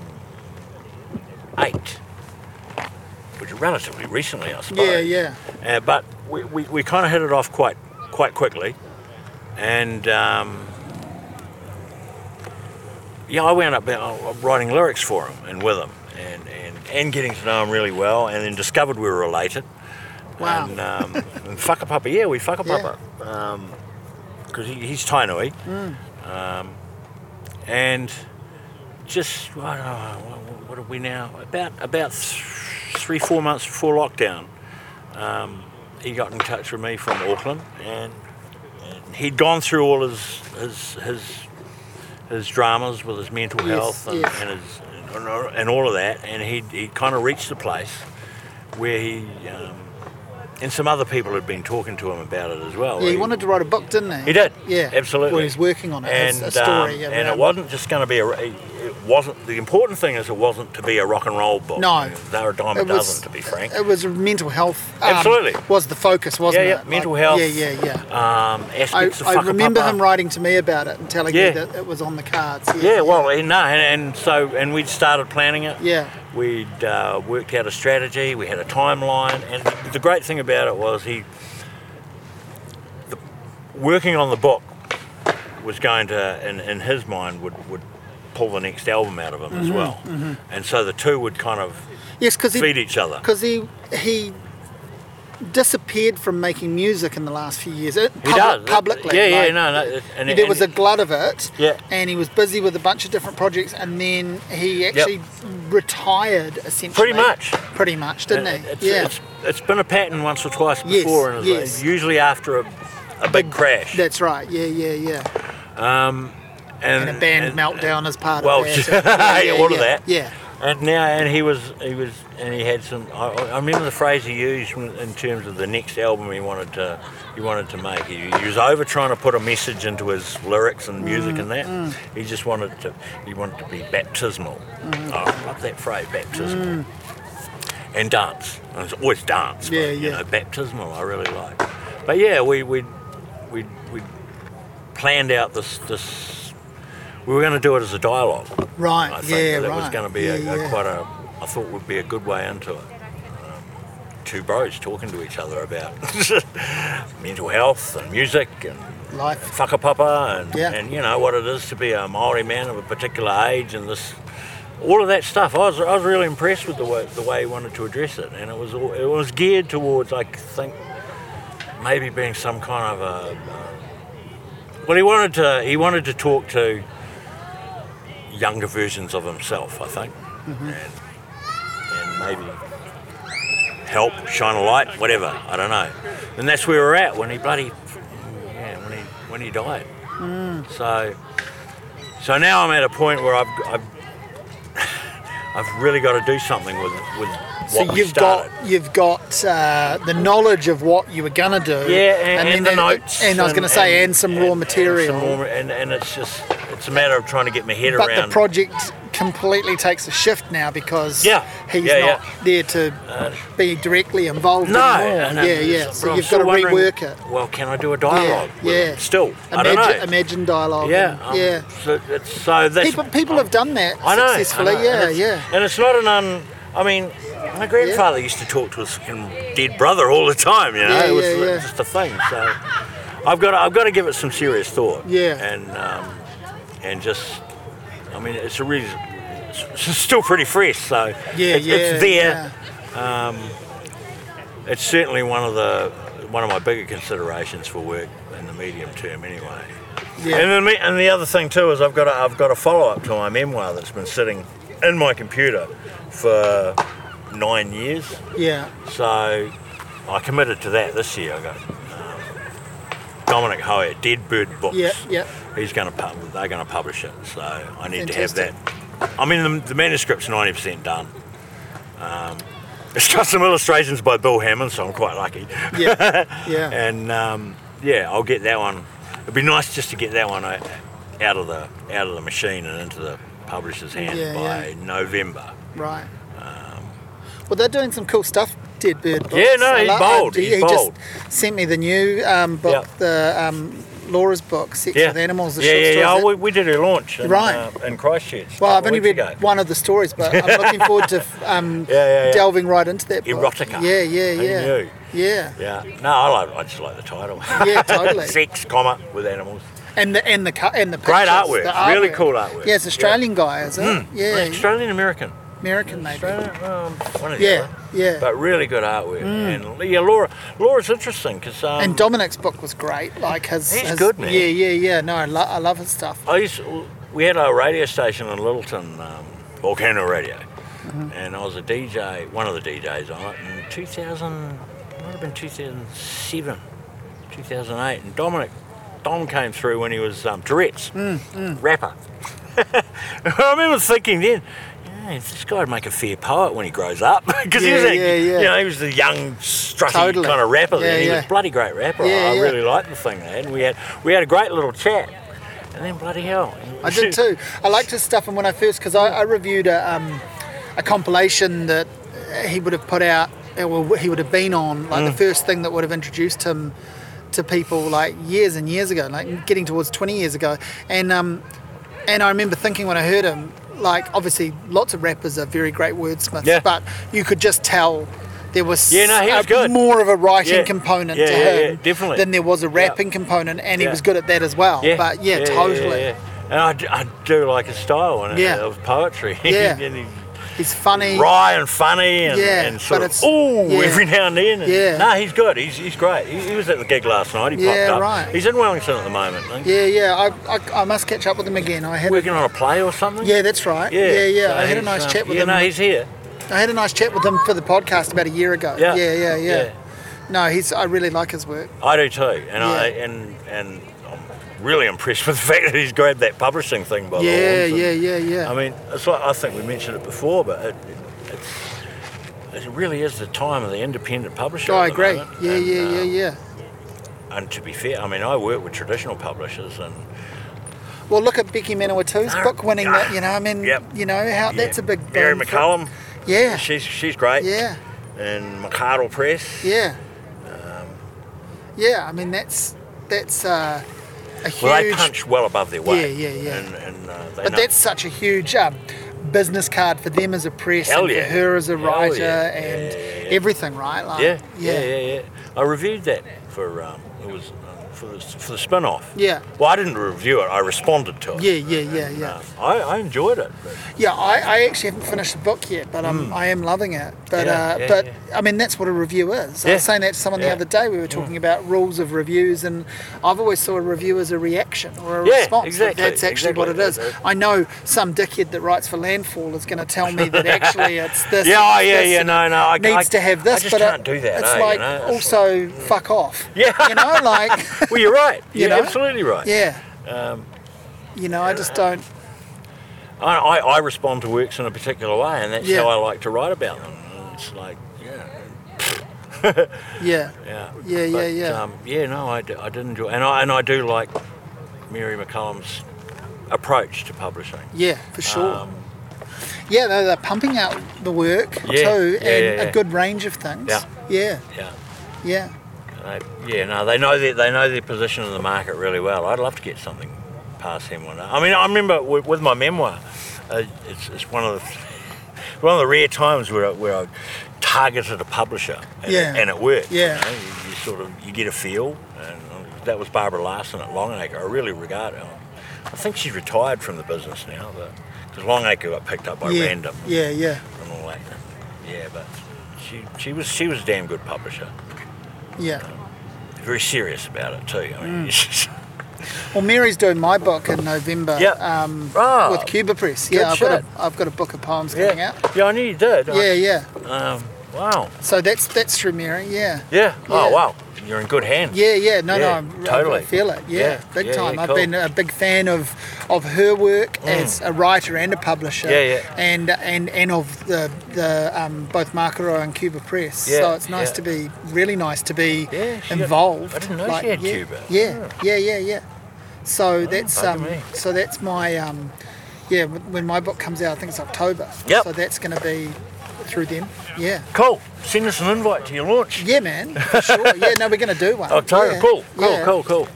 Speaker 2: which is relatively recently, I suppose.
Speaker 1: Yeah, yeah.
Speaker 2: Uh, but we, we, we kind of hit it off quite quite quickly, and um, yeah, I wound up uh, writing lyrics for him and with him, and, and, and getting to know him really well, and then discovered we were related.
Speaker 1: Wow.
Speaker 2: And, um, and fuck a papa, yeah, we fuck a
Speaker 1: Yeah.
Speaker 2: papa, because he, he's Tainui,
Speaker 1: Mm.
Speaker 2: um, and just I don't know, what, what are we now? About about th- three four months before lockdown um, he got in touch with me from Auckland, and, and he'd gone through all his his his, his dramas with his mental
Speaker 1: Yes,
Speaker 2: health and,
Speaker 1: yes.
Speaker 2: and his and, and all of that, and he he kind of reached the place where he. Um, and some other people had been talking to him about it as well.
Speaker 1: Yeah, he
Speaker 2: He-
Speaker 1: wanted to write a book, didn't he?
Speaker 2: he did.
Speaker 1: Yeah,
Speaker 2: absolutely.
Speaker 1: Well, he's working on it. It's
Speaker 2: And,
Speaker 1: a story.
Speaker 2: um,
Speaker 1: around-
Speaker 2: and it wasn't just going to be a. It it wasn't the important thing is it wasn't to be a rock and roll book.
Speaker 1: No.
Speaker 2: they were a dime a dozen, to be frank.
Speaker 1: It was mental health. um,
Speaker 2: Absolutely.
Speaker 1: Was the focus, wasn't
Speaker 2: Yeah,
Speaker 1: it?
Speaker 2: yeah, mental health.
Speaker 1: Yeah, yeah, yeah.
Speaker 2: um,
Speaker 1: I,
Speaker 2: aspects of
Speaker 1: I
Speaker 2: Whakapapa.
Speaker 1: remember him writing to me about it and telling
Speaker 2: Yeah.
Speaker 1: me that it was on the cards.
Speaker 2: Yeah, well, eh, no, and, and so and we'd started planning it.
Speaker 1: Yeah.
Speaker 2: We'd uh, worked out a strategy. We had a timeline, and the, the great thing about it was he, the, working on the book, was going to, in, in his mind, would would pull the next album out of him
Speaker 1: Mm-hmm,
Speaker 2: as well, and so the two would kind of
Speaker 1: Yes, because
Speaker 2: feed
Speaker 1: he
Speaker 2: each other.
Speaker 1: because he he disappeared from making music in the last few years. It,
Speaker 2: He
Speaker 1: public-
Speaker 2: does
Speaker 1: publicly.
Speaker 2: Yeah, yeah,
Speaker 1: like,
Speaker 2: no, no. it- And,
Speaker 1: there
Speaker 2: and-
Speaker 1: was a glut of it,
Speaker 2: Yeah.
Speaker 1: and he was busy with a bunch of different projects, and then he actually retired essentially.
Speaker 2: Pretty much.
Speaker 1: Pretty much, didn't
Speaker 2: Uh,
Speaker 1: he?
Speaker 2: It's,
Speaker 1: yeah,
Speaker 2: it's, it's been a pattern once or twice
Speaker 1: Yes,
Speaker 2: before, and it's
Speaker 1: yes.
Speaker 2: usually after a, a big crash.
Speaker 1: that's right. Yeah, yeah, yeah. And a band meltdown as part
Speaker 2: well,
Speaker 1: of that.
Speaker 2: yeah, all of that.
Speaker 1: Yeah,
Speaker 2: And now, and he was, he was, and he had some. I, I remember the phrase he used when- in terms of the next album he wanted to, he wanted to make. He, he was over trying to put a message into his lyrics and music
Speaker 1: Mm,
Speaker 2: and that. He just wanted to, he wanted to be baptismal.
Speaker 1: Mm.
Speaker 2: Oh, I love that phrase, baptismal. And dance. And it's always dance.
Speaker 1: Yeah,
Speaker 2: but, You
Speaker 1: yeah.
Speaker 2: know, baptismal. I really like. But yeah, we we we we planned out this this. We were going to do it as a dialogue.
Speaker 1: right.
Speaker 2: I think
Speaker 1: yeah,
Speaker 2: that
Speaker 1: right.
Speaker 2: was going to be a,
Speaker 1: Yeah,
Speaker 2: a
Speaker 1: yeah.
Speaker 2: quite a, I thought would be a good way into it. Um, two bros talking to each other about mental health and music and
Speaker 1: life.
Speaker 2: whakapapa and,
Speaker 1: Yeah.
Speaker 2: and you know what it is to be a Maori man of a particular age and this, all of that stuff. I was, I was really impressed with the way, the way he wanted to address it, and it was all, it was geared towards I think maybe being some kind of a. a- well, he wanted to he wanted to talk to younger versions of himself, I think, and, and maybe help, shine a light, whatever. I don't know. And that's where we're at when he bloody, yeah, when he when he died. So, so now I'm at a point where I've I've, I've really got to do something with with what
Speaker 1: So
Speaker 2: we
Speaker 1: you've
Speaker 2: started.
Speaker 1: got you've got uh, the knowledge of what you were gonna do.
Speaker 2: Yeah, and, and, the
Speaker 1: then it-
Speaker 2: notes.
Speaker 1: And, I was gonna say, and, some raw
Speaker 2: and
Speaker 1: material.
Speaker 2: some raw- and, and it's just, it's a matter of trying to get my head
Speaker 1: but
Speaker 2: around.
Speaker 1: the project completely takes a shift now because
Speaker 2: Yeah,
Speaker 1: he's
Speaker 2: yeah, Uh,
Speaker 1: not there to be directly involved
Speaker 2: no,
Speaker 1: anymore.
Speaker 2: and- and
Speaker 1: yeah, yeah.
Speaker 2: but
Speaker 1: So
Speaker 2: I'm
Speaker 1: you've got
Speaker 2: still
Speaker 1: to
Speaker 2: wondering,
Speaker 1: rework it.
Speaker 2: Well, can I do a dialogue?
Speaker 1: yeah,
Speaker 2: with it?
Speaker 1: yeah.
Speaker 2: Still, I
Speaker 1: Imagine,
Speaker 2: don't know.
Speaker 1: imagine dialogue.
Speaker 2: yeah,
Speaker 1: and-
Speaker 2: um,
Speaker 1: yeah.
Speaker 2: So, it's, so that's
Speaker 1: People, people have done that
Speaker 2: I know, I
Speaker 1: successfully.
Speaker 2: know.
Speaker 1: Yeah,
Speaker 2: and it's,
Speaker 1: yeah.
Speaker 2: And it's not an un. I mean, my grandfather used to talk to his fucking dead brother all the time. You know,
Speaker 1: Yeah,
Speaker 2: it was
Speaker 1: yeah, yeah.
Speaker 2: just a thing. So I've got to, I've got to give it some serious thought.
Speaker 1: Yeah.
Speaker 2: And um, and just, I mean, it's a really, it's, it's still pretty fresh. So
Speaker 1: Yeah,
Speaker 2: it's,
Speaker 1: yeah.
Speaker 2: it's there. Um,
Speaker 1: yeah.
Speaker 2: It's certainly one of the one of my bigger considerations for work in the medium term, anyway.
Speaker 1: Yeah.
Speaker 2: And, then me, and the other thing too is I've got a, I've got a follow up to my memoir that's been sitting in my computer for nine years.
Speaker 1: yeah.
Speaker 2: So I committed to that this year. I got um, Dominic Hoy at Dead Bird Books.
Speaker 1: Yeah, yeah.
Speaker 2: He's going to pub- they're going to publish it. So I need to have
Speaker 1: Fantastic.
Speaker 2: that. I mean, the, the manuscript's ninety percent done. Um, It's got some illustrations by Bill Hammond, so I'm quite lucky.
Speaker 1: Yeah, yeah.
Speaker 2: and um, yeah, I'll get that one. It'd be nice just to get that one o- out of the out of the machine and into the publisher's hand
Speaker 1: Yeah,
Speaker 2: by
Speaker 1: yeah.
Speaker 2: November.
Speaker 1: Right. well, they're doing some cool stuff. Dead Bird. Books.
Speaker 2: Um, Yeah, no,
Speaker 1: I
Speaker 2: he's
Speaker 1: like-
Speaker 2: bold,
Speaker 1: Uh, He,
Speaker 2: he's
Speaker 1: he
Speaker 2: bold.
Speaker 1: just sent me the new um, book,
Speaker 2: Yeah.
Speaker 1: the um, Laura's book, Sex
Speaker 2: Yeah,
Speaker 1: with Animals. The
Speaker 2: yeah,
Speaker 1: short
Speaker 2: yeah,
Speaker 1: stories
Speaker 2: yeah.
Speaker 1: that-
Speaker 2: Oh, we, we did a launch in,
Speaker 1: Right.
Speaker 2: uh, in Christchurch.
Speaker 1: well,
Speaker 2: a
Speaker 1: I've only
Speaker 2: couple
Speaker 1: read
Speaker 2: weeks ago.
Speaker 1: one of the stories, but I'm looking forward to f- um,
Speaker 2: Yeah, yeah, yeah.
Speaker 1: delving right into that. Book.
Speaker 2: Erotica.
Speaker 1: Yeah, yeah,
Speaker 2: Who
Speaker 1: yeah.
Speaker 2: knew?
Speaker 1: Yeah,
Speaker 2: Yeah. No, I, like, I just like the title.
Speaker 1: Yeah, totally.
Speaker 2: Sex, comma, with animals.
Speaker 1: and the and the co- and the
Speaker 2: Great
Speaker 1: pictures,
Speaker 2: artwork,
Speaker 1: the
Speaker 2: really cool artwork. Hmm.
Speaker 1: Yeah, it's Australian guy, is it? Yeah,
Speaker 2: Australian American.
Speaker 1: American maybe.
Speaker 2: Australian, um, one of the
Speaker 1: Yeah,
Speaker 2: other.
Speaker 1: yeah. Mm.
Speaker 2: But really good artwork. And yeah, Laura. Laura's interesting because um,
Speaker 1: and Dominic's book was great. Like his,
Speaker 2: He's
Speaker 1: his-
Speaker 2: good, man.
Speaker 1: Yeah, yeah, yeah. No, I, lo- I love his stuff.
Speaker 2: I used to, we had a radio station in Littleton, um, Volcano Radio,
Speaker 1: Uh-huh.
Speaker 2: and I was a DJ, one of the DJs on it in 2000, might have been 2007, 2008, and Dominic, Dom came through when he was um, Tourette's
Speaker 1: Mm,
Speaker 2: rapper. I remember thinking then. "Yeah, This guy would make a fair poet when he grows up because he was,
Speaker 1: Yeah,
Speaker 2: a,
Speaker 1: yeah, yeah.
Speaker 2: you know, he was the young, strutty
Speaker 1: Totally.
Speaker 2: kind of rapper.
Speaker 1: Yeah,
Speaker 2: then. He was
Speaker 1: yeah.
Speaker 2: a bloody great rapper.
Speaker 1: Yeah,
Speaker 2: I
Speaker 1: yeah.
Speaker 2: really liked the thing they had. and We had we had a great little chat, and then bloody hell.
Speaker 1: I did too. I liked his stuff, and when I first, because I, I reviewed a, um, a compilation that uh, he would have put out, uh, well, he would have been on, like
Speaker 2: Mm.
Speaker 1: the first thing that would have introduced him to people, like years and years ago, like getting towards 20 years ago. And um, and I remember thinking when I heard him, like obviously lots of rappers are very great wordsmiths,
Speaker 2: Yeah.
Speaker 1: but you could just tell. There was,
Speaker 2: Yeah, no, he was
Speaker 1: a-
Speaker 2: good.
Speaker 1: more of a writing
Speaker 2: Yeah.
Speaker 1: component
Speaker 2: Yeah,
Speaker 1: to
Speaker 2: yeah,
Speaker 1: him
Speaker 2: yeah, definitely.
Speaker 1: than there was a rapping component, and he
Speaker 2: Yeah.
Speaker 1: was good at that as well. But yeah, totally.
Speaker 2: yeah. And I do, I do like his style and
Speaker 1: Yeah.
Speaker 2: of poetry.
Speaker 1: Yeah.
Speaker 2: And he's
Speaker 1: He's funny.
Speaker 2: Wry and funny and,
Speaker 1: Yeah,
Speaker 2: and sort
Speaker 1: but
Speaker 2: of
Speaker 1: it's-
Speaker 2: ooh
Speaker 1: yeah.
Speaker 2: every now and then. And,
Speaker 1: Yeah.
Speaker 2: No, he's good. He's, he's great. He, he was at the gig last night. He
Speaker 1: Yeah,
Speaker 2: popped up.
Speaker 1: right.
Speaker 2: He's in Wellington at the moment. I think.
Speaker 1: Yeah, yeah. I, I, I must catch up with him again. I had. A,
Speaker 2: Working on a play or something.
Speaker 1: yeah, that's right. Yeah, yeah.
Speaker 2: so
Speaker 1: I had a
Speaker 2: he's,
Speaker 1: nice
Speaker 2: um,
Speaker 1: chat with
Speaker 2: yeah,
Speaker 1: him.
Speaker 2: No, he's here.
Speaker 1: I had a nice chat with him for the podcast about a year ago.
Speaker 2: Yeah.
Speaker 1: yeah, yeah. yeah.
Speaker 2: Yeah.
Speaker 1: No, he's. I really like his work.
Speaker 2: I do too, and I
Speaker 1: Yeah.
Speaker 2: and and I'm really impressed with the fact that he's grabbed that publishing thing by the
Speaker 1: Yeah,
Speaker 2: horns. and-
Speaker 1: yeah, yeah, yeah.
Speaker 2: I mean, it's like I think we mentioned it before, but it, it's it really is the time of the independent publisher.
Speaker 1: Oh, I
Speaker 2: at the
Speaker 1: agree.
Speaker 2: moment,
Speaker 1: Yeah,
Speaker 2: and,
Speaker 1: yeah, yeah,
Speaker 2: um,
Speaker 1: yeah.
Speaker 2: And to be fair, I mean, I work with traditional publishers, and
Speaker 1: Well, look at Becky Manawatu's
Speaker 2: No.
Speaker 1: book winning that. You know, I mean,
Speaker 2: Yep.
Speaker 1: you know how
Speaker 2: yeah,
Speaker 1: Oh, that's a big.
Speaker 2: Mary
Speaker 1: boom for-
Speaker 2: McCullum.
Speaker 1: Yeah,
Speaker 2: She's she's great.
Speaker 1: yeah,
Speaker 2: And McCardle Press.
Speaker 1: yeah.
Speaker 2: Um,
Speaker 1: yeah, I mean that's that's uh, a huge.
Speaker 2: Well, they punch well above their weight.
Speaker 1: Yeah, yeah, yeah.
Speaker 2: And, and uh, they
Speaker 1: But
Speaker 2: know-
Speaker 1: that's such a huge um, business card for them as a press,
Speaker 2: Hell
Speaker 1: and
Speaker 2: yeah.
Speaker 1: for her as a
Speaker 2: Hell
Speaker 1: writer,
Speaker 2: yeah.
Speaker 1: and
Speaker 2: Yeah, yeah, yeah.
Speaker 1: everything, right? Like,
Speaker 2: Yeah, yeah, yeah, yeah. I reviewed that for um, it was uh, for the, for the spin off.
Speaker 1: Yeah.
Speaker 2: Well, I didn't review it. I responded to it.
Speaker 1: yeah, yeah, yeah, yeah.
Speaker 2: Uh, I, I enjoyed it. but-
Speaker 1: Yeah, I, I actually haven't finished the book yet, but I'm, I am loving it. But
Speaker 2: Hmm. Yeah,
Speaker 1: uh,
Speaker 2: yeah,
Speaker 1: but
Speaker 2: yeah.
Speaker 1: I mean that's what a review is. I
Speaker 2: Yeah.
Speaker 1: was saying that to someone the
Speaker 2: Yeah. Hmm.
Speaker 1: other day. We were talking about rules of reviews, and I've always saw a review as a reaction or a
Speaker 2: Yeah,
Speaker 1: response.
Speaker 2: exactly,
Speaker 1: That's actually what it
Speaker 2: exactly.
Speaker 1: is. I know some dickhead that writes for Landfall is going to tell me that actually it's this.
Speaker 2: Yeah, oh,
Speaker 1: it's
Speaker 2: yeah,
Speaker 1: this,
Speaker 2: yeah,
Speaker 1: and
Speaker 2: no, no, I-
Speaker 1: needs
Speaker 2: I-
Speaker 1: to have this,
Speaker 2: I just
Speaker 1: but
Speaker 2: can't
Speaker 1: it-
Speaker 2: do that,
Speaker 1: It's
Speaker 2: eh, you
Speaker 1: like
Speaker 2: know, it's
Speaker 1: also fuck off.
Speaker 2: Yeah.
Speaker 1: you know, like
Speaker 2: Well, you're right.
Speaker 1: You
Speaker 2: You're
Speaker 1: know?
Speaker 2: absolutely right.
Speaker 1: yeah.
Speaker 2: Um,
Speaker 1: you know, I just don't.
Speaker 2: I, I, I respond to works in a particular way, and that's
Speaker 1: Yeah.
Speaker 2: how I like to write about them. And It's like, yeah,
Speaker 1: Yeah,
Speaker 2: yeah,
Speaker 1: Yeah, yeah,
Speaker 2: But,
Speaker 1: yeah.
Speaker 2: Um, yeah, no, I, d- I did enjoy, and I and I do like Mary McCullum's approach to publishing.
Speaker 1: yeah, for sure.
Speaker 2: um,
Speaker 1: Yeah, they're, they're pumping out the work
Speaker 2: Yeah,
Speaker 1: too,
Speaker 2: yeah,
Speaker 1: and
Speaker 2: yeah, yeah.
Speaker 1: a good range of things.
Speaker 2: Yeah.
Speaker 1: yeah,
Speaker 2: yeah.
Speaker 1: yeah.
Speaker 2: They, yeah, no, they know their, they know their position in the market really well. I'd love to get something past him one day. I mean, I remember with, with my memoir, uh, it's, it's one of the one of the rare times where I, where I targeted a publisher and,
Speaker 1: Yeah.
Speaker 2: and it worked. you
Speaker 1: Yeah.
Speaker 2: know. You, you sort of you get a feel, and um, that was Barbara Larson at Longacre. I really regard her. I think she's retired from the business now, but because Longacre got picked up by
Speaker 1: yeah.
Speaker 2: Random
Speaker 1: Yeah, yeah,
Speaker 2: and all that. Yeah, but she she was she was a damn good publisher
Speaker 1: yeah.
Speaker 2: very serious about it too. I mean,
Speaker 1: Well, Mary's doing my book in November.
Speaker 2: Yeah.
Speaker 1: Um,
Speaker 2: Oh,
Speaker 1: with Cuba Press. Yeah, I've
Speaker 2: good
Speaker 1: got
Speaker 2: shit.
Speaker 1: a I've got a book of poems coming
Speaker 2: yeah,
Speaker 1: out.
Speaker 2: yeah, I knew you did.
Speaker 1: Yeah, yeah,
Speaker 2: Um, Wow.
Speaker 1: So that's that's through Mary, yeah.
Speaker 2: Yeah. Oh
Speaker 1: Yeah.
Speaker 2: wow. You're in good hands.
Speaker 1: Yeah, yeah, no,
Speaker 2: Yeah,
Speaker 1: no, I,
Speaker 2: totally.
Speaker 1: I feel it. Yeah,
Speaker 2: Yeah,
Speaker 1: big
Speaker 2: yeah,
Speaker 1: time.
Speaker 2: yeah,
Speaker 1: I've
Speaker 2: cool. Mm.
Speaker 1: been a big fan of of her work as a writer and a publisher.
Speaker 2: Yeah, yeah.
Speaker 1: And and and of the the um, both Makaro and Cuba Press.
Speaker 2: Yeah,
Speaker 1: so it's nice
Speaker 2: yeah.
Speaker 1: to be really nice to be
Speaker 2: Yeah, she had-
Speaker 1: involved.
Speaker 2: I didn't know she had
Speaker 1: yeah,
Speaker 2: Cuba. Oh.
Speaker 1: Yeah, yeah, yeah, yeah. So that's
Speaker 2: bugger
Speaker 1: um,
Speaker 2: me.
Speaker 1: so that's my um, yeah. w- When my book comes out, I think it's October.
Speaker 2: Yep.
Speaker 1: So that's going to be through them. Yeah.
Speaker 2: Cool. Send us an invite to your launch.
Speaker 1: Yeah, man, for sure. Yeah, no, we're going to do one.
Speaker 2: October.
Speaker 1: Yeah,
Speaker 2: Cool. Cool.
Speaker 1: yeah,
Speaker 2: Cool. Cool.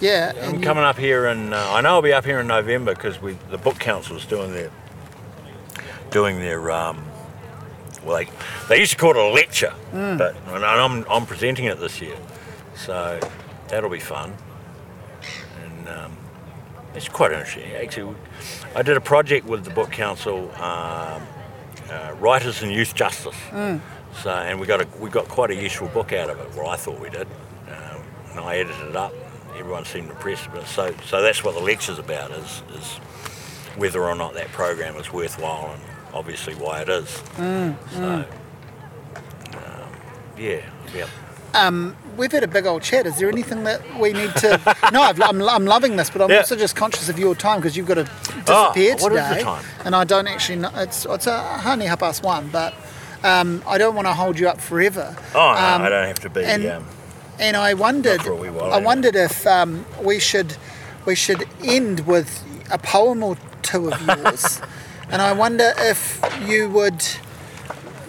Speaker 1: Yeah,
Speaker 2: I'm
Speaker 1: and you-
Speaker 2: coming up here, and uh, I know I'll be up here in November because we the book council's doing their doing their um, well, they, they used to call it a lecture,
Speaker 1: Mm.
Speaker 2: but and I'm I'm presenting it this year, so that'll be fun, and um, it's quite interesting actually. I did a project with the book council, um, uh, writers and youth justice. So, and we got a, we got quite a useful book out of it. Well, I thought we did, um, and I edited it up. Everyone seemed impressed. But so, so that's what the lecture's about is is whether or not that program is worthwhile, and obviously why it is.
Speaker 1: Mm,
Speaker 2: so, Um, yeah, yeah.
Speaker 1: We've had a big old chat. Is there anything that we need to? no, I've, I'm, I'm loving this, but I'm
Speaker 2: Yeah.
Speaker 1: also just conscious of your time because you've got to disappear
Speaker 2: Ah,
Speaker 1: today.
Speaker 2: what is the time?
Speaker 1: And I don't actually. know. It's it's uh only half past one, but um, I don't want to hold you up forever.
Speaker 2: Oh, no,
Speaker 1: Um,
Speaker 2: I don't have to be.
Speaker 1: and-
Speaker 2: um,
Speaker 1: And I wondered,
Speaker 2: Not for a wee while,
Speaker 1: I
Speaker 2: anyway.
Speaker 1: wondered if um, we should we should end with a poem or two of yours. and I wonder if you would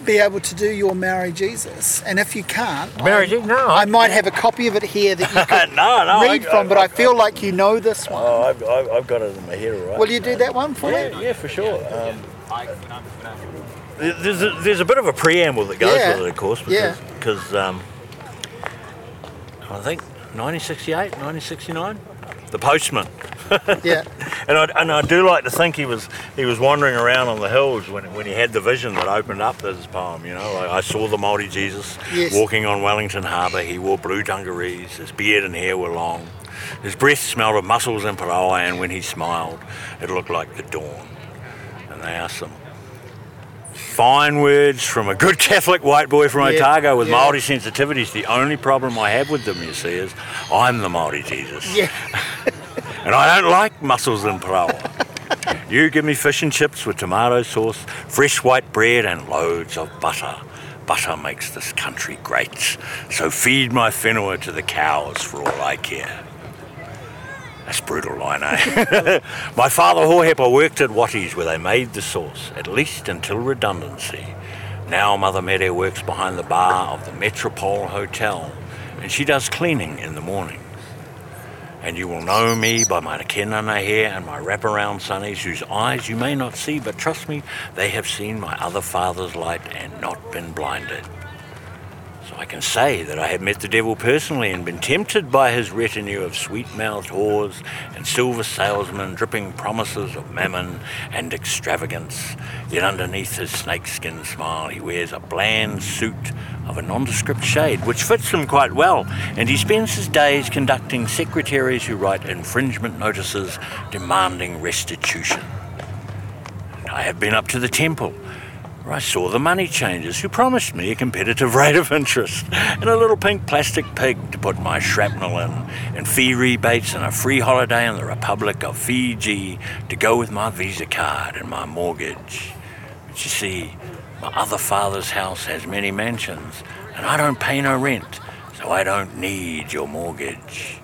Speaker 1: be able to do your Mary Jesus. And if you can't,
Speaker 2: Mary
Speaker 1: I-
Speaker 2: Jesus? No, I-
Speaker 1: I might have a copy of it here that you could
Speaker 2: Uh, No, no, I-
Speaker 1: read from. but I,
Speaker 2: I-
Speaker 1: feel like you know this one.
Speaker 2: oh, I've, I've, I've got it in my head, all right?
Speaker 1: Will you do that one for
Speaker 2: Yeah,
Speaker 1: me?
Speaker 2: yeah, for sure. Um, there- there's a, there's a bit of a preamble that goes
Speaker 1: Yeah.
Speaker 2: with it, of course,
Speaker 1: Yeah.
Speaker 2: because because um, I think 1968, 1969, the postman,
Speaker 1: Yeah.
Speaker 2: and I and I do like to think he was he was wandering around on the hills when, when he had the vision that opened up this poem. You know, like, I saw the Maori Jesus
Speaker 1: Yes.
Speaker 2: walking on Wellington Harbour. He wore blue dungarees. His beard and hair were long. His breath smelled of mussels and parawa, and when he smiled, it looked like the dawn. And they asked him, fine words from a good Catholic white boy from
Speaker 1: Yeah,
Speaker 2: Otago with
Speaker 1: yeah.
Speaker 2: Maori sensitivities. The only problem I have with them, you see, is I'm the Maori Jesus,
Speaker 1: Yeah.
Speaker 2: and I don't like mussels and parawa. you give me fish and chips with tomato sauce, fresh white bread, and loads of butter. Butter makes this country great, so feed my whenua to the cows for all I care. That's brutal, I know. My father Horhepa worked at Watties where they made the sauce, at least until redundancy. Now Mother Meadow works behind the bar of the Metropole Hotel, and she does cleaning in the mornings. And you will know me by my kenana hair and my wraparound sunnies, whose eyes you may not see, but trust me, they have seen my other father's light and not been blinded. So I can say that I have met the devil personally and been tempted by his retinue of sweet mouthed whores and silver salesmen dripping promises of mammon and extravagance. Yet underneath his snakeskin smile, he wears a bland suit of a nondescript shade, which fits him quite well, and he spends his days conducting secretaries who write infringement notices demanding restitution. I have been up to the temple where I saw the money changers who promised me a competitive rate of interest and a little pink plastic pig to put my shrapnel in, and fee rebates and a free holiday in the Republic of Fiji to go with my Visa card and my mortgage. But you see, my other father's house has many mansions, and I don't pay no rent, so I don't need your mortgage.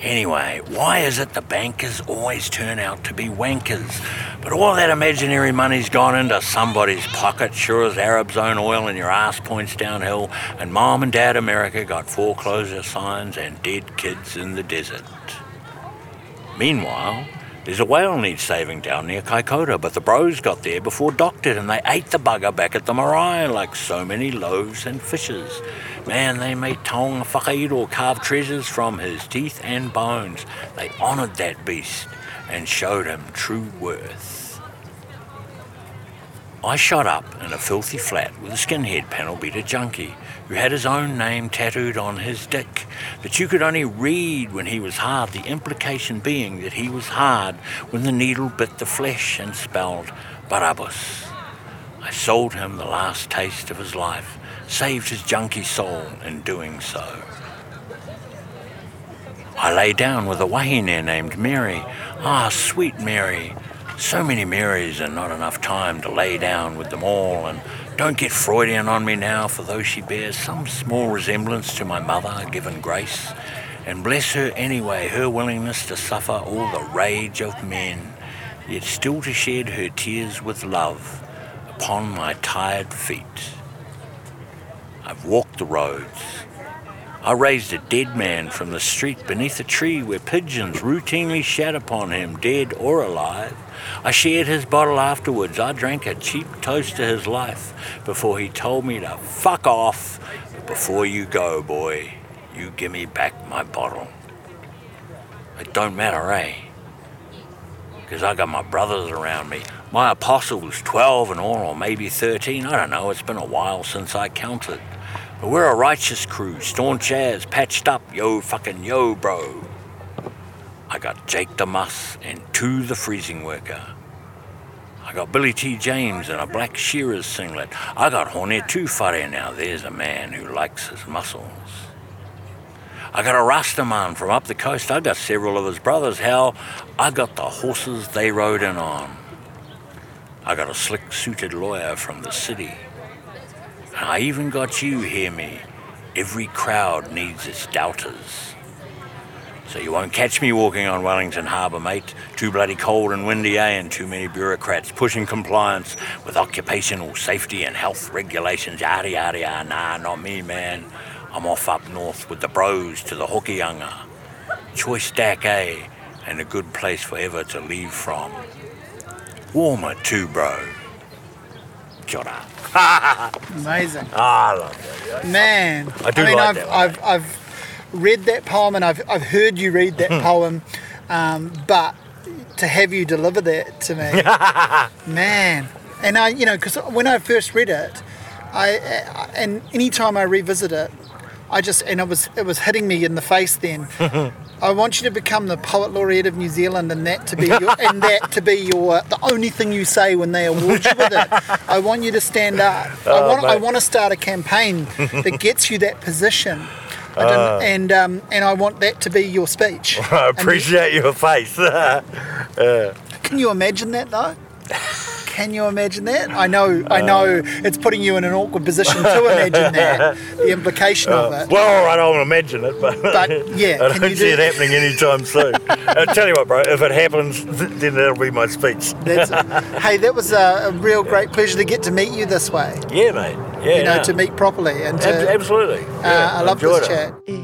Speaker 2: Anyway, why is it the bankers always turn out to be wankers? But all that imaginary money's gone into somebody's pocket, sure as Arab's own oil and your ass points downhill, and Mom and Dad America got foreclosure signs and dead kids in the desert. Meanwhile, there's a whale needs saving down near Kaikoura, but the bros got there before Doc did, and they ate the bugger back at the marae like so many loaves and fishes. Man, they made Tonga Whakairo carve treasures from his teeth and bones. They honoured that beast and showed him true worth. I shot up in a filthy flat with a skinhead panel beater junkie who had his own name tattooed on his dick that you could only read when he was hard, the implication being that he was hard when the needle bit the flesh and spelled Barabbas. I sold him the last taste of his life, saved his junky soul in doing so. I lay down with a wahine named Mary. Ah, sweet Mary. So many Marys and not enough time to lay down with them all. And don't get Freudian on me now, for though she bears some small resemblance to my mother, given grace, and bless her anyway, her willingness to suffer all the rage of men, yet still to shed her tears with love upon my tired feet. I've walked the roads, I raised a dead man from the street beneath a tree where pigeons routinely shat upon him, dead or alive. I shared his bottle afterwards. I drank a cheap toast to his life before he told me to fuck off. But before you go, boy, you give me back my bottle. It don't matter, eh? because I got my brothers around me. My apostle was 12 and all, or maybe 13. I don't know, it's been a while since I counted. But we're a righteous crew, staunch as, patched up, yo fucking yo, bro. I got Jake the Muss and two the freezing worker. I got Billy T. James in a black shearer's singlet. I got Horne Tufare now. There's a man who likes his muscles. I got a Rastaman from up the coast. I got several of his brothers. Hell, I got the horses they rode in on. I got a slick suited lawyer from the city. And I even got you, hear me. Every crowd needs its doubters. So you won't catch me walking on Wellington Harbour, mate. Too bloody cold and windy, eh? And too many bureaucrats pushing compliance with occupational safety and health regulations. Yada, yada, yada. Nah, not me, man. I'm off up north with the bros to the Hokianga. Choice stack, eh? And a good place forever to leave from. Warmer too, bro. Kia ora.
Speaker 1: Amazing.
Speaker 2: Ah, I love that.
Speaker 1: Man,
Speaker 2: I do
Speaker 1: mean,
Speaker 2: like
Speaker 1: I've,
Speaker 2: that one.
Speaker 1: I've, I've read that poem and I've, I've heard you read
Speaker 2: Hmm.
Speaker 1: that poem, um, but to have you deliver that to me, man. And I, you know, because when I first read it, I, I and anytime I revisit it, I just and it was it was hitting me in the face then. I want you to become the poet laureate of New Zealand, and that to be your, and that to be your the only thing you say when they award you with it. I want you to stand up. I want I
Speaker 2: Oh, mate.
Speaker 1: want to start a campaign that gets you that position, I don't- and um, and I want that to be your speech.
Speaker 2: Ah. I
Speaker 1: And
Speaker 2: appreciate your face.
Speaker 1: Can you imagine that though? Can you imagine that? I know,
Speaker 2: Ah.
Speaker 1: I know, it's putting you in an awkward position to imagine that, the implication
Speaker 2: Ah.
Speaker 1: of it.
Speaker 2: well, I don't imagine it, but,
Speaker 1: But, yeah,
Speaker 2: I
Speaker 1: can
Speaker 2: don't
Speaker 1: you
Speaker 2: see
Speaker 1: do-
Speaker 2: it happening anytime soon. I tell you what, bro, if it happens, th- then that'll be my speech.
Speaker 1: That's, hey, that was a, a real great pleasure to get to meet you this way.
Speaker 2: Yeah, mate. Yeah,
Speaker 1: you know,
Speaker 2: no.
Speaker 1: to meet properly and to,
Speaker 2: Ab- absolutely.
Speaker 1: uh, I love this chat.
Speaker 4: It